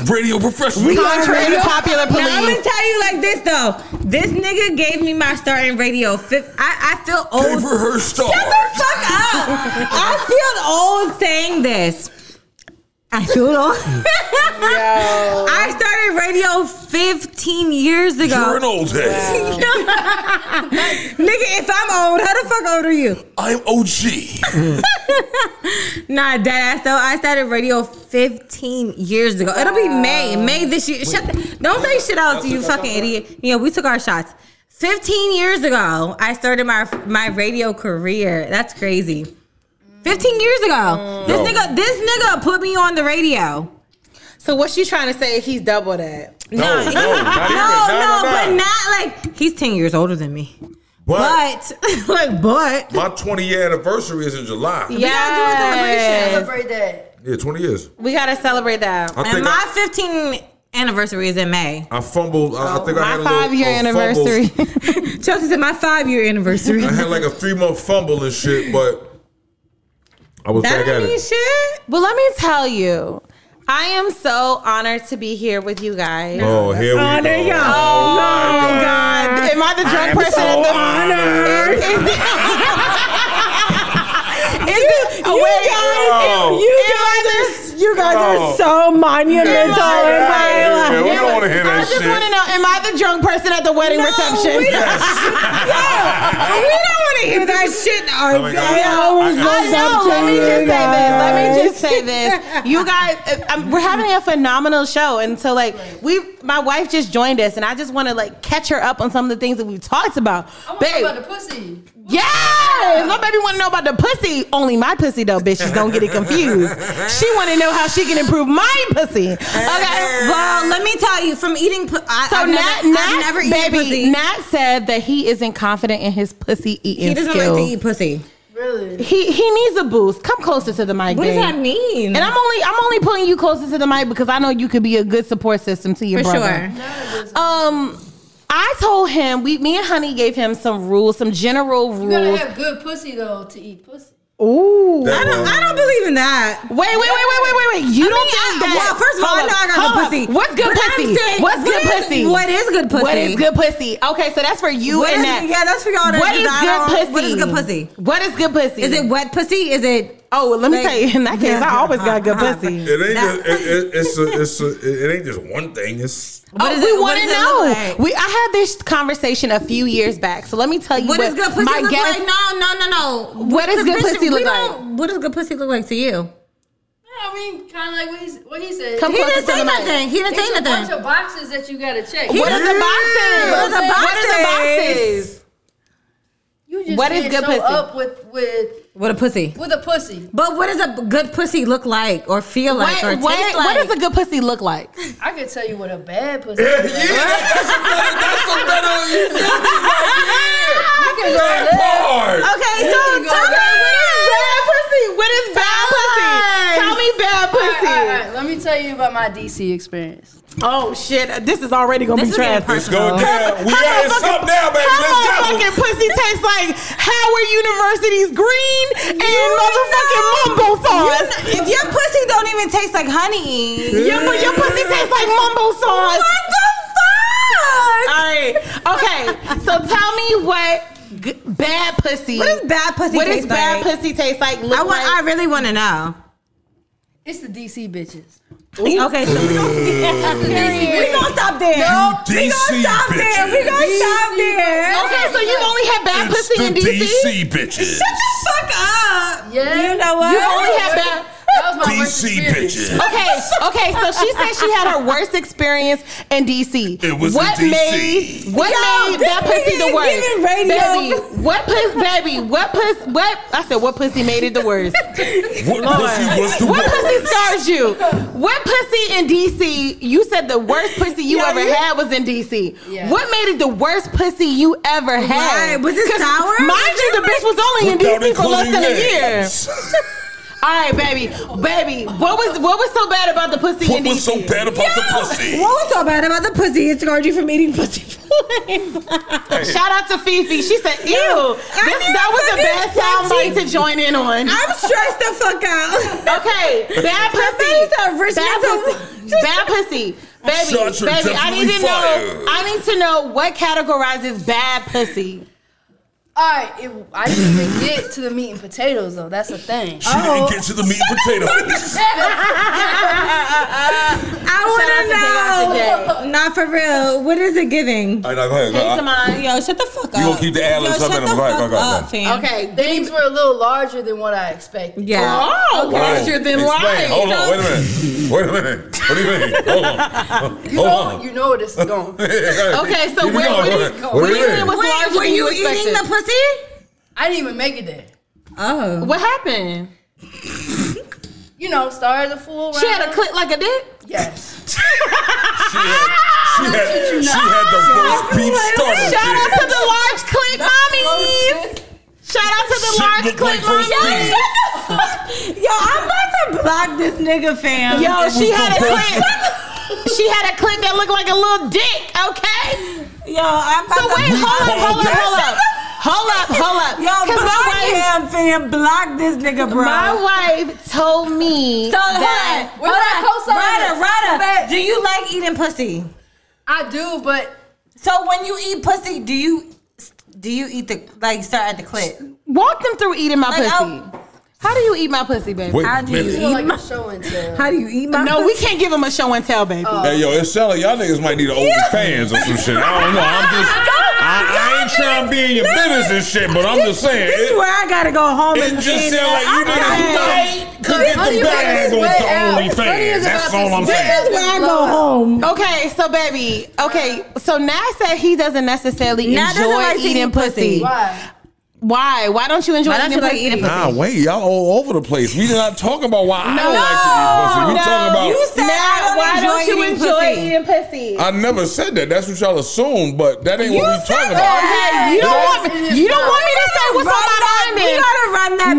Speaker 11: Radio professional.
Speaker 7: Contrary to popular
Speaker 5: Now, I'm gonna
Speaker 7: belief,
Speaker 5: tell you like this though. This nigga gave me my start in radio. Fif- I, I feel old.
Speaker 11: Gave her her star.
Speaker 5: Shut the fuck up. I feel old saying this. I feel old. I started radio 15 years ago.
Speaker 11: You're an old head.
Speaker 5: Nigga, if I'm old, how the fuck old are you?
Speaker 11: I'm OG.
Speaker 5: Nah, dead ass though. I started radio 15 years ago. It'll be May. May this year. Shut the, don't say shit out to you fucking idiot. Yeah, we took our shots. 15 years ago, I started my my radio career. That's crazy. 15 years ago. This
Speaker 11: Yo.
Speaker 5: nigga, this nigga put me on the radio.
Speaker 7: so what you trying to say? He's double that.
Speaker 11: No, no, not even.
Speaker 5: no, no, but not like he's 10 years older than me. But like but
Speaker 11: my 20 year anniversary is in July. Yeah,
Speaker 7: Yes,
Speaker 1: Celebrate that.
Speaker 11: 20 years.
Speaker 7: we gotta celebrate that.
Speaker 11: I
Speaker 5: and
Speaker 11: think
Speaker 5: my
Speaker 11: I,
Speaker 5: 15 anniversary is in May.
Speaker 11: I fumbled. I, I think I had
Speaker 7: My
Speaker 11: a little,
Speaker 7: five year
Speaker 11: a fumble.
Speaker 7: anniversary.
Speaker 5: Chelsea said my five year anniversary.
Speaker 11: I had like a three month fumble and shit, but I was
Speaker 5: That
Speaker 11: back at
Speaker 5: don't mean
Speaker 11: it.
Speaker 5: shit.
Speaker 7: Well, let me tell you, I am so honored to be here with you guys.
Speaker 11: Oh, here we go.
Speaker 5: Honor, y'all.
Speaker 11: Oh, my
Speaker 7: God. Am I the drunk
Speaker 11: I'm
Speaker 7: person?
Speaker 11: so
Speaker 7: in the,
Speaker 11: honored.
Speaker 7: Is, is it, you, wait,
Speaker 11: guys-
Speaker 7: you guys are you guys
Speaker 11: No.
Speaker 7: are so monumental
Speaker 11: Yeah,
Speaker 7: in my
Speaker 11: yeah,
Speaker 7: life.
Speaker 11: yeah, we don't wanna hear
Speaker 7: I
Speaker 11: that
Speaker 7: just
Speaker 11: shit.
Speaker 7: want to am I the drunk person at the wedding reception? We don't, Yo, we don't want to hear that shit.
Speaker 11: Oh my God.
Speaker 7: I know.
Speaker 11: I-
Speaker 7: Let me just say this. Let me just say this. You guys, uh, um, we're having a phenomenal show, and so like we, my wife just joined us, and I just want to like catch her up on some of the things that we've talked about. Babe,
Speaker 1: the pussy.
Speaker 7: Yes! My baby want to know about the pussy. Only my pussy, though, bitches. Don't get it confused. She want to know how she can improve my pussy. Okay.
Speaker 5: Well, let me tell you, from eating, pu- I,
Speaker 7: So
Speaker 5: I've,
Speaker 7: Nat,
Speaker 5: never,
Speaker 7: Nat,
Speaker 5: I've never eaten
Speaker 7: baby,
Speaker 5: pussy.
Speaker 7: Nat said that he isn't confident in his pussy eating
Speaker 5: he doesn't
Speaker 7: skills.
Speaker 5: like to eat pussy.
Speaker 7: He he needs a boost. Come closer to the mic.
Speaker 5: What does
Speaker 7: babe.
Speaker 5: that mean?
Speaker 7: And I'm only I'm only pulling you closer to the mic because I know you could be a good support system to your
Speaker 5: for
Speaker 7: brother.
Speaker 5: sure.
Speaker 7: Um, I told him we me and Honey gave him some rules, some general rules.
Speaker 1: good pussy though to eat pussy.
Speaker 7: Ooh.
Speaker 5: I don't. I don't believe in that.
Speaker 7: Wait, wait, wait, wait, wait, wait, wait. You don't think
Speaker 5: I-
Speaker 7: that?
Speaker 5: well, first of all,
Speaker 7: Hold
Speaker 5: I know I got
Speaker 7: hold
Speaker 5: good pussy.
Speaker 7: What's good
Speaker 5: But I'm
Speaker 7: pussy?
Speaker 5: saying,
Speaker 7: What's good
Speaker 5: what is-
Speaker 7: pussy?
Speaker 5: what is good
Speaker 7: What
Speaker 5: pussy?
Speaker 7: is good pussy? Okay, so that's for you
Speaker 5: What
Speaker 7: and
Speaker 5: is-
Speaker 7: that.
Speaker 5: yeah, that's for y'all to-
Speaker 7: What is
Speaker 5: I
Speaker 7: good pussy?
Speaker 5: don't- what is good pussy?
Speaker 7: What is good pussy?
Speaker 5: Is it wet pussy? Is it?
Speaker 7: Oh, well, let me
Speaker 5: Like-
Speaker 7: tell you. In that case, I always got good
Speaker 5: Uh-huh.
Speaker 7: pussy.
Speaker 11: It ain't. Just, it, it, it's a, it's a, it ain't just one thing. It's
Speaker 7: Oh,
Speaker 5: does
Speaker 7: we
Speaker 5: it- what
Speaker 7: want to
Speaker 5: does it
Speaker 7: know.
Speaker 5: look like?
Speaker 7: We I had this conversation a few years back, so let me tell you
Speaker 5: What
Speaker 7: what
Speaker 5: is good pussy
Speaker 7: my
Speaker 5: look
Speaker 7: guess.
Speaker 5: like? No, no, no, no.
Speaker 7: What does good pussy look like?
Speaker 5: What does good pussy look like to you?
Speaker 1: I mean, kind of like what he, what he said.
Speaker 7: Come
Speaker 5: He
Speaker 7: closer
Speaker 5: didn't
Speaker 7: to
Speaker 5: say
Speaker 7: the mic.
Speaker 5: nothing. He didn't say nothing.
Speaker 1: of boxes that you gotta check.
Speaker 7: What is the boxes?
Speaker 5: What is the
Speaker 7: boxes?
Speaker 1: You just
Speaker 7: What is
Speaker 1: can't
Speaker 7: good
Speaker 1: show
Speaker 7: pussy?
Speaker 1: up with with
Speaker 5: What a pussy.
Speaker 1: with a pussy.
Speaker 5: But what does a good pussy look like, or feel like, or
Speaker 7: What,
Speaker 5: taste
Speaker 7: what,
Speaker 5: like?
Speaker 7: what does a good pussy look like?
Speaker 1: I could tell you what a bad pussy.
Speaker 11: yeah.
Speaker 1: is.
Speaker 11: That's a better. That's a better. You feel me? Like, yeah. That part.
Speaker 7: Okay, so tell me what is bad pussy? What is bad pussy? Tell me bad
Speaker 1: All right,
Speaker 7: pussy.
Speaker 1: all right, all right. Let me tell you about my DC experience.
Speaker 7: Oh shit, this is already gonna
Speaker 5: This
Speaker 7: be
Speaker 5: is being
Speaker 7: trash.
Speaker 5: personal.
Speaker 11: It's going down. We
Speaker 7: How
Speaker 11: got
Speaker 7: the
Speaker 11: it
Speaker 7: fuck-
Speaker 11: up now, baby.
Speaker 7: How
Speaker 11: Let's
Speaker 7: my
Speaker 11: go.
Speaker 7: fucking pussy tastes like Howard University's green and motherfucking mumbo sauce.
Speaker 5: If your pussy don't even taste like honey,
Speaker 7: Your, your pussy tastes like mumbo sauce.
Speaker 5: what the fuck?
Speaker 7: All right. Okay. So tell me what g- bad pussy.
Speaker 5: What does bad pussy
Speaker 7: What does
Speaker 5: taste
Speaker 7: bad
Speaker 5: like?
Speaker 7: pussy taste like? Look
Speaker 5: I want. I
Speaker 7: like?
Speaker 5: really want to know.
Speaker 1: It's the DC bitches.
Speaker 5: Okay, so we gonna, we gonna stop there. No, we gonna
Speaker 11: DC
Speaker 5: stop there. We gonna
Speaker 11: bitches.
Speaker 5: stop there.
Speaker 7: okay, so you've only had bad
Speaker 11: It's
Speaker 7: pussy in
Speaker 11: the
Speaker 7: DC.
Speaker 11: DC
Speaker 5: Shut
Speaker 11: bitches.
Speaker 5: the fuck up.
Speaker 1: Yeah.
Speaker 5: You know what?
Speaker 7: You only had bad.
Speaker 1: That was my worst
Speaker 11: DC
Speaker 1: experience.
Speaker 11: bitches.
Speaker 7: Okay, okay. So she said she had her worst experience in DC.
Speaker 11: It was in
Speaker 7: what
Speaker 11: DC.
Speaker 7: made what
Speaker 5: Yo,
Speaker 7: made
Speaker 5: this
Speaker 7: that pussy the
Speaker 5: nigga
Speaker 7: worst?
Speaker 5: giving radio.
Speaker 7: Baby, what pussy? Baby, what pussy? What I said? What pussy made it the worst?
Speaker 11: What pussy was the
Speaker 7: What
Speaker 11: worst?
Speaker 7: pussy scars you? What pussy in DC? You said the worst pussy you
Speaker 5: Yo,
Speaker 7: ever
Speaker 5: you-
Speaker 7: had was in DC.
Speaker 1: Yeah.
Speaker 7: What made it the worst pussy you ever had?
Speaker 5: Right. Was it
Speaker 7: 'Cause
Speaker 5: sour?
Speaker 7: Mind you, the bitch was only in
Speaker 11: Without
Speaker 7: DC for less
Speaker 11: including
Speaker 7: than a year.
Speaker 11: legs.
Speaker 7: All right, baby, baby. What was what was so bad about the pussy
Speaker 11: What
Speaker 7: in DC?
Speaker 11: was so bad about the pussy?
Speaker 5: What was so bad about the pussy? It scarred you from eating pussy.
Speaker 7: Shout out to Fifi. She said, "Ew, this,
Speaker 5: knew
Speaker 7: that was a
Speaker 5: fucking
Speaker 7: bad soundbite to join in on."
Speaker 5: I'm stressed the fuck out.
Speaker 7: Okay, bad
Speaker 5: face are
Speaker 7: pussy,
Speaker 5: rich,
Speaker 7: bad
Speaker 5: not so-
Speaker 7: pussy, bad pussy, baby,
Speaker 11: Shots are
Speaker 7: baby. I need
Speaker 11: definitely
Speaker 7: to know.
Speaker 11: fired.
Speaker 7: I need to know what categorizes bad pussy.
Speaker 1: All right, it, I didn't even get to the meat and potatoes though. That's the thing.
Speaker 11: She didn't get to the meat and potatoes.
Speaker 7: Shout out to
Speaker 5: I
Speaker 7: Jay,
Speaker 5: want to know. Not for real. What is it giving? Uh,
Speaker 11: All right, now go ahead.
Speaker 7: Come
Speaker 11: Go-
Speaker 7: on.
Speaker 5: Yo, shut the fuck up.
Speaker 11: You gonna keep the ad-libs
Speaker 5: Yo,
Speaker 11: up
Speaker 5: shut
Speaker 11: in
Speaker 5: the
Speaker 11: them. Go ahead,
Speaker 5: fuck
Speaker 11: go ahead, go
Speaker 5: up,
Speaker 11: ahead.
Speaker 5: fam.
Speaker 7: Okay.
Speaker 1: Things were a little larger than what I expected.
Speaker 5: Yeah.
Speaker 7: Oh,
Speaker 11: Hold on.
Speaker 7: larger than
Speaker 11: Explain.
Speaker 7: life.
Speaker 11: Hold on, wait a minute. Wait a minute. What do you mean? Hold on.
Speaker 1: You
Speaker 11: Hold
Speaker 1: know,
Speaker 11: on.
Speaker 1: you know where this is going.
Speaker 7: Okay, so
Speaker 11: Keep it
Speaker 7: where-
Speaker 11: going,
Speaker 7: what do
Speaker 11: go
Speaker 7: you-
Speaker 11: ahead.
Speaker 7: what
Speaker 11: What
Speaker 7: do you
Speaker 11: do you
Speaker 7: mean
Speaker 11: mean?
Speaker 7: was larger than you expected?
Speaker 5: pussy?
Speaker 1: I didn't even make it there.
Speaker 5: Oh.
Speaker 7: What happened?
Speaker 1: You know, started the fool.
Speaker 7: She had a clip like a dick.
Speaker 1: Yes.
Speaker 11: She had, she had, she had the roast beef starter.
Speaker 7: Shout out
Speaker 11: kit.
Speaker 7: to the large clip mommies. Shout out to the
Speaker 11: Shit
Speaker 7: large
Speaker 11: look
Speaker 7: clip
Speaker 11: like roast
Speaker 7: mommies.
Speaker 11: beef.
Speaker 5: Yo, I'm about to block this nigga, fam.
Speaker 7: Yo, she
Speaker 11: was
Speaker 7: had a
Speaker 11: the
Speaker 7: clip. She had a clip that looked like a little dick. Okay.
Speaker 5: Yo, I'm about
Speaker 7: So
Speaker 5: to
Speaker 7: wait, hold up, hold up, hold up, hold up, hold up.
Speaker 5: Yo,
Speaker 7: 'Cause
Speaker 5: block
Speaker 7: my wife,
Speaker 5: him, fam. Block this nigga, bro.
Speaker 7: my wife told me
Speaker 5: so hold
Speaker 7: that.
Speaker 5: on,
Speaker 1: We're
Speaker 5: hold
Speaker 1: not
Speaker 5: on.
Speaker 1: co-signing.
Speaker 5: Ryder,
Speaker 1: Go
Speaker 5: Ryder,
Speaker 1: back.
Speaker 5: do you like eating pussy?
Speaker 1: I do, but
Speaker 5: So when you eat pussy, do you do you eat the like start at the clit?
Speaker 7: Walk them through eating my
Speaker 5: Like,
Speaker 7: pussy.
Speaker 5: oh,
Speaker 7: How do you eat my pussy, baby?
Speaker 11: Wait
Speaker 4: How
Speaker 11: a
Speaker 4: do you
Speaker 11: minute.
Speaker 4: eat my show and tell?
Speaker 7: How do you eat my? No, we can't give him a show and tell, baby.
Speaker 11: Hey yo, it sound like y'all niggas might need an OnlyFans or some shit. I don't know. I'm just, I, I ain't trying to be in your business and shit, but I'm just saying.
Speaker 4: This is
Speaker 11: It,
Speaker 4: where I gotta go home
Speaker 11: it
Speaker 4: and
Speaker 11: just
Speaker 4: and-
Speaker 11: sound like you
Speaker 4: I
Speaker 11: niggas
Speaker 4: gotta-
Speaker 11: might could get
Speaker 4: Honey,
Speaker 11: the
Speaker 4: what
Speaker 11: back
Speaker 4: is
Speaker 11: angle
Speaker 4: way out?
Speaker 11: with the
Speaker 4: What
Speaker 11: OnlyFans.
Speaker 4: is
Speaker 11: That's
Speaker 4: about
Speaker 11: all I'm
Speaker 4: to-
Speaker 11: saying.
Speaker 4: This is where I go home.
Speaker 5: Oh.
Speaker 7: Okay, so baby, okay, so Nas said he doesn't necessarily
Speaker 5: Nas doesn't
Speaker 7: enjoy
Speaker 5: like
Speaker 7: eating,
Speaker 5: eating
Speaker 7: pussy.
Speaker 5: pussy.
Speaker 4: Why?
Speaker 7: Why? Why don't you enjoy
Speaker 5: Why don't
Speaker 7: eating
Speaker 5: you like
Speaker 7: pussy?
Speaker 5: eating pussy?
Speaker 11: Nah, wait, y'all all over the place. We not talking about why I
Speaker 7: No,
Speaker 11: don't like to eat pussy. We talking about
Speaker 7: you said
Speaker 5: Now,
Speaker 7: why don't you enjoy eating pussy?
Speaker 11: I never said that. That's what y'all assumed, but that ain't what we talking about.
Speaker 7: Okay, you don't
Speaker 11: Yes,
Speaker 7: want me. You don't want me to say what's on
Speaker 4: Run
Speaker 7: my
Speaker 4: that-
Speaker 7: mind.
Speaker 4: we
Speaker 7: Then
Speaker 4: gotta run that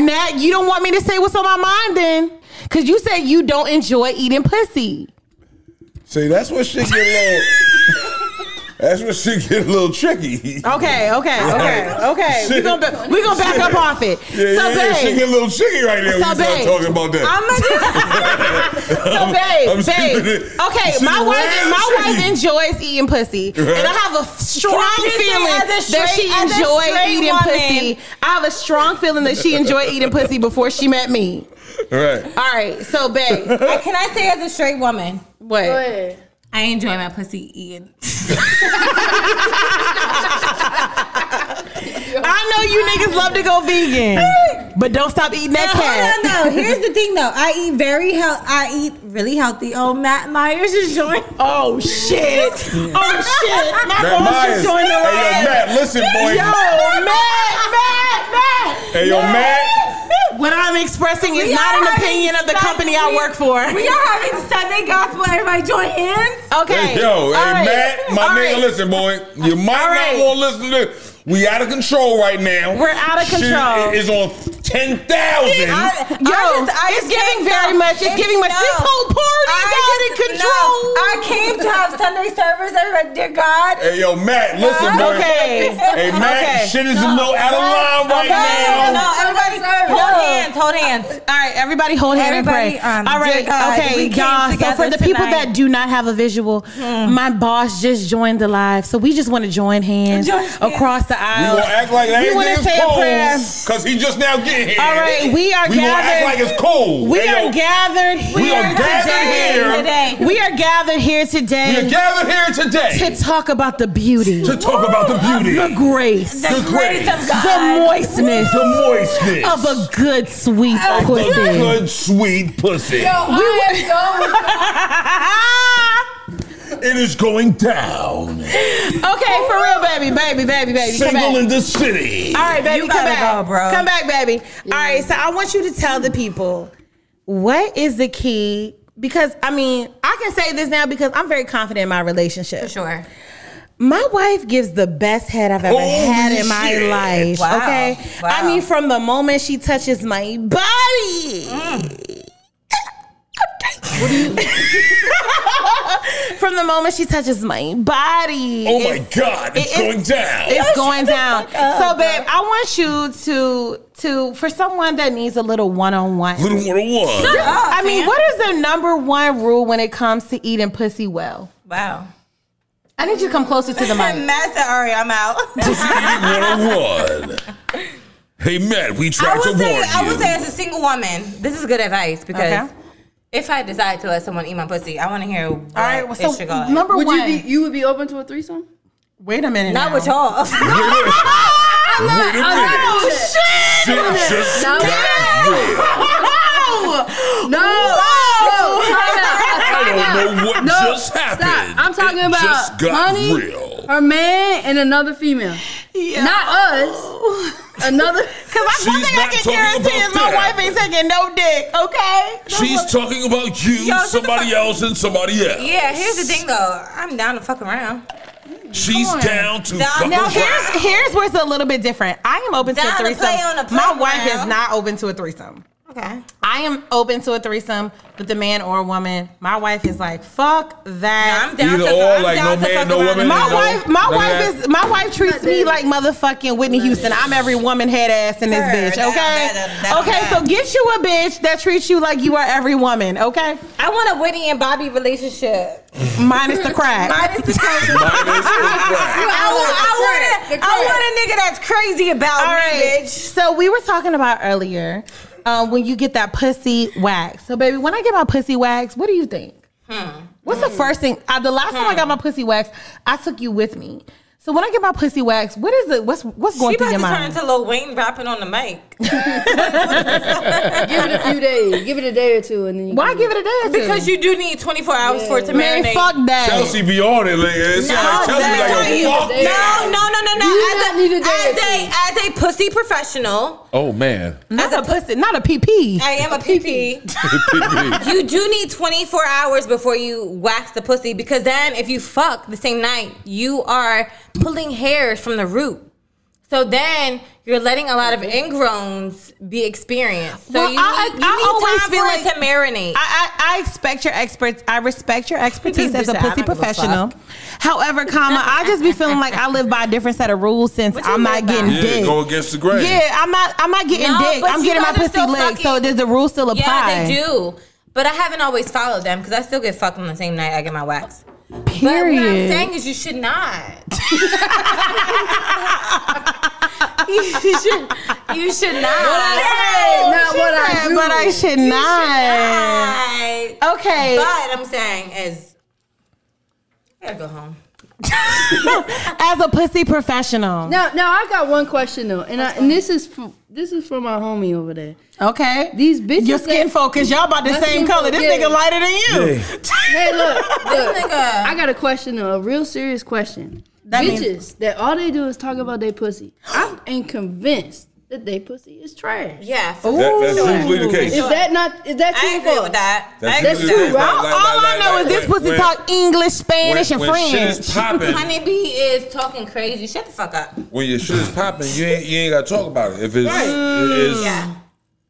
Speaker 7: Nat,
Speaker 4: back.
Speaker 7: Nat, you don't want me to say what's on my mind then, because you said you don't enjoy eating pussy.
Speaker 11: See, that's what shit get a little. that's what shit get a little tricky.
Speaker 7: Okay, okay, okay, okay. We
Speaker 11: Shit.
Speaker 7: gonna ba- we gonna back up off it.
Speaker 11: Yeah,
Speaker 7: so
Speaker 11: yeah, yeah. Shit
Speaker 7: babe,
Speaker 11: get a little tricky right there
Speaker 7: So,
Speaker 11: when you start
Speaker 7: babe,
Speaker 11: talking about that.
Speaker 7: I'm gonna. so babe,
Speaker 11: I'm
Speaker 7: babe.
Speaker 11: keeping it-
Speaker 7: Okay,
Speaker 11: keeping
Speaker 7: my
Speaker 11: it
Speaker 7: wife,
Speaker 11: real
Speaker 7: my wife
Speaker 11: tricky.
Speaker 7: enjoys eating pussy,
Speaker 11: Right.
Speaker 7: and I have a f- strong
Speaker 4: Can you say
Speaker 7: feeling
Speaker 4: as a
Speaker 7: that she
Speaker 4: straight- as a
Speaker 7: enjoyed
Speaker 4: straight
Speaker 7: eating
Speaker 4: woman-
Speaker 7: pussy. I have a strong feeling that she enjoyed eating pussy before she met me.
Speaker 11: right.
Speaker 7: All right, so babe,
Speaker 5: Hey, Can I say as a straight woman,
Speaker 7: what?
Speaker 4: Go ahead.
Speaker 5: I enjoy my pussy eating.
Speaker 7: I know you niggas love to go vegan, but don't stop eating that cat.
Speaker 5: No, no, no. Here's the thing, though. I eat very healthy. I eat really healthy. Oh, Matt Myers is joining.
Speaker 7: Oh shit! Oh shit! My
Speaker 11: Matt
Speaker 7: boss is
Speaker 11: Myers. Hey, yo,
Speaker 7: joining the lab.
Speaker 11: Matt, listen, boy.
Speaker 7: Yo, Matt, Matt, Matt.
Speaker 11: Hey, yo, Matt.
Speaker 7: What I'm expressing is
Speaker 5: We
Speaker 7: not
Speaker 5: are
Speaker 7: an opinion of the
Speaker 5: having
Speaker 7: company I work for.
Speaker 5: We are having Sunday gospel. Everybody join hands.
Speaker 7: Okay.
Speaker 11: Hey,
Speaker 7: All
Speaker 11: yo, hey,
Speaker 7: right.
Speaker 11: Matt, my
Speaker 7: All
Speaker 11: nigga,
Speaker 7: right.
Speaker 11: listen, boy. You might
Speaker 7: All right.
Speaker 11: not want to listen to this. We out of control right now.
Speaker 7: We're out of
Speaker 11: Shit
Speaker 7: control.
Speaker 11: is on 10,000.
Speaker 7: Yo, it's giving very much. It's giving much. This whole party is out of control.
Speaker 5: I came to have Sunday service. Everybody, dear God.
Speaker 11: Hey, yo, Matt, listen, boy.
Speaker 7: Okay.
Speaker 11: Hey, Matt,
Speaker 7: Okay.
Speaker 11: shit is a little out of line right
Speaker 7: Okay.
Speaker 11: now.
Speaker 5: No, everybody, hold hands. Hold hands.
Speaker 7: All right, everybody hold hand
Speaker 5: Everybody,
Speaker 7: and pray.
Speaker 5: um,
Speaker 7: All right,
Speaker 5: dear God, we
Speaker 7: okay,
Speaker 5: came
Speaker 7: y'all. So
Speaker 5: together
Speaker 7: for the people
Speaker 5: tonight. Hmm.
Speaker 7: that do not have a visual, my boss just joined the live, so we just want to join hands
Speaker 5: Join hands.
Speaker 7: across the
Speaker 11: We
Speaker 7: aisle.
Speaker 11: gonna act like that
Speaker 7: We wanna
Speaker 11: ain't
Speaker 7: say a prayer.
Speaker 11: nigga's cold, cause he just now getting here.
Speaker 7: All right, we are
Speaker 11: We gonna act
Speaker 7: gathered-
Speaker 11: like it's cold.
Speaker 7: We
Speaker 11: Hey,
Speaker 7: are
Speaker 11: yo,
Speaker 7: gathered here.
Speaker 11: we are gathered
Speaker 7: today.
Speaker 11: here.
Speaker 5: Today.
Speaker 7: We are gathered here
Speaker 11: We are
Speaker 7: today
Speaker 11: gathered here today
Speaker 7: to talk about the beauty,
Speaker 11: to talk about the
Speaker 7: the
Speaker 11: beauty,
Speaker 7: grace,
Speaker 11: the grace,
Speaker 5: of God.
Speaker 7: the moistness
Speaker 11: the moistness
Speaker 7: of a good, sweet
Speaker 11: of the
Speaker 7: pussy.
Speaker 11: good sweet pussy.
Speaker 4: We were done.
Speaker 7: Ah!
Speaker 11: It is going down.
Speaker 7: Okay, for real, baby, baby, baby, baby. Come
Speaker 11: Single
Speaker 7: back.
Speaker 11: in the city.
Speaker 7: All right, baby,
Speaker 5: You
Speaker 7: come
Speaker 5: gotta
Speaker 7: back.
Speaker 5: go, bro.
Speaker 7: Come back, baby. All right, so I want you to tell the people what is the key because I mean, I can say this now because I'm very confident in my relationship.
Speaker 5: Sure.
Speaker 7: My wife gives the best head I've ever
Speaker 11: Holy
Speaker 7: had in my
Speaker 11: shit.
Speaker 7: life.
Speaker 5: Wow.
Speaker 7: Okay.
Speaker 5: Wow.
Speaker 7: I mean, from the moment she touches my body.
Speaker 5: Mm.
Speaker 7: from the moment she touches my body.
Speaker 11: Oh my
Speaker 7: it's-
Speaker 11: God,
Speaker 7: it-
Speaker 11: it's going down.
Speaker 7: It's going down. so, babe, I want you to to for someone that needs a little one on one.
Speaker 11: Little one on one.
Speaker 5: Oh,
Speaker 7: I mean, what is the number one rule when it comes to eating pussy well?
Speaker 5: Wow.
Speaker 7: I need you to come closer to the mic.
Speaker 5: Matt said, "All right, I'm out."
Speaker 11: Pussy eat one on one. Hey Matt, we
Speaker 5: I
Speaker 11: tried to
Speaker 5: would
Speaker 11: warn
Speaker 5: say,
Speaker 11: you.
Speaker 5: I would say, as a single woman, this is good advice because
Speaker 7: Okay.
Speaker 5: if I decide to let someone eat my pussy, I want to hear. What
Speaker 7: All right. Well, so
Speaker 5: it should go like.
Speaker 7: number
Speaker 4: Would
Speaker 7: one.
Speaker 4: you be you would be open to a threesome?
Speaker 7: wait a minute.
Speaker 5: not
Speaker 7: now.
Speaker 5: with y'all.
Speaker 11: Wait a minute.
Speaker 7: Oh shit!
Speaker 11: Shit just
Speaker 4: No.
Speaker 11: got real.
Speaker 7: Oh!
Speaker 4: No.
Speaker 7: Whoa!
Speaker 11: I don't know what
Speaker 4: No,
Speaker 11: just happened.
Speaker 4: Stop. I'm talking
Speaker 11: It
Speaker 4: about
Speaker 11: just got
Speaker 4: money,
Speaker 11: real.
Speaker 4: her man, and another female.
Speaker 7: Yeah.
Speaker 4: Not us. Another.
Speaker 7: Cause I, one
Speaker 11: She's
Speaker 7: thing I
Speaker 11: not
Speaker 7: can
Speaker 11: talking
Speaker 7: guarantee
Speaker 11: about
Speaker 7: is my
Speaker 11: that.
Speaker 7: wife ain't taking no dick. Okay.
Speaker 11: She's talking about you,
Speaker 5: Yo, shut the
Speaker 11: somebody
Speaker 5: fuck-
Speaker 11: else, and somebody else.
Speaker 5: yeah, here's the thing though. I'm down to fuck around.
Speaker 11: She's down to
Speaker 5: Down-
Speaker 11: fuck
Speaker 5: now
Speaker 7: Now
Speaker 11: around.
Speaker 7: here's here's where it's a little bit different. I am open to a
Speaker 5: Down to
Speaker 7: threesome.
Speaker 5: play on the
Speaker 7: my wife is
Speaker 5: playground.
Speaker 7: not open to a threesome.
Speaker 5: Okay.
Speaker 7: I am open to a threesome with a man or a woman. My wife is like, fuck that.
Speaker 5: I'm down
Speaker 11: Either
Speaker 5: to
Speaker 11: or,
Speaker 5: I'm
Speaker 11: like,
Speaker 5: down
Speaker 11: no
Speaker 5: to
Speaker 11: man,
Speaker 5: fuck
Speaker 11: no
Speaker 5: around
Speaker 11: woman,
Speaker 5: and
Speaker 7: my
Speaker 11: no-
Speaker 7: wife, my
Speaker 11: none of
Speaker 7: wife
Speaker 11: that.
Speaker 7: is my wife treats me like motherfucking Whitney Houston. I'm every woman head ass in this
Speaker 5: Sure,
Speaker 7: bitch,
Speaker 5: that-
Speaker 7: okay?
Speaker 5: that- that-
Speaker 7: okay,
Speaker 5: that-
Speaker 7: so get you a bitch that treats you like you are every woman, okay?
Speaker 5: I want a Whitney and Bobby relationship.
Speaker 7: Minus the crack.
Speaker 5: Minus the crazy. I,
Speaker 11: Mine is the
Speaker 5: I, want, I, want a, I want a nigga that's crazy about
Speaker 7: All
Speaker 5: me,
Speaker 7: right.
Speaker 5: bitch.
Speaker 7: So we were talking about earlier um, when you get that pussy wax. So baby, when I get my pussy wax, what do you think?
Speaker 5: Hmm.
Speaker 7: What's the first thing? Uh, the last time I got my pussy wax, I took you with me. So when I get my pussy wax, what is it? What's what's going
Speaker 5: She
Speaker 7: through
Speaker 5: about
Speaker 7: your
Speaker 5: to
Speaker 7: mind?
Speaker 5: turn into Lil Wayne rapping on the mic.
Speaker 4: Give it a few days. Give it a day or two, and then you
Speaker 7: Why give it a day? or two?
Speaker 5: Because you do need 24 hours for it to
Speaker 7: man,
Speaker 5: marinate.
Speaker 7: fuck that.
Speaker 11: Chelsea be on it. Like, it sounds like Chelsea
Speaker 5: that-
Speaker 11: be like,
Speaker 5: no,
Speaker 11: yo, fuck
Speaker 4: that-
Speaker 11: that.
Speaker 5: no, no, no, no.
Speaker 4: You
Speaker 5: As
Speaker 4: not
Speaker 5: a-
Speaker 4: need a day
Speaker 5: as
Speaker 4: or
Speaker 5: a as a pussy professional,
Speaker 11: Oh, man.
Speaker 7: Not a pussy, not a PP.
Speaker 5: I am a PP. you do need 24 hours before you wax the pussy because then if you fuck the same night, you are pulling hairs from the root. So then you're letting a lot of ingrowns be experienced. So
Speaker 7: Mm-hmm. Well,
Speaker 5: you,
Speaker 7: I-
Speaker 5: need, you
Speaker 7: I
Speaker 5: need
Speaker 7: always
Speaker 5: time
Speaker 7: feel
Speaker 5: for it
Speaker 7: like-
Speaker 5: to marinate.
Speaker 7: I, I, I expect your experts. I respect your expertise as a
Speaker 5: Bitch, I
Speaker 7: pussy
Speaker 5: don't give a
Speaker 7: professional.
Speaker 5: fuck.
Speaker 7: However, comma, I just be feeling like I live by a different set of rules since
Speaker 5: What you
Speaker 7: I'm not
Speaker 5: live by?
Speaker 7: getting
Speaker 11: Yeah,
Speaker 7: dick.
Speaker 11: go against the grain.
Speaker 7: Yeah, I'm not. I'm not getting
Speaker 5: No,
Speaker 7: dick.
Speaker 5: but
Speaker 7: I'm
Speaker 5: you
Speaker 7: getting my
Speaker 5: guys are
Speaker 7: pussy
Speaker 5: still
Speaker 7: licked. So
Speaker 5: fucking-
Speaker 7: does the rule still apply?
Speaker 5: Yeah, they do. But I haven't always followed them because I still get fucked on the same night I get my wax. But what I'm
Speaker 7: Period.
Speaker 5: saying is you should not. you should you should not.
Speaker 4: not
Speaker 7: She
Speaker 4: what I
Speaker 7: said,
Speaker 4: do.
Speaker 7: but I should not.
Speaker 5: I-
Speaker 7: Okay.
Speaker 5: But I'm saying is I gotta go home.
Speaker 7: As a pussy professional.
Speaker 4: Now, now I got one question though, and I, and this is from, this is from my homie over there.
Speaker 7: Okay.
Speaker 4: These bitches.
Speaker 7: Your skin
Speaker 4: that-
Speaker 7: focus. Y'all about the
Speaker 4: My
Speaker 7: same
Speaker 4: skin
Speaker 7: color. This
Speaker 4: folk, yeah.
Speaker 7: nigga lighter than you.
Speaker 4: Hey, look, look.
Speaker 5: nigga.
Speaker 4: I got a question though, a real serious question.
Speaker 7: That
Speaker 4: Bitches
Speaker 7: means-
Speaker 4: that all they do is talk about their pussy. I ain't convinced that they pussy is trash.
Speaker 5: Yeah.
Speaker 11: That- that's usually the case.
Speaker 4: Is that not? Is that
Speaker 5: I
Speaker 4: true? or
Speaker 5: agree
Speaker 4: false?
Speaker 5: with that. I
Speaker 11: That's
Speaker 5: agree
Speaker 11: usually
Speaker 5: with
Speaker 11: the
Speaker 5: that.
Speaker 11: case. Like,
Speaker 7: All,
Speaker 11: like,
Speaker 7: all
Speaker 11: like,
Speaker 7: I know is
Speaker 11: like,
Speaker 7: this
Speaker 11: like,
Speaker 7: pussy
Speaker 11: when-
Speaker 7: talk English, Spanish,
Speaker 11: when,
Speaker 7: and
Speaker 11: when
Speaker 7: French.
Speaker 11: shit is popping,
Speaker 5: Honeybee is talking crazy. Shut the fuck up.
Speaker 11: when your shit is popping, you ain't you ain't gotta talk about it. If it's, it is,
Speaker 5: Yeah.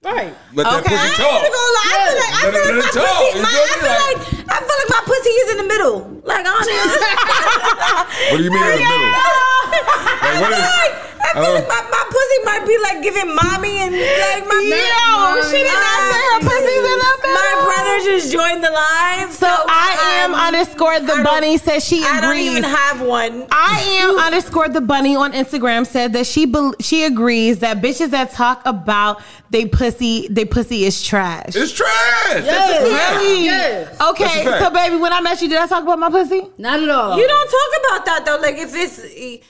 Speaker 4: Right.
Speaker 11: let that
Speaker 7: Okay.
Speaker 11: pussy
Speaker 5: I ain't even
Speaker 11: talk.
Speaker 5: gonna lie. I feel like I
Speaker 11: Let it-
Speaker 5: feel
Speaker 11: let
Speaker 5: like
Speaker 11: it
Speaker 5: my
Speaker 11: talk.
Speaker 5: pussy.
Speaker 11: You
Speaker 5: My,
Speaker 11: feel
Speaker 5: I feel
Speaker 11: me? Like-
Speaker 5: like I feel like my pussy is in the middle. Like honestly.
Speaker 11: What do you mean in the middle?
Speaker 5: I
Speaker 11: what
Speaker 5: feel
Speaker 11: is-
Speaker 5: like I feel like
Speaker 11: Uh.
Speaker 5: my, my pussy might be like giving mommy and like my
Speaker 7: No, oh, she did not say her pussy's in the middle.
Speaker 5: My brother just joined the live.
Speaker 7: So I am
Speaker 5: um,
Speaker 7: underscore the
Speaker 5: don't-
Speaker 7: bunny says she
Speaker 5: I don't
Speaker 7: agrees.
Speaker 5: even have one.
Speaker 7: I am underscore the bunny on Instagram said that she bel she agrees that bitches that talk about they pussy they pussy is trash.
Speaker 11: It's trash.
Speaker 7: Really?
Speaker 4: Yes.
Speaker 7: Okay,
Speaker 11: That's a fact.
Speaker 7: so baby, when I met you, did I talk about my pussy?
Speaker 4: Not at all.
Speaker 5: You don't talk about that though. Like if it's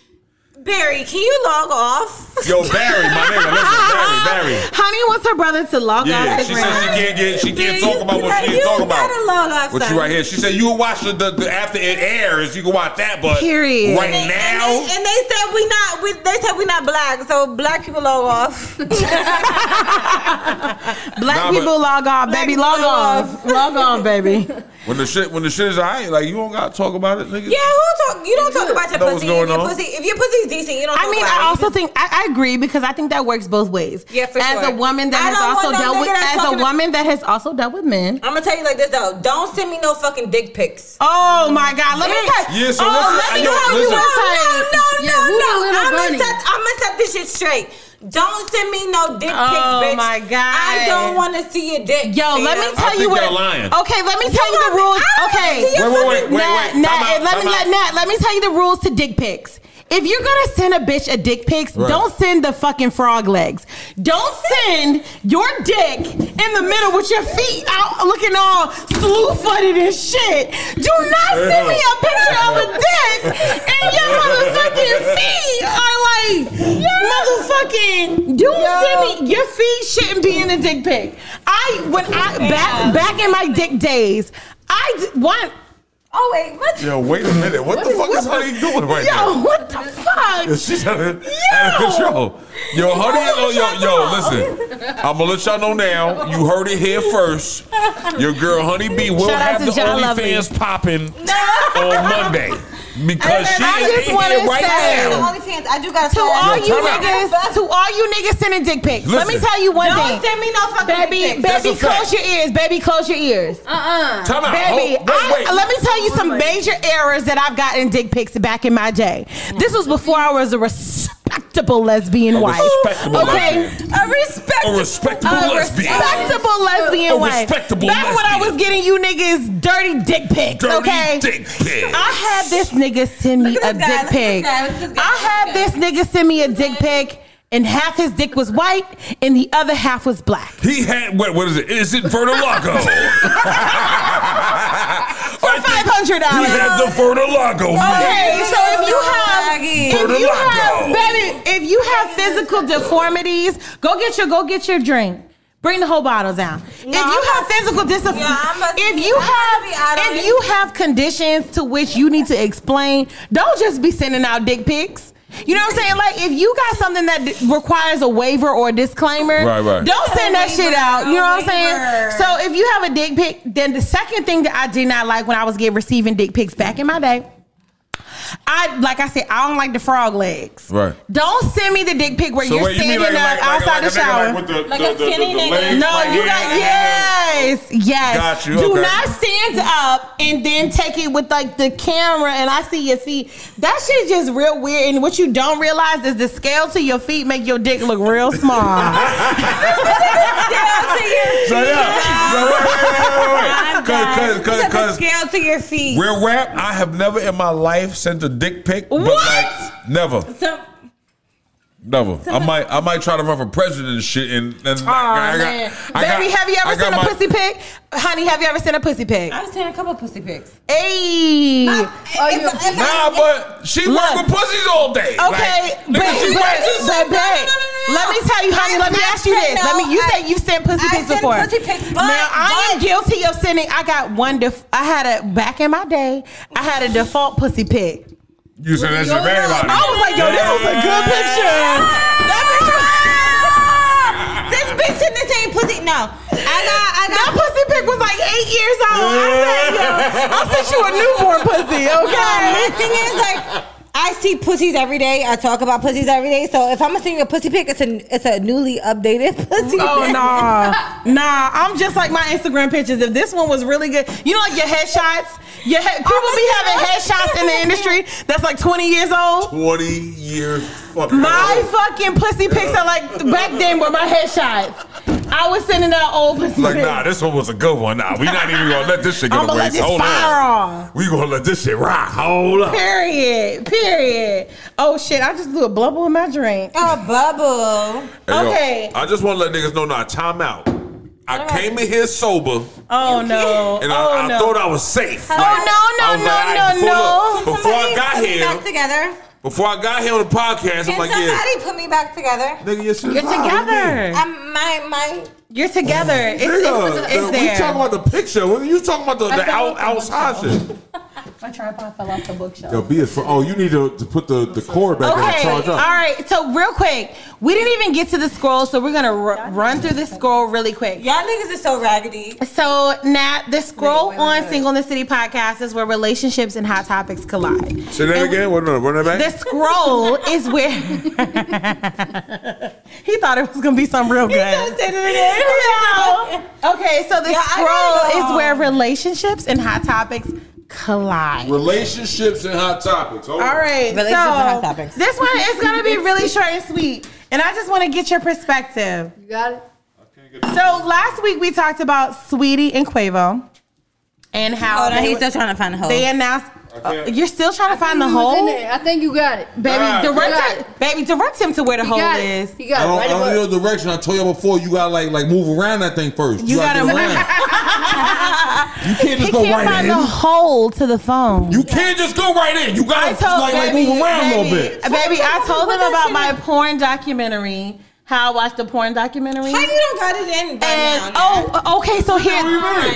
Speaker 5: Barry, can you log off?
Speaker 11: Yo, Barry, my nigga, listen, Barry, Barry.
Speaker 7: Honey wants her brother to log
Speaker 11: Yeah,
Speaker 7: off
Speaker 11: she said she
Speaker 7: Instagram.
Speaker 11: can't get, she
Speaker 5: Yeah,
Speaker 11: can't
Speaker 5: you-
Speaker 11: talk about what she
Speaker 5: you
Speaker 11: can't talk
Speaker 5: gotta log
Speaker 11: about.
Speaker 5: off,
Speaker 11: But
Speaker 5: son.
Speaker 11: you right here. She said you will watch the, the, the after it airs. You can watch that, but
Speaker 7: Period.
Speaker 11: right
Speaker 5: And they-
Speaker 11: now,
Speaker 5: and they, and they said we not. We, they said we not black, so black people log off.
Speaker 7: Black
Speaker 11: Nah, but-
Speaker 7: people log off,
Speaker 5: Black
Speaker 7: baby, log
Speaker 5: people log
Speaker 7: off, log on, baby.
Speaker 11: when the shit, when the shit is alright, like you don't gotta talk about it, nigga.
Speaker 5: Yeah, who talk? You don't talk about your
Speaker 11: Know what's
Speaker 5: pussy. If
Speaker 11: going
Speaker 5: your
Speaker 11: on.
Speaker 5: pussy, if your pussy's decent, you don't.
Speaker 7: I
Speaker 5: talk
Speaker 7: mean,
Speaker 5: about
Speaker 7: I
Speaker 5: it.
Speaker 7: also think I, I agree because I think that works both ways.
Speaker 5: Yeah, for
Speaker 7: as
Speaker 5: sure.
Speaker 7: a woman that
Speaker 5: I
Speaker 7: has
Speaker 5: don't want
Speaker 7: also
Speaker 5: no
Speaker 7: dealt
Speaker 5: nigga
Speaker 7: with
Speaker 5: that's
Speaker 7: as
Speaker 5: talking
Speaker 7: a
Speaker 5: to-
Speaker 7: woman that has also dealt with men.
Speaker 5: I'm gonna tell you like this though. Don't send me no fucking dick pics.
Speaker 7: Oh my God! Let me tell
Speaker 11: Yeah, so
Speaker 7: oh,
Speaker 11: what's
Speaker 7: let
Speaker 11: the-
Speaker 7: me
Speaker 11: yo,
Speaker 7: tell you
Speaker 11: listen.
Speaker 7: what's
Speaker 5: No,
Speaker 7: happening.
Speaker 5: no,
Speaker 4: Yeah,
Speaker 5: no,
Speaker 4: who the
Speaker 5: no.
Speaker 4: little
Speaker 5: I'm
Speaker 4: bunny?
Speaker 5: gonna set. I'm gonna set this shit straight. Don't send me no dick pics,
Speaker 7: Oh,
Speaker 5: bitch.
Speaker 7: my God.
Speaker 5: I don't want to see your dick.
Speaker 7: Yo, let me tell
Speaker 11: I
Speaker 7: you
Speaker 11: think
Speaker 7: what.
Speaker 11: y'all lying.
Speaker 7: Okay, let me tell you the rules.
Speaker 5: I don't
Speaker 7: Okay,
Speaker 5: see your
Speaker 11: Wait, wait, wait, fucking- wait,
Speaker 7: Nat,
Speaker 11: wait.
Speaker 7: Nat,
Speaker 11: Time out,
Speaker 7: let me
Speaker 11: time
Speaker 7: let
Speaker 11: out.
Speaker 7: Nat, let me tell you the rules to dick pics. If you're gonna send a bitch a dick pics,
Speaker 11: Right.
Speaker 7: don't send the fucking frog legs. Don't send your dick in the middle with your feet out looking all slew footed and shit. Do not send me a picture of a dick and your motherfucking feet are like motherfucking. Don't send me your feet shouldn't be in a dick pic. I when I back back in my dick days, I d- want.
Speaker 5: Oh wait, what?
Speaker 11: Yo, wait a minute. What, the fuck is honey doing right
Speaker 7: Yo,
Speaker 11: now?
Speaker 7: what the fuck?
Speaker 11: Yo, She's out of, out of control. Yo, honey, oh, yo, yo, listen. I'm gonna let y'all know now. You heard it here first. Your girl, Honey B, will
Speaker 7: Shout out
Speaker 11: have
Speaker 7: to
Speaker 11: the
Speaker 7: John Lovely.
Speaker 11: OnlyFans popping on Monday. because she
Speaker 7: And I
Speaker 11: is
Speaker 7: just
Speaker 11: in
Speaker 7: wanna
Speaker 11: here right
Speaker 7: say-
Speaker 11: now.
Speaker 5: I do got
Speaker 7: To all you
Speaker 11: time out.
Speaker 7: niggas, to all you niggas sending dick pics. Let me
Speaker 11: Listen.
Speaker 7: tell you one
Speaker 5: Don't
Speaker 7: thing.
Speaker 5: send me no fucking
Speaker 7: Baby,
Speaker 5: dick pics.
Speaker 11: That's
Speaker 7: baby,
Speaker 11: a fact.
Speaker 7: close your ears. Baby, close your ears.
Speaker 11: Time out.
Speaker 7: Baby,
Speaker 11: Hold- wait, wait.
Speaker 7: I, let me tell you some major errors that I've gotten dick pics back in my day. This was before I was a respectable lesbian wife.
Speaker 11: respectable
Speaker 7: okay,
Speaker 11: lesbian.
Speaker 7: a respectable,
Speaker 11: A respectable lesbian.
Speaker 7: respectable lesbian
Speaker 11: A
Speaker 7: wife.
Speaker 11: respectable
Speaker 7: Back when I
Speaker 11: lesbian.
Speaker 7: was getting you niggas dirty dick pics.
Speaker 11: Dirty
Speaker 7: okay,
Speaker 11: dick pics.
Speaker 7: I had this nigga send me
Speaker 5: Look
Speaker 7: a
Speaker 5: at this
Speaker 7: dick
Speaker 5: guy, look at this
Speaker 7: pic.
Speaker 5: guy, look at this guy,
Speaker 7: I
Speaker 5: look at
Speaker 7: had
Speaker 5: this
Speaker 7: this nigga send me a dick pic, and half his dick was white, and the other half was black.
Speaker 11: He had what? What is it? Is it Vertilago? For
Speaker 7: $500.
Speaker 11: He had the Vertilago.
Speaker 7: Okay, so if you have, if you have,
Speaker 11: Vertilago.
Speaker 7: baby, if you have physical deformities, go get your go get your drink. Bring the whole bottle down. if you
Speaker 5: I'm
Speaker 7: have physical disabilities,
Speaker 5: Yeah, I'm about to
Speaker 7: if
Speaker 5: be-
Speaker 7: you
Speaker 5: I'm about
Speaker 7: have
Speaker 5: to be out on
Speaker 7: if
Speaker 5: it.
Speaker 7: you have conditions to which you need to explain, don't just be sending out dick pics. You know what I'm saying? Like if you got something that d- requires a waiver or a disclaimer,
Speaker 11: Right, right.
Speaker 7: don't send that shit
Speaker 5: Waiver,
Speaker 7: out. You know what I'm
Speaker 5: waiver.
Speaker 7: saying? So if you have a dick pic, then the second thing that I did not like when I was getting receiving dick pics back in my day. I like I said, I don't like the frog legs.
Speaker 11: Right.
Speaker 7: Don't send me the dick pic where
Speaker 11: So
Speaker 7: you're
Speaker 11: wait, you
Speaker 7: standing
Speaker 11: mean like,
Speaker 7: up
Speaker 11: like, like,
Speaker 7: outside
Speaker 11: like a
Speaker 7: the shower.
Speaker 11: nigga, like, with the,
Speaker 5: Like
Speaker 11: the,
Speaker 5: a skinny
Speaker 11: the, the,
Speaker 5: nigga.
Speaker 11: legs
Speaker 7: no,
Speaker 11: right
Speaker 7: you
Speaker 11: here?
Speaker 7: got yes, yes.
Speaker 11: Got you,
Speaker 7: Do
Speaker 11: okay.
Speaker 7: not stand up and then take it with like the camera and I see your feet. That shit just real weird. And what you don't realize is the scale to your feet make your dick look real small.
Speaker 11: So yeah. So, wait, wait, wait, wait, wait. Cause, cause,
Speaker 5: Set
Speaker 11: cause,
Speaker 5: the
Speaker 11: 'cause
Speaker 5: scale to your feet.
Speaker 11: real rap. I have never in my life sent a dick pic. But
Speaker 7: What?
Speaker 11: Like, never.
Speaker 5: So,
Speaker 11: Never. I might I might try to run for president and shit and, and
Speaker 7: Oh, man. Baby, have you
Speaker 11: I
Speaker 7: ever
Speaker 11: got
Speaker 7: sent a
Speaker 11: my-
Speaker 7: pussy pic? Honey, have you ever sent a pussy pic?
Speaker 5: I've seen a couple pussy pics.
Speaker 7: Hey.
Speaker 5: If- if I-
Speaker 11: Nah, but she
Speaker 7: Look.
Speaker 11: worked with pussies all day.
Speaker 7: Okay,
Speaker 11: Like,
Speaker 7: but,
Speaker 11: nigga,
Speaker 7: but,
Speaker 11: she worked-
Speaker 7: but, babe,
Speaker 5: no, no.
Speaker 7: let me tell you, honey. Let me
Speaker 5: I- I
Speaker 7: ask you this.
Speaker 5: said
Speaker 7: Let me. You
Speaker 5: no.
Speaker 7: say
Speaker 5: I-
Speaker 7: you've sent pussy
Speaker 5: I
Speaker 7: pics
Speaker 5: sent
Speaker 7: before.
Speaker 5: pussy pics, but-
Speaker 7: now I am
Speaker 5: but-
Speaker 7: guilty of sending. I got one. Def- I had a back in my day. I had a default pussy pic.
Speaker 11: You said that shit for everybody.
Speaker 7: I was like, yo, this was a good picture.
Speaker 5: That bitch was- This bitch in this ain't pussy. No, I got, I
Speaker 7: That
Speaker 5: got.
Speaker 7: pussy pic was like eight years old. I said, yo, I sent you a newborn pussy.
Speaker 5: My
Speaker 7: Okay.
Speaker 5: thing is like. I see pussies every day. I talk about pussies every day. So if I'm gonna send you a pussy pic, it's a it's a newly updated pussy.
Speaker 7: Oh
Speaker 5: pic.
Speaker 7: nah, nah! I'm just like my Instagram pictures. If this one was really good, you know, like your headshots. Your head, people be having headshots in the industry that's like 20 years old.
Speaker 9: 20 years fucking
Speaker 7: My fucking pussy pics are like back then were my headshots. I was sending out old pussy
Speaker 11: Like,
Speaker 7: pics.
Speaker 11: nah, this one was a good one. Nah, we not even gonna let this shit get
Speaker 7: I'ma
Speaker 11: away.
Speaker 7: let this
Speaker 11: Hold
Speaker 7: fire
Speaker 11: on.
Speaker 7: off.
Speaker 11: We gonna let this shit rock. Hold up.
Speaker 7: Period. Period. Oh shit! I just blew a bubble in my drink.
Speaker 5: A bubble.
Speaker 11: Hey, yo,
Speaker 7: Okay.
Speaker 11: I just want to let niggas know now. Time out. I came in here sober,
Speaker 7: Oh no!
Speaker 11: and
Speaker 7: oh
Speaker 11: I, I
Speaker 7: no!
Speaker 11: thought I was safe.
Speaker 7: Oh, no, no,
Speaker 11: I was
Speaker 7: no,
Speaker 11: all
Speaker 7: no,
Speaker 11: before-
Speaker 7: no.
Speaker 11: look, Before I
Speaker 5: Somebody
Speaker 11: got
Speaker 5: put me
Speaker 11: here,
Speaker 5: back together.
Speaker 11: before I got here on the podcast, I'm
Speaker 5: Can
Speaker 11: like, yeah,
Speaker 5: somebody put me back together?
Speaker 9: Nigga, your shit
Speaker 7: You're together.
Speaker 5: I'm my my.
Speaker 7: You're together. It's,
Speaker 9: Nigga,
Speaker 7: it's, it's
Speaker 9: the- we
Speaker 7: there.
Speaker 9: talking about the picture. What are you talking about the, the out, outside shit?
Speaker 7: My tripod fell off the bookshelf.
Speaker 9: Yo, B is for, oh, you need to, to put the, the cord back
Speaker 7: Okay.
Speaker 9: in
Speaker 7: All
Speaker 9: and charge up.
Speaker 7: right. So real quick, we didn't even get to the scroll, so we're gonna r- run through the scroll really quick.
Speaker 5: Y'all niggas are so raggedy.
Speaker 7: So Nat, the scroll on Single in the City podcast is where relationships and hot topics collide.
Speaker 11: say that again. What, no, run that
Speaker 7: The
Speaker 11: back.
Speaker 7: scroll is where he thought it was gonna be something real good. No. Okay, so the
Speaker 5: Yeah, I gotta
Speaker 7: scroll
Speaker 5: go.
Speaker 7: is where relationships and hot topics collide.
Speaker 9: Relationships and hot topics. Hold on.
Speaker 7: All right,
Speaker 5: Relationships
Speaker 7: so
Speaker 5: and hot topics.
Speaker 7: this one is gonna be really short and sweet, and I just want to get your perspective.
Speaker 4: You got it?
Speaker 7: So last week we talked about Sweetie and Quavo, and how
Speaker 5: Hold on,
Speaker 7: they,
Speaker 5: he's still trying to find a hole.
Speaker 7: they announced.
Speaker 9: Okay.
Speaker 7: uh, you're still trying to find the
Speaker 4: He was in
Speaker 7: hole,
Speaker 4: there. I think you got it.
Speaker 7: baby.
Speaker 9: Ah,
Speaker 7: direct,
Speaker 4: got
Speaker 7: him, baby, direct him to where the
Speaker 4: He
Speaker 7: hole
Speaker 4: got
Speaker 7: is.
Speaker 4: it. He got
Speaker 9: I
Speaker 4: it.
Speaker 9: don't,
Speaker 4: Right
Speaker 9: I don't
Speaker 4: above.
Speaker 9: know the direction. I told y'all before. You gotta like like move around that thing first.
Speaker 7: You gotta
Speaker 9: get
Speaker 7: move.
Speaker 9: You can't
Speaker 7: He
Speaker 9: just go
Speaker 7: can't
Speaker 9: right
Speaker 7: find
Speaker 9: in.
Speaker 7: the hole to the phone.
Speaker 9: You can't just go right in. You gotta
Speaker 7: I told
Speaker 9: like, like
Speaker 7: baby,
Speaker 9: move around
Speaker 7: baby,
Speaker 9: a little bit.
Speaker 7: Baby, I told him about my porn documentary how I watched the porn documentary.
Speaker 5: How you don't got it in by
Speaker 7: And
Speaker 5: now?
Speaker 7: oh, okay. So here,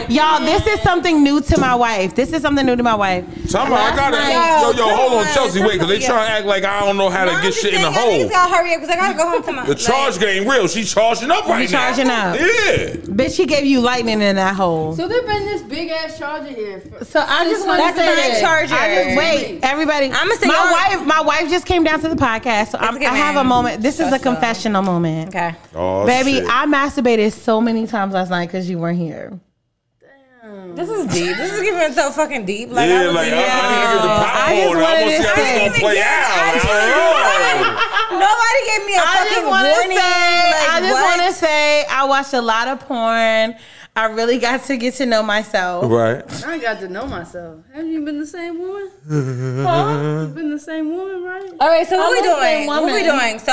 Speaker 7: y'all, this is something new to my wife. This is something new to my wife.
Speaker 11: Somehow I got
Speaker 5: night-
Speaker 11: to yo yo hold on
Speaker 5: Yo,
Speaker 11: Chelsea wait because they
Speaker 5: somebody-
Speaker 11: trying to act like I don't know how to
Speaker 5: No, I'm
Speaker 11: get
Speaker 5: just
Speaker 11: shit in the
Speaker 5: saying, y'all
Speaker 11: hole.
Speaker 5: niggas gotta hurry up because I gotta go home to my.
Speaker 11: The charge game real. She charging up right now.
Speaker 7: charging up.
Speaker 11: Yeah.
Speaker 7: Bitch, he gave you lightning in that hole. So,
Speaker 4: So there been this big ass charger here. For,
Speaker 7: I just want to
Speaker 5: That's
Speaker 7: say,
Speaker 5: my
Speaker 7: that.
Speaker 5: charger.
Speaker 7: I just- wait, everybody.
Speaker 5: I'ma say y'all-
Speaker 7: my wife. My wife just came down to the podcast, so I'm,
Speaker 5: okay,
Speaker 7: I have a
Speaker 5: ma'am.
Speaker 7: moment. This is a confessional moment.
Speaker 5: Okay.
Speaker 11: Oh,
Speaker 7: Baby,
Speaker 11: shit.
Speaker 7: I masturbated so many times last night because you weren't here.
Speaker 5: This is deep. This is giving so fucking deep. Like, I
Speaker 11: yeah,
Speaker 5: was
Speaker 11: like I, I
Speaker 5: yeah.
Speaker 11: need to get the
Speaker 7: I just
Speaker 11: popcorn. I,
Speaker 7: wanted
Speaker 11: want to
Speaker 7: to
Speaker 11: see how
Speaker 7: say-
Speaker 11: this gonna play out. Like, I don't know.
Speaker 5: Nobody gave me a
Speaker 7: I just
Speaker 5: fucking
Speaker 7: want to
Speaker 5: warning.
Speaker 7: say, I
Speaker 5: Like,
Speaker 7: just
Speaker 5: what?
Speaker 7: want to say, I watched a lot of porn. I really got to get to know
Speaker 11: oh.
Speaker 7: myself.
Speaker 11: Right.
Speaker 4: I got to know myself. Haven't you been the same woman? huh? You been the same woman, right?
Speaker 5: All right, so what we
Speaker 7: love that
Speaker 5: doing? What we
Speaker 7: woman.
Speaker 5: doing? So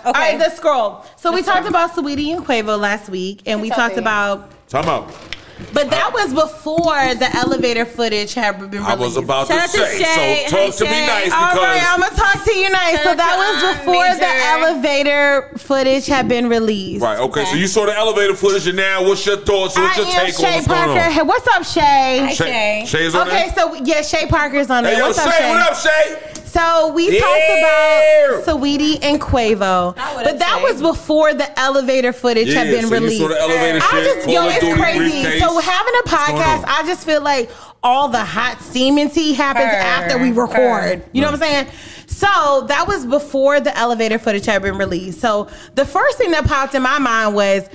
Speaker 5: okay.
Speaker 7: All right, the scroll. So we talked about Sweetie and Quavo last week, and we talked about,
Speaker 11: Time out.
Speaker 7: but that was before the elevator footage had been released.
Speaker 11: I was about
Speaker 5: Shout
Speaker 11: to
Speaker 5: out to
Speaker 11: say.
Speaker 5: Shay.
Speaker 11: So
Speaker 5: Hey,
Speaker 11: talk to me
Speaker 5: Shay.
Speaker 11: nice
Speaker 7: All right, I'm
Speaker 11: because
Speaker 7: gonna talk to you nice. So
Speaker 5: Shout out to
Speaker 7: that was
Speaker 5: Aunt
Speaker 7: before
Speaker 5: Major.
Speaker 7: the elevator footage had been released.
Speaker 11: right. Okay. So you saw the elevator footage and now what's your thoughts? What's your
Speaker 7: I am
Speaker 11: take on
Speaker 7: Shay
Speaker 11: what's going
Speaker 7: Parker.
Speaker 11: on?
Speaker 7: Hey, what's up, Shay?
Speaker 5: Shay.
Speaker 11: Shay's on
Speaker 7: Okay,
Speaker 11: there.
Speaker 7: so yeah, Shay Parker's on there.
Speaker 11: Hey yo,
Speaker 7: what's
Speaker 11: Shay,
Speaker 7: up, Shay?
Speaker 11: what up, Shay?
Speaker 7: So we
Speaker 11: Yeah.
Speaker 7: talked about Saweetie and Quavo,
Speaker 5: I would've
Speaker 7: but that
Speaker 5: said.
Speaker 7: was before the elevator footage had
Speaker 11: Yeah,
Speaker 7: been
Speaker 11: so you saw
Speaker 7: released.
Speaker 11: the elevator
Speaker 7: I
Speaker 11: shit,
Speaker 7: just yo,
Speaker 11: Call of
Speaker 7: it's
Speaker 11: Duty
Speaker 7: crazy.
Speaker 11: briefcase.
Speaker 7: So having a
Speaker 11: going
Speaker 7: podcast,
Speaker 11: on?
Speaker 7: I just feel like all the hot semen tea happens
Speaker 5: Her,
Speaker 7: after we record.
Speaker 5: her.
Speaker 7: You know what I'm saying? So that was before the elevator footage had been released. So the first thing that popped in my mind was.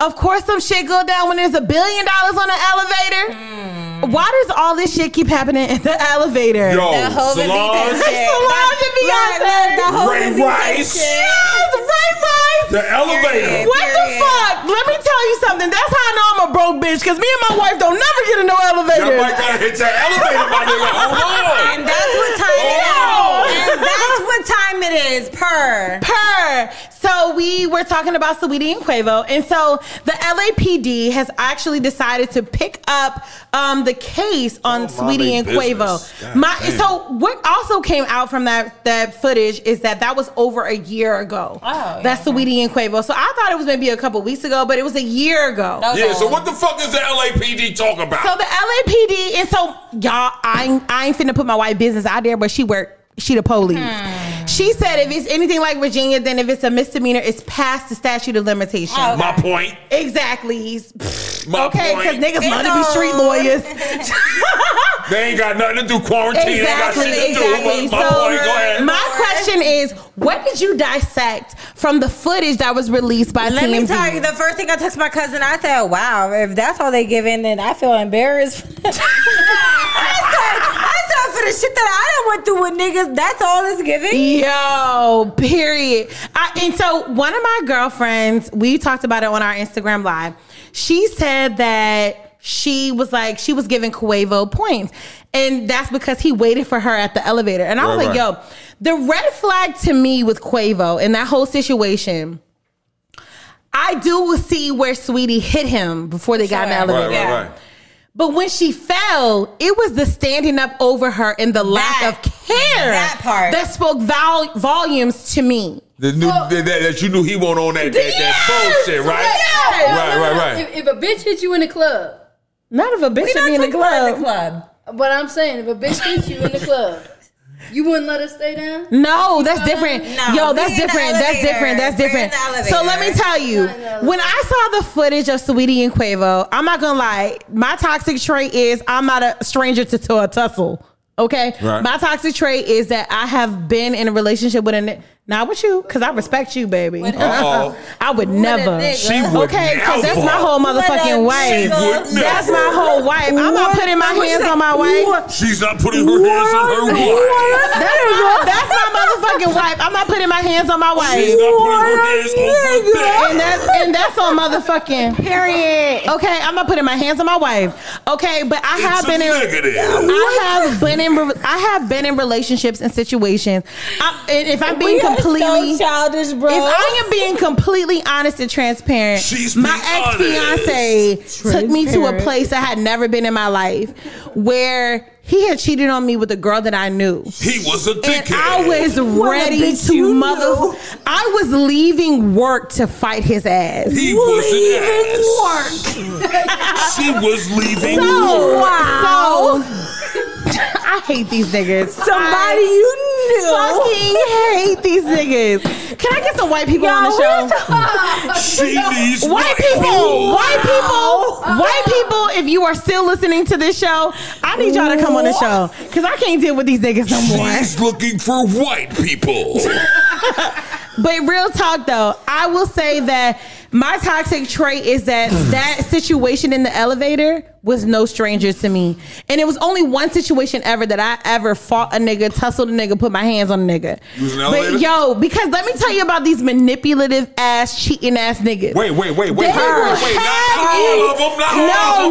Speaker 7: Of course, some shit go down when there's a billion dollars on the elevator.
Speaker 5: Hmm.
Speaker 7: Why does all this shit keep happening in the elevator?
Speaker 11: Yo,
Speaker 5: That whole
Speaker 11: Solange,
Speaker 5: Benita shit.
Speaker 7: Solange and
Speaker 5: Look, look,
Speaker 7: Beyonce.
Speaker 5: the whole
Speaker 11: Ray
Speaker 5: Benita
Speaker 11: Rice.
Speaker 5: shit.
Speaker 7: Yes, Ray Rice.
Speaker 11: the elevator.
Speaker 5: Period.
Speaker 7: What the fuck? Let me tell you something. That's how I know I'm a broke bitch because me and my wife don't never get in no
Speaker 11: Y'all
Speaker 7: elevator.
Speaker 11: might gotta hit that elevator, my nigga. Hold on.
Speaker 5: And that's what time it
Speaker 7: Oh.
Speaker 5: is. And that's what time it is. Per.
Speaker 7: Her. So we were talking about Saweetie and Quavo, and so the LAPD has actually decided to pick up um, the case on Sweetie and
Speaker 11: Oh, business.
Speaker 7: Quavo.
Speaker 11: God
Speaker 7: My
Speaker 11: damn.
Speaker 7: so what also came out from that that footage is that that was over a year ago.
Speaker 5: yeah,
Speaker 7: that's Saweetie and Quavo. So I thought it was maybe a couple weeks ago, but it was a year ago.
Speaker 11: Yeah, so what the fuck is the LAPD talking about?
Speaker 7: So the LAPD and so y'all, I ain't, I ain't finna put my white business out there, but she work. She the police.
Speaker 5: Hmm.
Speaker 7: She said if it's anything like Virginia, then if it's a misdemeanor, it's past the statute of limitation.
Speaker 5: Oh.
Speaker 11: my point.
Speaker 7: Exactly.
Speaker 11: My
Speaker 7: okay, because
Speaker 11: point.
Speaker 7: niggas love to be street lawyers.
Speaker 11: They ain't got nothing to do. Quarantine ain't got
Speaker 7: exactly.
Speaker 11: shit to
Speaker 7: Exactly.
Speaker 11: do. But my
Speaker 7: so
Speaker 11: point, go ahead.
Speaker 7: my question is, what did you dissect from the footage that was released by
Speaker 5: Let
Speaker 7: TMZ?
Speaker 5: me tell you, the first thing I text my cousin, I said, "Wow, if that's all they give in, then I feel embarrassed." I said, "I said for the shit that I done went through with niggas, that's all it's giving."
Speaker 7: Yo, period. I, and so one of my girlfriends, we talked about it on our Instagram live. She said that she was like she was giving Quavo points, and that's because he waited for her at the elevator. And I was
Speaker 11: Right,
Speaker 7: like,
Speaker 11: right.
Speaker 7: yo, the red flag to me with Quavo and that whole situation. I do see where Sweetie hit him before they got in the
Speaker 5: Sure.
Speaker 7: elevator.
Speaker 11: Right,
Speaker 5: Yeah.
Speaker 11: right, right.
Speaker 7: But when she fell, it was the standing up over her and the lack
Speaker 5: That-
Speaker 7: of care
Speaker 5: that part.
Speaker 7: that spoke vol- volumes to me.
Speaker 11: The new, that, that you knew he won't on that, that, that
Speaker 7: Yes!
Speaker 11: bullshit, right?
Speaker 7: Yes!
Speaker 11: Right, right, right.
Speaker 4: If, if a bitch hits you in the club,
Speaker 7: Not if a bitch should be in the club.
Speaker 5: club.
Speaker 4: but I'm saying if a bitch hits you in the club, you wouldn't let her stay down.
Speaker 7: No, that's different.
Speaker 5: No,
Speaker 7: Yo,
Speaker 5: we
Speaker 7: that's
Speaker 5: in the
Speaker 7: different. That's
Speaker 5: elevator.
Speaker 7: different. That's
Speaker 5: We're in
Speaker 7: different.
Speaker 5: the
Speaker 7: So let me
Speaker 5: elevator.
Speaker 7: tell you,
Speaker 4: We're in the
Speaker 7: when I saw the footage of Sweetie and Quavo, I'm not gonna lie. My toxic trait is I'm not a stranger to, to a tussle. Okay,
Speaker 11: Right.
Speaker 7: my toxic trait is that I have been in a relationship with a ni- not with you because I respect you, baby.
Speaker 11: Uh-oh.
Speaker 7: I would never.
Speaker 5: nigga. She
Speaker 11: would
Speaker 7: okay, because that's my
Speaker 11: never.
Speaker 7: whole
Speaker 5: With a
Speaker 7: motherfucking wife.
Speaker 5: nigga.
Speaker 11: She would
Speaker 7: That's
Speaker 11: never.
Speaker 7: my whole wife. I'm not putting my hands on my wife.
Speaker 11: She's not putting her hands on her wife.
Speaker 7: That's my, that's my motherfucking wife. I'm not putting my hands on my wife.
Speaker 11: She's not putting her hands on her back.
Speaker 7: And that's and that's on motherfucking period. Okay, I'm not putting my hands on my wife. Okay, but I have
Speaker 11: It's a
Speaker 7: been in.
Speaker 11: negative.
Speaker 7: I have been in. re- I have been in relationships and situations. I, and if I'm being
Speaker 5: We are
Speaker 7: completely.
Speaker 5: so childish, bro.
Speaker 7: if I am being completely honest and transparent,
Speaker 11: She's
Speaker 7: my
Speaker 11: being
Speaker 7: ex fiance took me to a
Speaker 5: Transparent.
Speaker 7: place I had never been in my life where He had cheated on me with a girl that I knew.
Speaker 11: He was a
Speaker 7: And
Speaker 11: dickhead.
Speaker 7: I was ready
Speaker 12: bitch
Speaker 7: to
Speaker 12: you
Speaker 7: mother.
Speaker 12: know.
Speaker 7: I was leaving work to fight his ass.
Speaker 11: He was an ass. she was leaving
Speaker 7: So,
Speaker 11: work.
Speaker 7: wow. I hate these niggas.
Speaker 12: Somebody you knew.
Speaker 7: I fucking hate these niggas. Can I get some white people on the show?
Speaker 11: She needs
Speaker 7: White people, white people, white people. If you are still listening to this show, I need y'all to come on the show because I can't deal with these niggas no more.
Speaker 11: She's looking for white people.
Speaker 7: But real talk though, I will say that my toxic trait is that that situation in the elevator was no stranger to me. And it was only one situation ever that I ever fought a nigga, tussled a nigga, put my hands on a nigga.
Speaker 11: You was in the elevator?
Speaker 7: But yo, because let me tell you about these manipulative ass, cheating ass niggas.
Speaker 11: Wait, wait, wait, wait,
Speaker 7: They
Speaker 11: wait, wait, wait. Not
Speaker 7: have
Speaker 11: all
Speaker 7: you-
Speaker 11: of them. Not all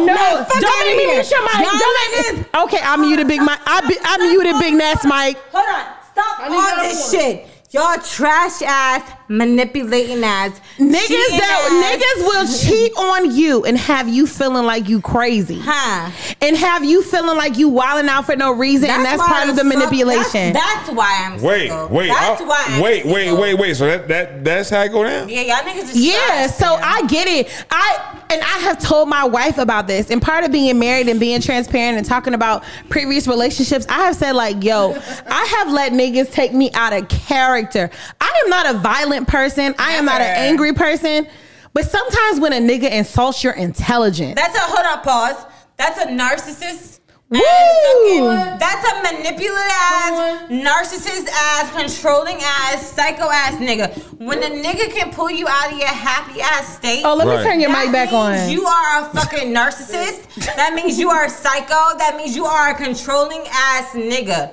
Speaker 7: No,
Speaker 11: of them.
Speaker 7: no,
Speaker 12: fuck outta
Speaker 7: don't let me
Speaker 12: here.
Speaker 7: mute your mic.
Speaker 12: Y'all
Speaker 7: Don't let me. Okay, I muted Big Mike. I, be, I muted Big Nass Mike.
Speaker 12: Hold on. Stop
Speaker 4: need
Speaker 12: all
Speaker 4: another
Speaker 12: this
Speaker 4: one.
Speaker 12: shit.
Speaker 5: Y'all trash ass, manipulating ass,
Speaker 7: Niggas
Speaker 5: cheating
Speaker 7: that niggas will cheat on you and have you feeling like you crazy.
Speaker 5: Huh.
Speaker 7: And have you feeling like you wilding out for no reason and that's
Speaker 5: why
Speaker 7: part
Speaker 5: I'm
Speaker 7: of the
Speaker 5: so-
Speaker 7: manipulation.
Speaker 5: That's, that's why I'm
Speaker 11: Wait,
Speaker 5: single.
Speaker 11: wait,
Speaker 5: That's
Speaker 11: I-
Speaker 5: why I'm
Speaker 11: wait, wait,
Speaker 5: single.
Speaker 11: wait, wait. So that that that's how it go down.
Speaker 5: Yeah, y'all niggas is
Speaker 7: yeah,
Speaker 5: trash,
Speaker 7: so
Speaker 5: man.
Speaker 7: I get it. I and I have told my wife about this. And part of being married and being transparent and talking about previous relationships, I have said like, yo, I have let niggas take me out of character. I am not a violent person. I am not an
Speaker 5: Never.
Speaker 7: angry person. But sometimes when a nigga insults your intelligence,
Speaker 5: That's a hold on, pause. That's a narcissist.
Speaker 7: Woo!
Speaker 5: Ass, that's a manipulative ass, narcissist ass, controlling ass, psycho ass nigga. When a nigga can pull you out of your happy ass state,
Speaker 7: Oh, let
Speaker 11: Right.
Speaker 7: me turn your
Speaker 5: that
Speaker 7: mic back
Speaker 5: means
Speaker 7: on.
Speaker 5: You are a fucking narcissist. that means you are a psycho. That means you are a controlling ass nigga.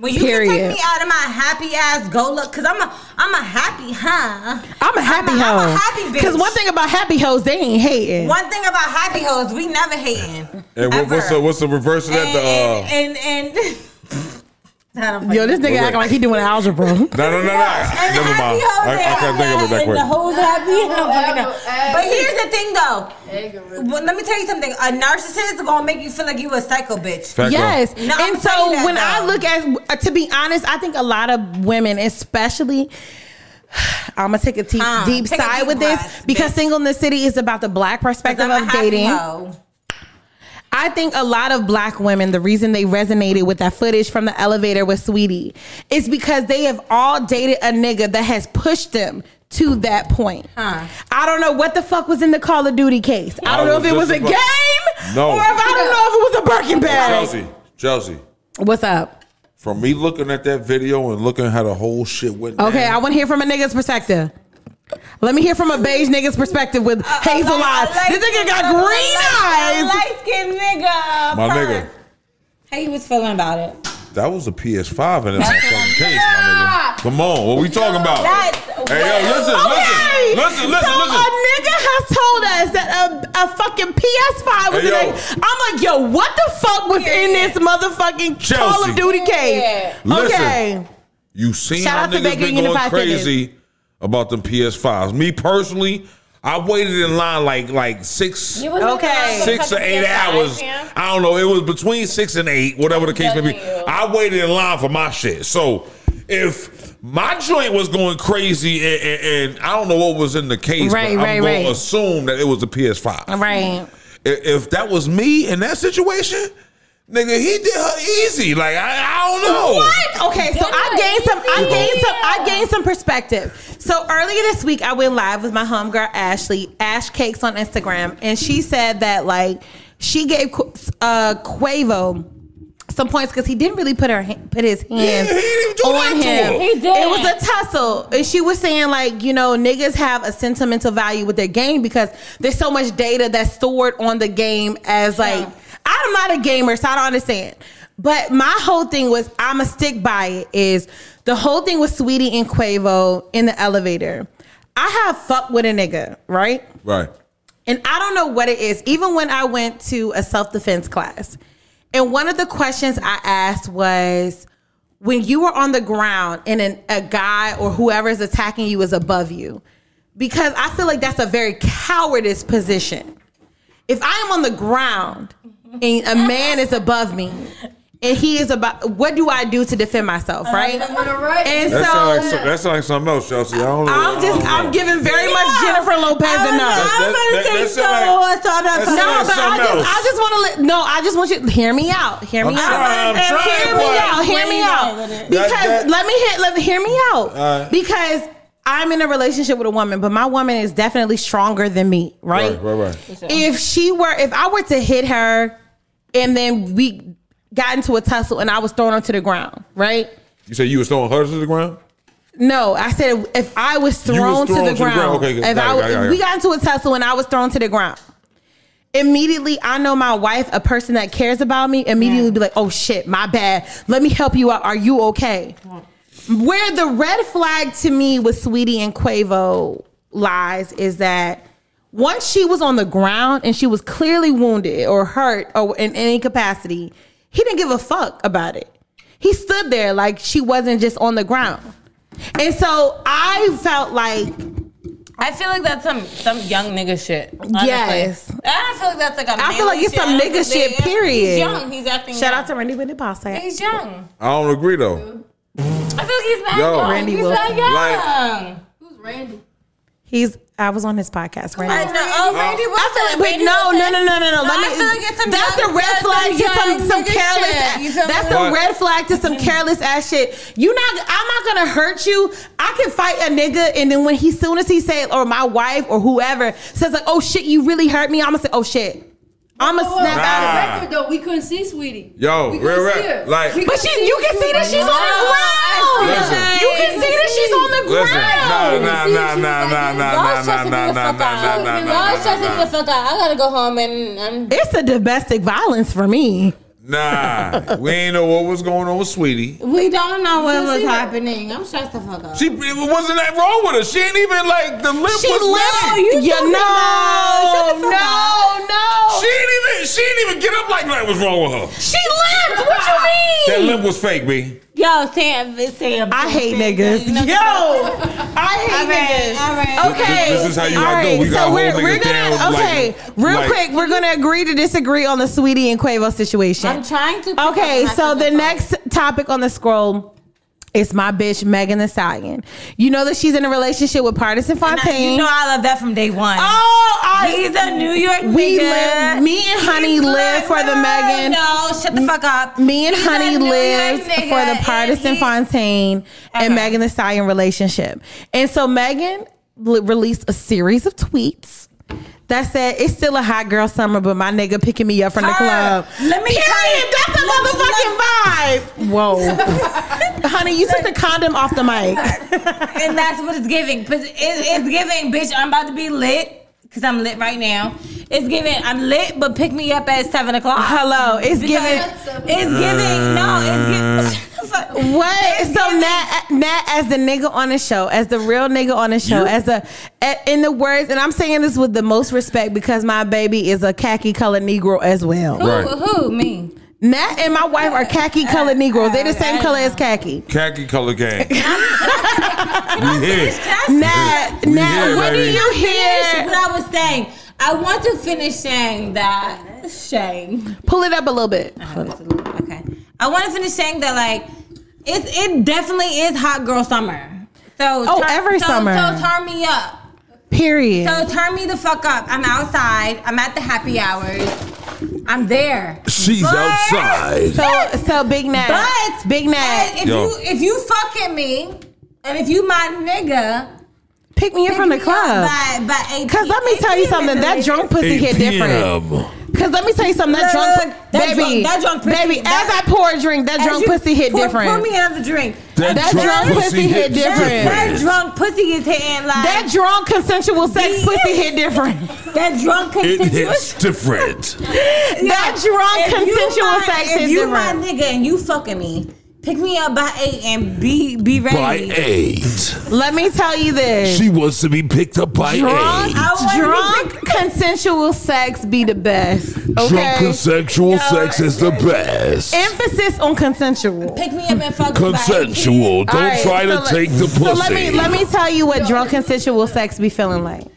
Speaker 5: When you can
Speaker 7: Period.
Speaker 5: take me out of my happy ass go look, cause I'm a I'm a happy huh.
Speaker 7: I'm a happy
Speaker 5: I'm a- I'm a
Speaker 7: hoe.
Speaker 5: happy bitch.
Speaker 7: Because one thing about happy hoes, they ain't hating.
Speaker 5: One thing about happy hoes, we never hating.
Speaker 11: And what, what's
Speaker 5: Ever.
Speaker 11: the what's the reverse of that? The, uh,
Speaker 5: and and, and, I don't fucking-
Speaker 7: Yo, this nigga acting like he doing algebra.
Speaker 11: no, no, no, no.
Speaker 5: and
Speaker 11: Never
Speaker 5: happy
Speaker 11: mind.
Speaker 5: hoes
Speaker 11: I, I can't think of it that
Speaker 5: and
Speaker 11: quick.
Speaker 5: the hoes happy. I don't fucking know.
Speaker 4: Ever,
Speaker 5: But
Speaker 4: ever.
Speaker 5: here's the thing, though. Well, let me tell you something. A narcissist is gonna make you feel like you a psycho bitch.
Speaker 11: Fact
Speaker 7: yes.
Speaker 5: No, I'm
Speaker 7: and so
Speaker 5: telling you that,
Speaker 7: when I
Speaker 5: though.
Speaker 7: look at, uh, to be honest, I think a lot of women, especially, I'm gonna take a deep-
Speaker 5: Uh,
Speaker 7: deep
Speaker 5: take a
Speaker 7: side
Speaker 5: deep
Speaker 7: with
Speaker 5: breath,
Speaker 7: this because
Speaker 5: bitch.
Speaker 7: single in the city is about the black perspective
Speaker 5: I'm a
Speaker 7: of
Speaker 5: happy
Speaker 7: dating.
Speaker 5: hoe.
Speaker 7: I think a lot of black women, the reason they resonated with that footage from the elevator with Sweetie is because they have all dated a nigga that has pushed them to that point.
Speaker 5: Huh.
Speaker 7: I don't know what the fuck was in the Call of Duty case. I don't
Speaker 11: I
Speaker 7: know if
Speaker 11: was
Speaker 7: it was a
Speaker 11: just
Speaker 7: game
Speaker 11: about- No.
Speaker 7: or if I don't know if it was a Birkin bag.
Speaker 11: Chelsea, Chelsea.
Speaker 7: What's up?
Speaker 11: From me looking at that video and looking how the whole shit went.
Speaker 7: Okay,
Speaker 11: down,
Speaker 7: I want to hear from a nigga's perspective. Let me hear from a beige nigga's perspective with hazel eyes. this nigga got green eyes.
Speaker 5: Light skinned nigga.
Speaker 11: my
Speaker 5: Fine.
Speaker 11: nigga.
Speaker 5: How you was feeling about it?
Speaker 11: That was a PS5 in that motherfucking case, my nigga. Come on, what we talking about?
Speaker 5: That's
Speaker 11: hey, yo, listen,
Speaker 7: Okay.
Speaker 11: listen, listen, listen,
Speaker 7: so
Speaker 11: listen.
Speaker 7: a nigga has told us that a, a fucking PS5 was
Speaker 11: Hey,
Speaker 7: in
Speaker 11: yo.
Speaker 7: it. I'm like, yo, what the fuck was in
Speaker 5: Period.
Speaker 7: this motherfucking Call
Speaker 11: Chelsea.
Speaker 7: of Duty case?
Speaker 11: Listen.
Speaker 7: Okay.
Speaker 11: You seen
Speaker 7: Shout
Speaker 11: how
Speaker 7: out to
Speaker 11: niggas
Speaker 7: Baker
Speaker 11: been going
Speaker 7: Unified
Speaker 11: crazy about them PS5s. Me personally, I waited in line like like six
Speaker 7: Okay.
Speaker 11: six or eight hours. I don't know. It was between six and eight, whatever the case may be. I waited in line for my shit. So if my joint was going crazy and, and, and I don't know what was in the case,
Speaker 7: Right,
Speaker 11: but
Speaker 7: right,
Speaker 11: I'm going
Speaker 7: right.
Speaker 11: to assume that it was a PS5.
Speaker 7: All right.
Speaker 11: I- If that was me in that situation, nigga, he did her easy. Like I, I don't know.
Speaker 7: What? Okay, so I gained some. I gained some. I gained some perspective. So earlier this week, I went live with my homegirl Ashley Ash Cakes on Instagram, and she said that like she gave Qu- uh, Quavo some points because he didn't really put her hand- put his hands
Speaker 11: Yeah, he didn't do that
Speaker 7: on
Speaker 11: to her.
Speaker 7: him.
Speaker 11: He
Speaker 7: It was a tussle, and she was saying like you know niggas have a sentimental value with their game because there's so much data that's stored on the game as like I'm not a gamer, so I don't understand. But my whole thing was I'ma stick by it is the whole thing with Sweetie and Quavo in the elevator. I have fucked with a nigga, right?
Speaker 11: Right.
Speaker 7: And I don't know what it is. Even when I went to a self defense class, and one of the questions I asked was when you were on the ground and an, a guy or whoever is attacking you is above you, because I feel like that's a very cowardice position. If I am on the ground and a man is above me. And he is about what do I do to defend myself,
Speaker 12: Uh,
Speaker 7: right? And so
Speaker 11: That sounds like, some- that sound like something else, Chelsea. I don't know.
Speaker 7: I'm just I'm giving very
Speaker 12: Yeah.
Speaker 7: much Jennifer Lopez
Speaker 12: I was-
Speaker 7: enough.
Speaker 12: I'm
Speaker 11: That-
Speaker 12: about
Speaker 11: that-
Speaker 12: to say
Speaker 11: that
Speaker 12: so,
Speaker 11: sound like-
Speaker 12: so I'm not.
Speaker 11: that
Speaker 12: so-
Speaker 11: sound
Speaker 7: No,
Speaker 11: like
Speaker 7: but I
Speaker 11: something
Speaker 7: just,
Speaker 11: else.
Speaker 7: I just want to let. No, I just want you hear me out. Hear me
Speaker 11: I'm
Speaker 7: out.
Speaker 11: trying- I'm trying,
Speaker 7: hear me
Speaker 11: boy.
Speaker 7: out. Hear me
Speaker 12: Where you
Speaker 7: out.
Speaker 12: going with it?
Speaker 7: Because
Speaker 11: That- that-
Speaker 7: let me hit. Let hear me out.
Speaker 11: Alright.
Speaker 7: Because I'm in a relationship with a woman, but my woman is definitely stronger than me. Right.
Speaker 11: Right, right, right.
Speaker 7: If she were, if I were to hit her, and then we got into a tussle, and I was thrown onto the ground. Right.
Speaker 11: You said you was throwing her to the ground?
Speaker 7: No, I said if I was
Speaker 11: You was
Speaker 7: thrown, to, the ground,
Speaker 11: Okay,
Speaker 7: if
Speaker 11: got it,
Speaker 7: I,
Speaker 11: got it, got it.
Speaker 7: if we got into a tussle and I was thrown to the ground, immediately I know my wife, a person that cares about me, immediately be like, "Oh shit, my bad. Let me help you out. Are you okay?" Where the red flag to me with Sweetie and Quavo lies is that once she was on the ground and she was clearly wounded or hurt or in any capacity, he didn't give a fuck about it. He stood there like she wasn't just on the ground. And so I felt like
Speaker 5: I feel like that's some some young nigga shit. Honestly.
Speaker 7: Yes.
Speaker 5: I don't feel like that's like a.
Speaker 7: I feel like
Speaker 5: manly
Speaker 7: it's some
Speaker 5: shit. I
Speaker 7: nigga
Speaker 5: don't
Speaker 7: shit,
Speaker 5: think-
Speaker 7: period.
Speaker 5: He's young. He's acting.
Speaker 7: shout
Speaker 5: young.
Speaker 7: out to Randy Winnie Possack.
Speaker 5: He's young.
Speaker 11: I don't agree though.
Speaker 5: I feel like he's not
Speaker 11: Yo.
Speaker 5: young.
Speaker 11: Randy
Speaker 5: he's
Speaker 7: Wilson.
Speaker 5: not young.
Speaker 4: Who's Randy?
Speaker 7: He's I was on his podcast. Randy.
Speaker 5: Like, no, oh, Randy Wilson.
Speaker 7: I feel like, but
Speaker 5: Randy
Speaker 7: no,
Speaker 5: Wilson.
Speaker 7: no, no, no, no, no. Let
Speaker 5: I
Speaker 7: me.
Speaker 5: feel like it's some
Speaker 7: that's
Speaker 5: young-
Speaker 7: the red
Speaker 5: that's some
Speaker 7: flag to some
Speaker 5: young
Speaker 7: some
Speaker 5: nigga
Speaker 7: careless.
Speaker 5: shit. You
Speaker 7: Ass,
Speaker 5: feel
Speaker 7: that's
Speaker 5: me?
Speaker 7: the
Speaker 11: But-
Speaker 7: red flag to some careless ass shit. You not. I'm not gonna hurt you. I can fight a nigga, and then when he soon as he said or my wife or whoever says like, oh shit, you really hurt me. I'm gonna say, oh shit. I'm gonna
Speaker 4: Whoa, whoa,
Speaker 7: snap
Speaker 4: whoa.
Speaker 7: out of it.
Speaker 11: Nah.
Speaker 4: Record, though, we couldn't see Sweetie.
Speaker 11: Yo,
Speaker 4: We
Speaker 11: real
Speaker 4: couldn't
Speaker 11: rap,
Speaker 4: see her.
Speaker 11: like-
Speaker 4: We
Speaker 7: But she,
Speaker 4: couldn't see
Speaker 7: you can see that she's on the ground.
Speaker 11: Listen.
Speaker 7: You can see that she's on the ground.
Speaker 11: Listen, nah, nah, nah, nah, nah, nah, nah, nah, nah, nah, nah, nah, nah, nah,
Speaker 5: Y'all stressing
Speaker 11: nah,
Speaker 5: me the fuck out. I gotta go home and I'm.
Speaker 7: It's a domestic violence for me.
Speaker 11: nah, nah. Nah, we ain't know what was going on with Sweetie.
Speaker 5: We don't know what was happening. I'm stressed the fuck out.
Speaker 11: She it wasn't that wrong with her. She ain't even like the lip
Speaker 7: She
Speaker 11: was
Speaker 7: left.
Speaker 11: lifted.
Speaker 7: You,
Speaker 5: talking
Speaker 7: know,
Speaker 5: about-
Speaker 7: no,
Speaker 5: shut the fuck
Speaker 7: no.
Speaker 5: Oh.
Speaker 11: She ain't even she ain't even get up like that was wrong with her.
Speaker 7: She left. What you
Speaker 11: That
Speaker 7: mean?
Speaker 11: lip was fake, B.
Speaker 5: Yo, Sam, Sam.
Speaker 7: I hate niggas. Yo, I hate
Speaker 5: All right,
Speaker 7: niggas.
Speaker 5: all right.
Speaker 7: Okay.
Speaker 11: This- this is how you
Speaker 7: All
Speaker 11: gotta go. We gotta hold
Speaker 7: we're,
Speaker 11: niggas
Speaker 7: we're gonna
Speaker 11: down, like-
Speaker 7: okay. real
Speaker 11: like-
Speaker 7: quick, we're gonna agree to disagree on the Sweetie and Quavo situation.
Speaker 5: I'm trying to. pick up
Speaker 7: Okay,
Speaker 5: my
Speaker 7: so
Speaker 5: fucking
Speaker 7: the
Speaker 5: phone.
Speaker 7: next topic on the scroll is my bitch Megan Thee Stallion. You know that she's in a relationship with Partisan Fontaine.
Speaker 5: You know I love that from day one.
Speaker 7: oh, I,
Speaker 5: He's a New York
Speaker 7: we
Speaker 5: nigga.
Speaker 7: live. Me and Honey
Speaker 5: He's
Speaker 7: live
Speaker 5: like,
Speaker 7: for the
Speaker 5: no,
Speaker 7: Megan.
Speaker 5: No, shut the fuck up.
Speaker 7: Me and
Speaker 5: He's
Speaker 7: Honey
Speaker 5: a New York
Speaker 7: lives
Speaker 5: nigga,
Speaker 7: for the
Speaker 5: and
Speaker 7: Partisan
Speaker 5: he's-
Speaker 7: Fontaine and
Speaker 5: Okay.
Speaker 7: Megan Thee Stallion relationship. And so Megan l- released a series of tweets that said, It's still a hot girl summer, but my nigga picking me up from the
Speaker 5: Her.
Speaker 7: club.
Speaker 5: Let me
Speaker 7: Period.
Speaker 5: tell you-
Speaker 7: That's a motherfucking vibe. Whoa. Honey, you took the condom off the mic.
Speaker 5: and that's what it's giving. But it, it's giving, bitch. I'm about to be lit because I'm lit right now. It's giving. I'm lit, but pick me up at seven o'clock.
Speaker 7: Hello. It's giving.
Speaker 5: Because It's giving. No, it's giving.
Speaker 7: What? So Nat, Nat, as the nigga on the show, as the real nigga on the show, as a, a- in the words, and I'm saying this with the most respect because my baby is a khaki colored Negro as well.
Speaker 5: Who?
Speaker 11: Right.
Speaker 5: Who? Me?
Speaker 7: Nat and my wife are khaki colored Negroes. They're the same color as khaki.
Speaker 11: Khaki color gang. we here.
Speaker 7: Nat,
Speaker 11: We
Speaker 7: Nat,
Speaker 11: here,
Speaker 7: when do
Speaker 11: baby.
Speaker 7: you
Speaker 5: Finish
Speaker 7: hear?
Speaker 5: what I was saying. I want to finish saying that. Shame.
Speaker 7: Pull it up a little bit.
Speaker 5: Okay. I want to finish saying that like it's it definitely is hot girl summer. So
Speaker 7: Oh,
Speaker 5: tur-
Speaker 7: every
Speaker 5: so,
Speaker 7: summer.
Speaker 5: So turn me up.
Speaker 7: Period.
Speaker 5: So turn me the fuck up. I'm outside. I'm at the happy hours. I'm there.
Speaker 11: She's
Speaker 5: But-
Speaker 11: outside.
Speaker 7: So, so big Nat,
Speaker 5: But
Speaker 7: big
Speaker 5: but
Speaker 7: Nat,
Speaker 5: if
Speaker 11: Yo.
Speaker 5: you if you fucking me and if you my nigga,
Speaker 7: pick me up
Speaker 5: pick
Speaker 7: from the
Speaker 5: me up
Speaker 7: club.
Speaker 5: By, by 8
Speaker 7: Cause let me tell you something. That drunk pussy
Speaker 11: 8
Speaker 7: hit different.
Speaker 11: p.m..
Speaker 7: Cause let me tell you something. That
Speaker 5: Look,
Speaker 7: drunk,
Speaker 5: that drunk-
Speaker 7: baby,
Speaker 5: that drunk pussy-
Speaker 7: baby.
Speaker 5: that-
Speaker 7: as I pour a drink, that
Speaker 5: As
Speaker 7: drunk
Speaker 5: you-
Speaker 7: pussy hit
Speaker 5: pour-
Speaker 7: different.
Speaker 5: Pour me another drink.
Speaker 11: That, drunk, pussy
Speaker 5: That,
Speaker 11: hit different.
Speaker 5: that drunk pussy is hitting like
Speaker 7: that drunk consensual sex
Speaker 5: Yeah.
Speaker 7: pussy hit different.
Speaker 5: that drunk
Speaker 11: It
Speaker 5: constituent.
Speaker 11: hits different.
Speaker 7: that drunk
Speaker 5: If you
Speaker 7: consensual
Speaker 5: my-
Speaker 7: sex hit
Speaker 5: If you my
Speaker 7: different.
Speaker 5: nigga and you fucking me, pick me up by eight and be be ready.
Speaker 11: By eight.
Speaker 7: Let me tell you this.
Speaker 11: She wants to be picked up by
Speaker 7: Drunk,
Speaker 11: eight.
Speaker 5: I wanna be
Speaker 7: drunk consensual sex be the best. Okay.
Speaker 11: Drunken sexual sex is the best.
Speaker 7: Emphasis on consensual.
Speaker 5: Pick me up and fuck me by 18.
Speaker 11: Consensual. Don't
Speaker 7: All right,
Speaker 11: try to
Speaker 7: so let-
Speaker 11: take the pussy.
Speaker 7: So let me let me tell you what drunk consensual sex be feeling like.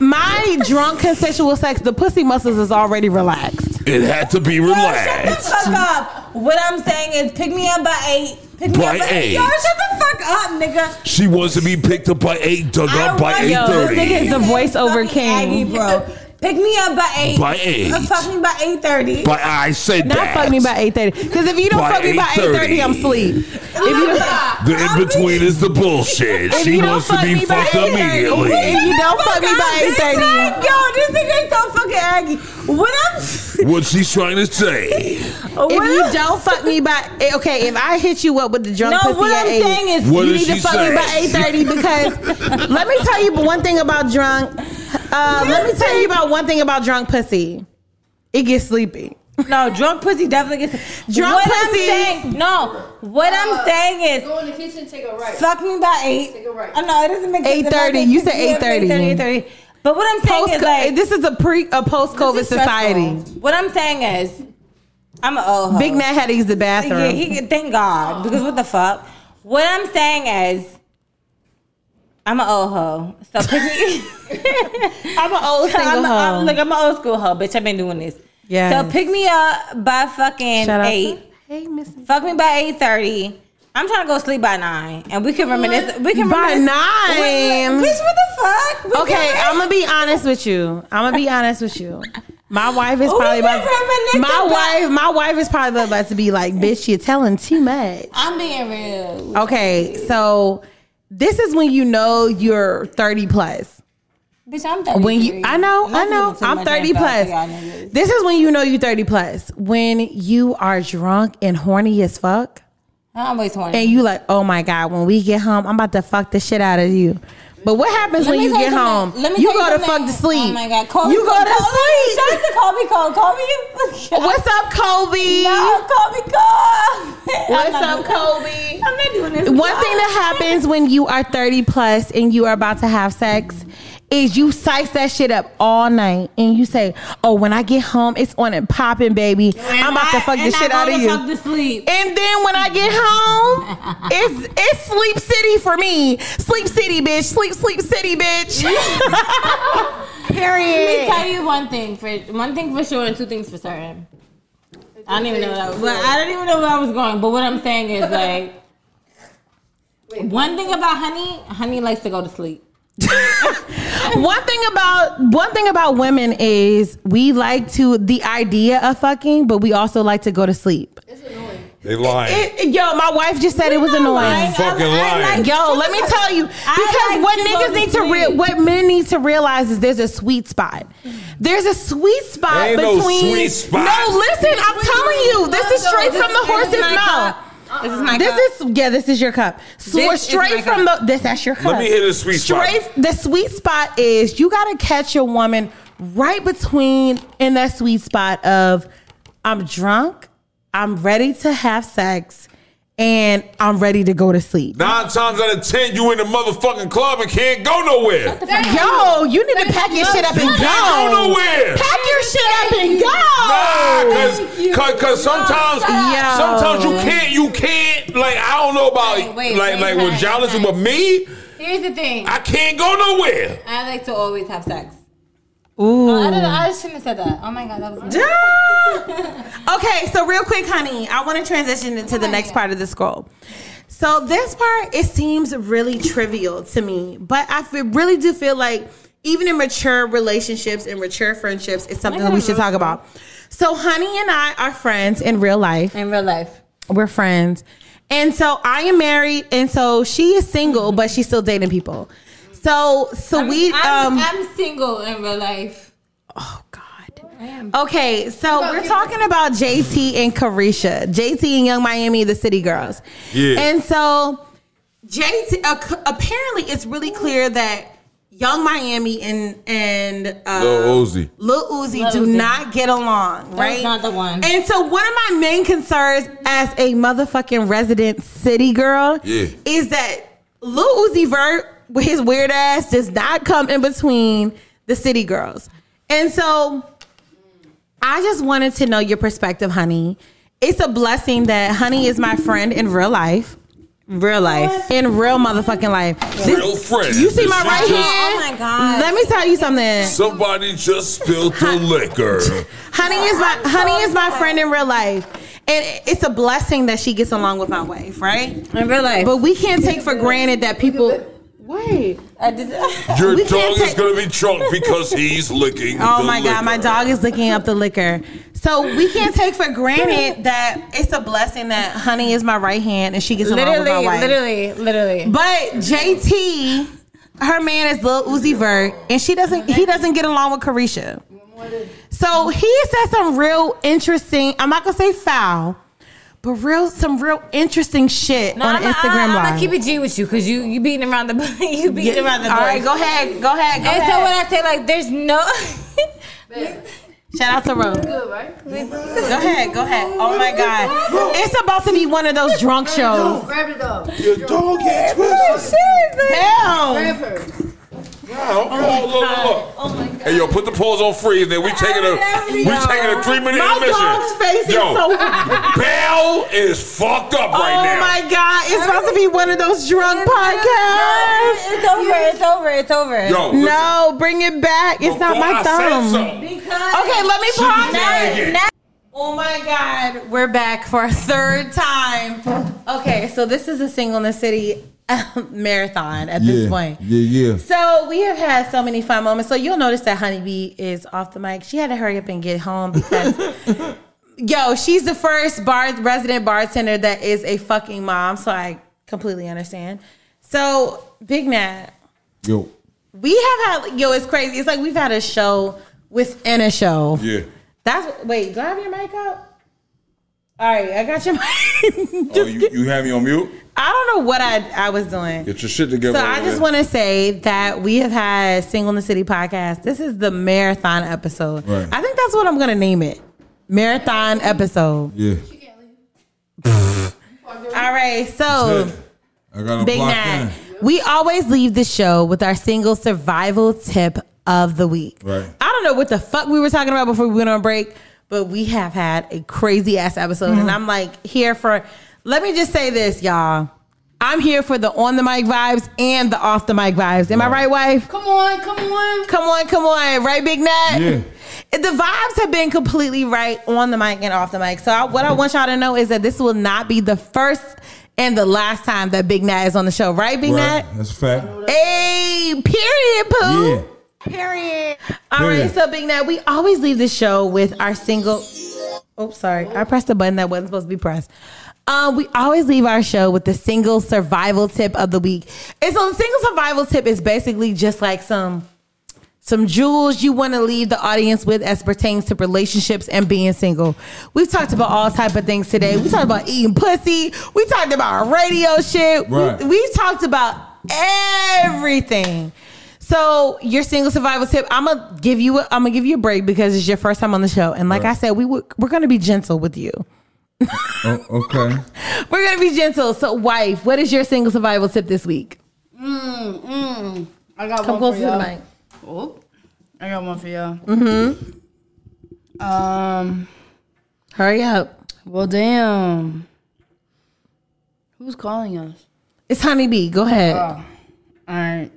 Speaker 7: my drunk consensual sex, the pussy muscles is already relaxed.
Speaker 11: It had to be
Speaker 5: Shut the
Speaker 11: relaxed.
Speaker 5: fuck up. What I'm saying is pick me up by eight. Pick me
Speaker 11: By
Speaker 5: up by
Speaker 11: eight.
Speaker 5: eight. Yo, shut the fuck up, nigga.
Speaker 11: She wants to be picked up by eight, dug up by
Speaker 5: want
Speaker 11: eight
Speaker 5: you.
Speaker 11: thirty.
Speaker 7: this nigga- He's the
Speaker 5: Fucking
Speaker 7: voiceover
Speaker 5: Aggie,
Speaker 7: king.
Speaker 5: bro. Pick me up by eight.
Speaker 11: By eight.
Speaker 5: Uh, Fuck me by eight thirty.
Speaker 11: But I said
Speaker 7: Not
Speaker 11: that.
Speaker 7: fuck me by eight thirty, because if you don't
Speaker 11: By
Speaker 7: fuck me by eight
Speaker 11: 8:30.
Speaker 7: thirty, I'm asleep. If you don't,
Speaker 11: The in between is the bullshit.
Speaker 7: if
Speaker 11: She
Speaker 7: you don't
Speaker 11: wants to
Speaker 7: fuck
Speaker 11: be
Speaker 7: me by
Speaker 11: fucked
Speaker 7: 8:30,
Speaker 11: immediately.
Speaker 7: If you don't fuck me by eight thirty,
Speaker 5: Like, yo, this nigga is so fucking aggy. What I'm,
Speaker 11: What she's trying to say.
Speaker 5: what
Speaker 7: if you
Speaker 5: I'm-
Speaker 7: don't fuck me by eh, okay, if I hit you up with the drunk
Speaker 5: no,
Speaker 7: pussy
Speaker 5: what
Speaker 7: at
Speaker 5: I'm
Speaker 7: eight,
Speaker 5: saying is,
Speaker 11: What
Speaker 7: you
Speaker 11: is
Speaker 7: need to
Speaker 11: she
Speaker 7: fuck me by eight
Speaker 11: saying?
Speaker 7: thirty because let me tell you one thing about drunk. Uh, let me tell you about one thing about drunk pussy. It gets sleepy.
Speaker 5: no, drunk pussy definitely gets
Speaker 7: Drunk
Speaker 5: what
Speaker 7: pussy.
Speaker 5: I'm saying, no, what I'm saying is,
Speaker 4: in the kitchen, take a right.
Speaker 5: fuck me by eight.
Speaker 4: Take a right.
Speaker 5: I know it doesn't make
Speaker 7: 8:30.
Speaker 5: sense. If I
Speaker 7: You
Speaker 5: pick
Speaker 7: said
Speaker 5: me up at
Speaker 7: 8:30.
Speaker 5: 8:30. But what I'm saying
Speaker 7: Post,
Speaker 5: is like
Speaker 7: this is a pre a post COVID
Speaker 5: this is stressful.
Speaker 7: society.
Speaker 5: What I'm saying is, I'm an old hoe.
Speaker 7: Big Nat had to use the bathroom.
Speaker 5: Yeah, he, thank God. Because what the fuck? What I'm saying is, I'm an old hoe. So pick me.
Speaker 7: I'm an old single
Speaker 5: I'm,
Speaker 7: hoe.
Speaker 5: I'm, look, I'm an old school hoe, bitch. I've been doing this.
Speaker 7: Yes.
Speaker 5: So pick me up by fucking
Speaker 7: Shout out to-
Speaker 5: eight.
Speaker 7: Hey, Miss.
Speaker 5: Fuck me by eight thirty. I'm trying to go sleep by nine, and we can reminisce. We can
Speaker 7: By
Speaker 5: reminisce.
Speaker 7: nine?
Speaker 5: We- bitch. What the fuck? We
Speaker 7: Okay,
Speaker 5: can-
Speaker 7: I'm gonna be honest with you. I'm gonna be honest with you. My wife is
Speaker 5: We
Speaker 7: probably about
Speaker 5: just reminisced
Speaker 7: my
Speaker 5: about-
Speaker 7: wife. My wife is probably about to be like, "Bitch, you're telling too much."
Speaker 5: I'm being real.
Speaker 7: Okay, so this is when you know you're 30 plus.
Speaker 5: Bitch, I'm 30.
Speaker 7: When you, I know, I know, I'm 30 plus. This is when you know you're 30 plus. When you are drunk and horny as fuck,
Speaker 5: I'm always horny.
Speaker 7: and you like, oh my god, when we get home, I'm about to fuck the shit out of you. But what happens
Speaker 5: Let
Speaker 7: when
Speaker 5: me
Speaker 7: you
Speaker 5: tell
Speaker 7: get home?
Speaker 5: something. Let me
Speaker 7: you
Speaker 5: tell
Speaker 7: go to fuck
Speaker 5: something.
Speaker 7: to sleep.
Speaker 5: Oh my god, Kobe,
Speaker 7: you go
Speaker 5: Kobe,
Speaker 7: to sleep.
Speaker 5: Shout out to Kobe Cole. Kobe is.
Speaker 7: What's up, Kobe?
Speaker 5: No, Kobe Cole.
Speaker 7: What's
Speaker 5: I'm not
Speaker 7: up,
Speaker 5: doing-
Speaker 7: Kobe?
Speaker 5: I'm not doing this.
Speaker 7: One thing that happens when you are 30 plus and you are about to have sex is you size that shit up all night and you say, Oh, when I get home, it's on and popping, baby. I'm about to fuck the shit out of you.
Speaker 13: Fuck to sleep.
Speaker 7: And then when I get home, it's it's sleep city for me. Sleep city, bitch. Sleep, sleep city, bitch.
Speaker 5: Let me
Speaker 7: Period.
Speaker 5: tell you one thing for one thing for sure and two things for certain. I don't even know. What I, well, I don't even know where I was going, but what I'm saying is like one thing about honey, honey likes to go to sleep.
Speaker 7: One thing about one thing about women is we like to the idea of fucking, but we also like to go to sleep.
Speaker 11: They lying.
Speaker 7: It- yo, my wife just said it was annoying.
Speaker 11: Fucking lying.
Speaker 7: Yo, let me tell you,
Speaker 5: I
Speaker 7: because
Speaker 5: like
Speaker 7: what
Speaker 5: to go
Speaker 7: niggas
Speaker 5: to
Speaker 7: need to
Speaker 5: sleep.
Speaker 7: real, what men need to realize is there's a sweet spot. There's a sweet spot
Speaker 11: Ain't no
Speaker 7: between.
Speaker 11: sweet spot.
Speaker 7: No, listen, I'm telling you, this is straight from the horse's mouth.
Speaker 5: Uh-uh. This is my cup.
Speaker 7: This is yeah. This is your cup. So
Speaker 5: This
Speaker 7: we're
Speaker 5: is
Speaker 7: straight
Speaker 5: my
Speaker 7: from the this. That's your cup.
Speaker 11: me hear the sweet spot.
Speaker 7: straight, The sweet spot is you gotta catch your woman right between in that sweet spot of I'm drunk, I'm ready to have sex, and I'm ready to go to sleep.
Speaker 11: Nine times out of ten, you in the motherfucking club and can't go nowhere.
Speaker 7: Yo, you need to pack your shit up and go.
Speaker 11: Can't go nowhere.
Speaker 7: Pack your shit up and go.
Speaker 11: Nah, cause, cause, cause sometimes,
Speaker 7: Yo.
Speaker 11: sometimes you can't, you can't. Like I don't know about
Speaker 5: Wait, wait,
Speaker 11: like
Speaker 5: wait,
Speaker 11: like with
Speaker 5: wait,
Speaker 11: jealousy,
Speaker 5: wait.
Speaker 11: but me,
Speaker 5: Here's the thing.
Speaker 11: I can't go nowhere.
Speaker 5: I like to always have sex.
Speaker 7: Ooh.
Speaker 5: I don't know. I shouldn't have said that. Oh my god, that was.
Speaker 7: okay, so real quick, honey, I want to transition into
Speaker 11: Oh,
Speaker 7: the next part of the scroll. So this part, it seems really trivial to me, but I fe- really do feel like even in mature relationships and mature friendships, it's something that we should talk about. So, honey and I are friends in real life.
Speaker 5: In real life.
Speaker 7: We're friends. And so I am married, and so she is single, but she's still dating people. So, so we.
Speaker 5: I'm,
Speaker 7: um,
Speaker 5: I'm single in real life.
Speaker 7: Oh God. Okay, so we're talking about JT and Carisha, JT and Young Miami, the City Girls.
Speaker 11: Yeah.
Speaker 7: And so JT uh, c- apparently it's really clear that Young Miami and and uh,
Speaker 11: Lil Uzi.
Speaker 7: Lil Uzi
Speaker 5: Lil
Speaker 7: do
Speaker 5: Uzi.
Speaker 7: not get along, right?
Speaker 5: not the one.
Speaker 7: And so one of my main concerns as a motherfucking resident city girl
Speaker 11: Yeah.
Speaker 7: is that Lil Uzi Vert with his weird ass does not come in between the city girls. And so I just wanted to know your perspective, honey. It's a blessing that honey is my friend in real life.
Speaker 5: Real life.
Speaker 7: In real motherfucking life. This-
Speaker 11: Real friend.
Speaker 7: you see my
Speaker 11: She
Speaker 7: right
Speaker 11: just-
Speaker 7: hand?
Speaker 5: Oh my my god.
Speaker 7: Let me tell you something.
Speaker 11: Somebody just spilled the liquor.
Speaker 7: Honey is my honey is my friend in real life. And it's a blessing that she gets along with my wife, right?
Speaker 5: In real life.
Speaker 7: But we can't take for granted that people wait.
Speaker 5: I did-
Speaker 11: Your
Speaker 7: We can't
Speaker 11: dog is
Speaker 7: take-
Speaker 11: gonna be drunk because he's licking.
Speaker 7: Oh
Speaker 11: the
Speaker 7: my god, my
Speaker 11: liquor.
Speaker 7: dog is licking up the liquor. So we can't take for granted that it's a blessing that honey is my right hand and she gets along with my
Speaker 12: Literally,
Speaker 7: wife.
Speaker 12: literally, literally.
Speaker 7: But JT, her man is Lil Uzi Vert, and she doesn't. He doesn't get along with Carisha. So he said some real interesting. I'm not gonna say foul, but real some real interesting shit on
Speaker 12: I'm
Speaker 7: Instagram
Speaker 12: I'm
Speaker 7: Live.
Speaker 12: gonna keep it G with you because you you beating around the you beating around the bush.
Speaker 7: All right, go ahead, go ahead, go
Speaker 12: And so
Speaker 7: ahead.
Speaker 12: when I say like, there's no.
Speaker 7: Shout out to Rose.
Speaker 4: Good, right?
Speaker 7: Go ahead, go ahead. Oh my God, it's about to be one of those drunk shows.
Speaker 4: Grab it up.
Speaker 9: Your dog is twisted.
Speaker 7: Damn.
Speaker 11: Oh, look, look, look. Hey, yo, put the pause on freeze. Then we taking a we taking a three minute
Speaker 7: My
Speaker 11: intermission.
Speaker 7: dog's face is
Speaker 11: yo,
Speaker 7: so.
Speaker 11: Bell is fucked up right
Speaker 7: oh
Speaker 11: now.
Speaker 7: my God, it's about to be one of those drunk podcasts.
Speaker 12: It's over. It's over. It's over.
Speaker 11: Yo, listen,
Speaker 7: No, bring it back. It's not
Speaker 11: before
Speaker 7: my
Speaker 11: I said
Speaker 7: thumb.
Speaker 11: something,
Speaker 7: Okay, let me pause
Speaker 11: Shenanigans.
Speaker 7: it. Oh my God, we're back for a third time. Okay, so this is a single in the city um, marathon at this point.
Speaker 9: yeah, yeah.
Speaker 7: So we have had so many fun moments. So you'll notice that Honeybee is off the mic. She had to hurry up and get home because. Yo, she's the first bar resident bartender that is a fucking mom, so I completely understand. So, Big Nat,
Speaker 9: Yo,
Speaker 7: we have had yo, it's crazy. It's like we've had a show within a show.
Speaker 11: Yeah.
Speaker 7: That's wait, do I have your mic up? All right, I got your mic.
Speaker 11: Oh, you, you have me on mute?
Speaker 7: I don't know what I I was doing.
Speaker 11: Get your shit together.
Speaker 7: So I just want to say that we have had Single in the City podcast. This is the marathon episode.
Speaker 9: Right.
Speaker 7: I think that's what I'm gonna name it. Marathon episode.
Speaker 9: yeah.
Speaker 7: All right, so
Speaker 9: I got a
Speaker 7: Big
Speaker 9: block
Speaker 7: Nat,
Speaker 9: in.
Speaker 7: we always leave the show with our single survival tip of the week.
Speaker 9: Right.
Speaker 7: I don't know what the fuck we were talking about before we went on break, but we have had a crazy ass episode, and
Speaker 9: Mm.
Speaker 7: I'm like here for. Let me just say this, y'all. I'm here for the on the mic vibes and the off the mic vibes. Am I right, wife?
Speaker 4: Come on, come on.
Speaker 7: Come on, come on, right, Big Nat?
Speaker 9: Yeah.
Speaker 7: The vibes have been completely right on the mic and off the mic. So I, what I want y'all to know is that this will not be the first and the last time that Big Nat is on the show, right, Big
Speaker 9: Right.
Speaker 7: Nat?
Speaker 9: That's a fact.
Speaker 7: Hey, period, poo.
Speaker 9: Yeah.
Speaker 7: Period. All right,
Speaker 9: Period.
Speaker 7: so Big Nat, we always leave the show with our single. Oh, sorry, I pressed a button that wasn't supposed to be pressed. Um, we always leave our show with the single survival tip of the week. And so the single survival tip is basically just like some some jewels you want to leave the audience with as pertains to relationships and being single. We've talked about all type of things today. We talked about eating pussy. We talked about radio shit. We-
Speaker 9: Right.
Speaker 7: We, talked about everything. So your single survival tip, I'm gonna give you. A, I'm gonna give you a break because it's your first time on the show, and like I said, we w- we're gonna be gentle with you.
Speaker 9: Oh, okay.
Speaker 7: We're gonna be gentle. So, wife, what is your single survival tip this week?
Speaker 4: Mm, mm. I got
Speaker 7: Come
Speaker 4: one
Speaker 7: close
Speaker 4: for
Speaker 7: to the
Speaker 4: y'all.
Speaker 7: mic.
Speaker 4: Oh, I got one for y'all. Mm-hmm. Um.
Speaker 7: Hurry up.
Speaker 4: Well, damn. Who's calling us?
Speaker 7: It's Honeybee. Go ahead.
Speaker 4: All right.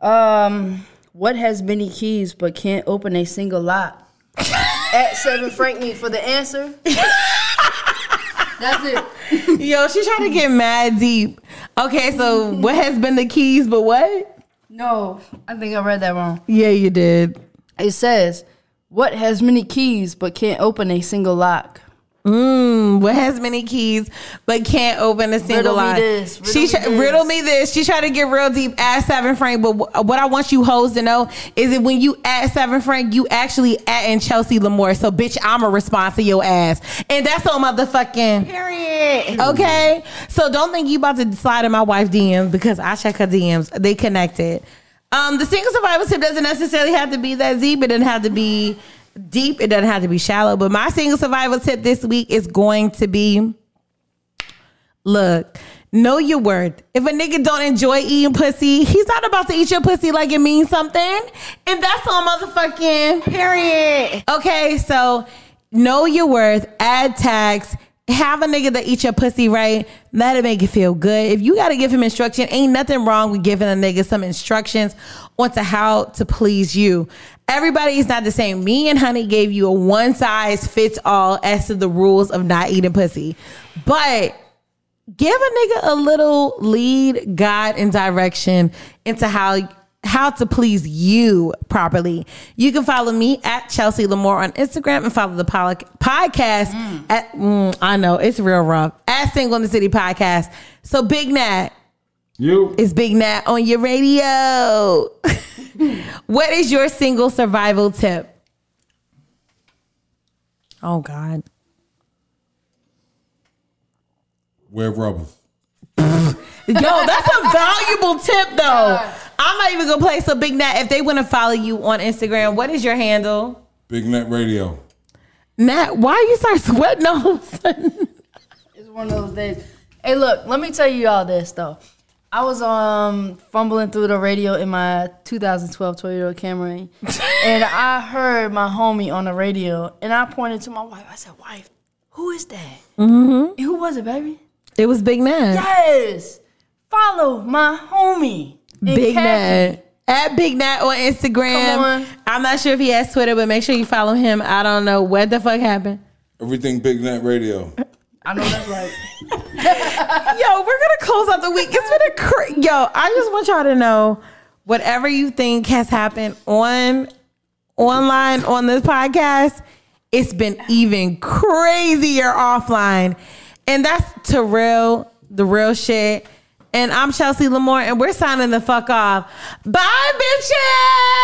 Speaker 4: Um. What has many keys but can't open a single lock? At seven, Frank me for the answer. That's it.
Speaker 7: Yo, she trying to get mad deep. Okay, so what has been the keys, but what?
Speaker 4: No, I think I read that wrong.
Speaker 7: Yeah, you did.
Speaker 4: It says, "What has many keys but can't open a single lock?"
Speaker 7: Mm, what has many keys but can't open a single
Speaker 4: Riddle me
Speaker 7: lock?
Speaker 4: this, riddle
Speaker 7: she
Speaker 4: me
Speaker 7: tr-
Speaker 4: this.
Speaker 7: riddle me this. She tried to get real deep. Ask Seven Frank, but wh- what I want you hoes to know is that when you ask Seven Frank, you actually at in Chelsea Lamore. So bitch, I'ma respond to your ass, and that's on motherfucking period. Okay, so don't think you about to slide in my wife DMs because I check her DMs. They connected. Um, the single survival tip doesn't necessarily have to be that deep. It doesn't have to be deep. It doesn't have to be shallow. But my single survival tip this week is going to be look. Know your worth. If a nigga don't enjoy eating pussy, he's not about to eat your pussy like it means something. And that's on motherfucking period. Okay, so know your worth, add tags, have a nigga that eat your pussy right. That'll make you feel good. If you gotta give him instruction, ain't nothing wrong with giving a nigga some instructions on to how to please you. Everybody's not the same. Me and Honey gave you a one size fits all as to the rules of not eating pussy. But give a nigga a little lead, guide, and direction into how how to please you properly. You can follow me at Chelsea Lamore on Instagram and follow the pol- podcast at mm, I know it's real rough at Single in the City podcast. So Big Nat,
Speaker 9: You.
Speaker 7: it's Big Nat on your radio. what is your single survival tip? Oh God.
Speaker 9: Wear rubber.
Speaker 7: Yo, that's a valuable tip though. I'm not even gonna play so big Nat. If they want to follow you on Instagram, what is your handle?
Speaker 9: Big Net Radio.
Speaker 7: Nat, why you start sweating all of a sudden?
Speaker 4: It's one of those days. Hey, look, let me tell you all this though. I was um fumbling through the radio in my 2012 Toyota Camry, and I heard my homie on the radio, and I pointed to my wife. I said, "Wife, who is that? Mm-hmm. who was it, baby?
Speaker 7: It was Big Nat.
Speaker 4: Yes, follow my homie, And
Speaker 7: Big
Speaker 4: Kathy-
Speaker 7: Nat. At Big Nat on Instagram.
Speaker 4: Come on.
Speaker 7: I'm not sure if he has Twitter, but make sure you follow him. I don't know what the fuck happened.
Speaker 9: Everything Big Net Radio.
Speaker 4: I know that's right.
Speaker 7: Yo, we're gonna close out the week. It's been a cra- yo. I just want y'all to know whatever you think has happened on online on this podcast, it's been even crazier offline, and that's to real the real shit. And I'm Chelsea Lamore, and we're signing the fuck off. Bye, bitches.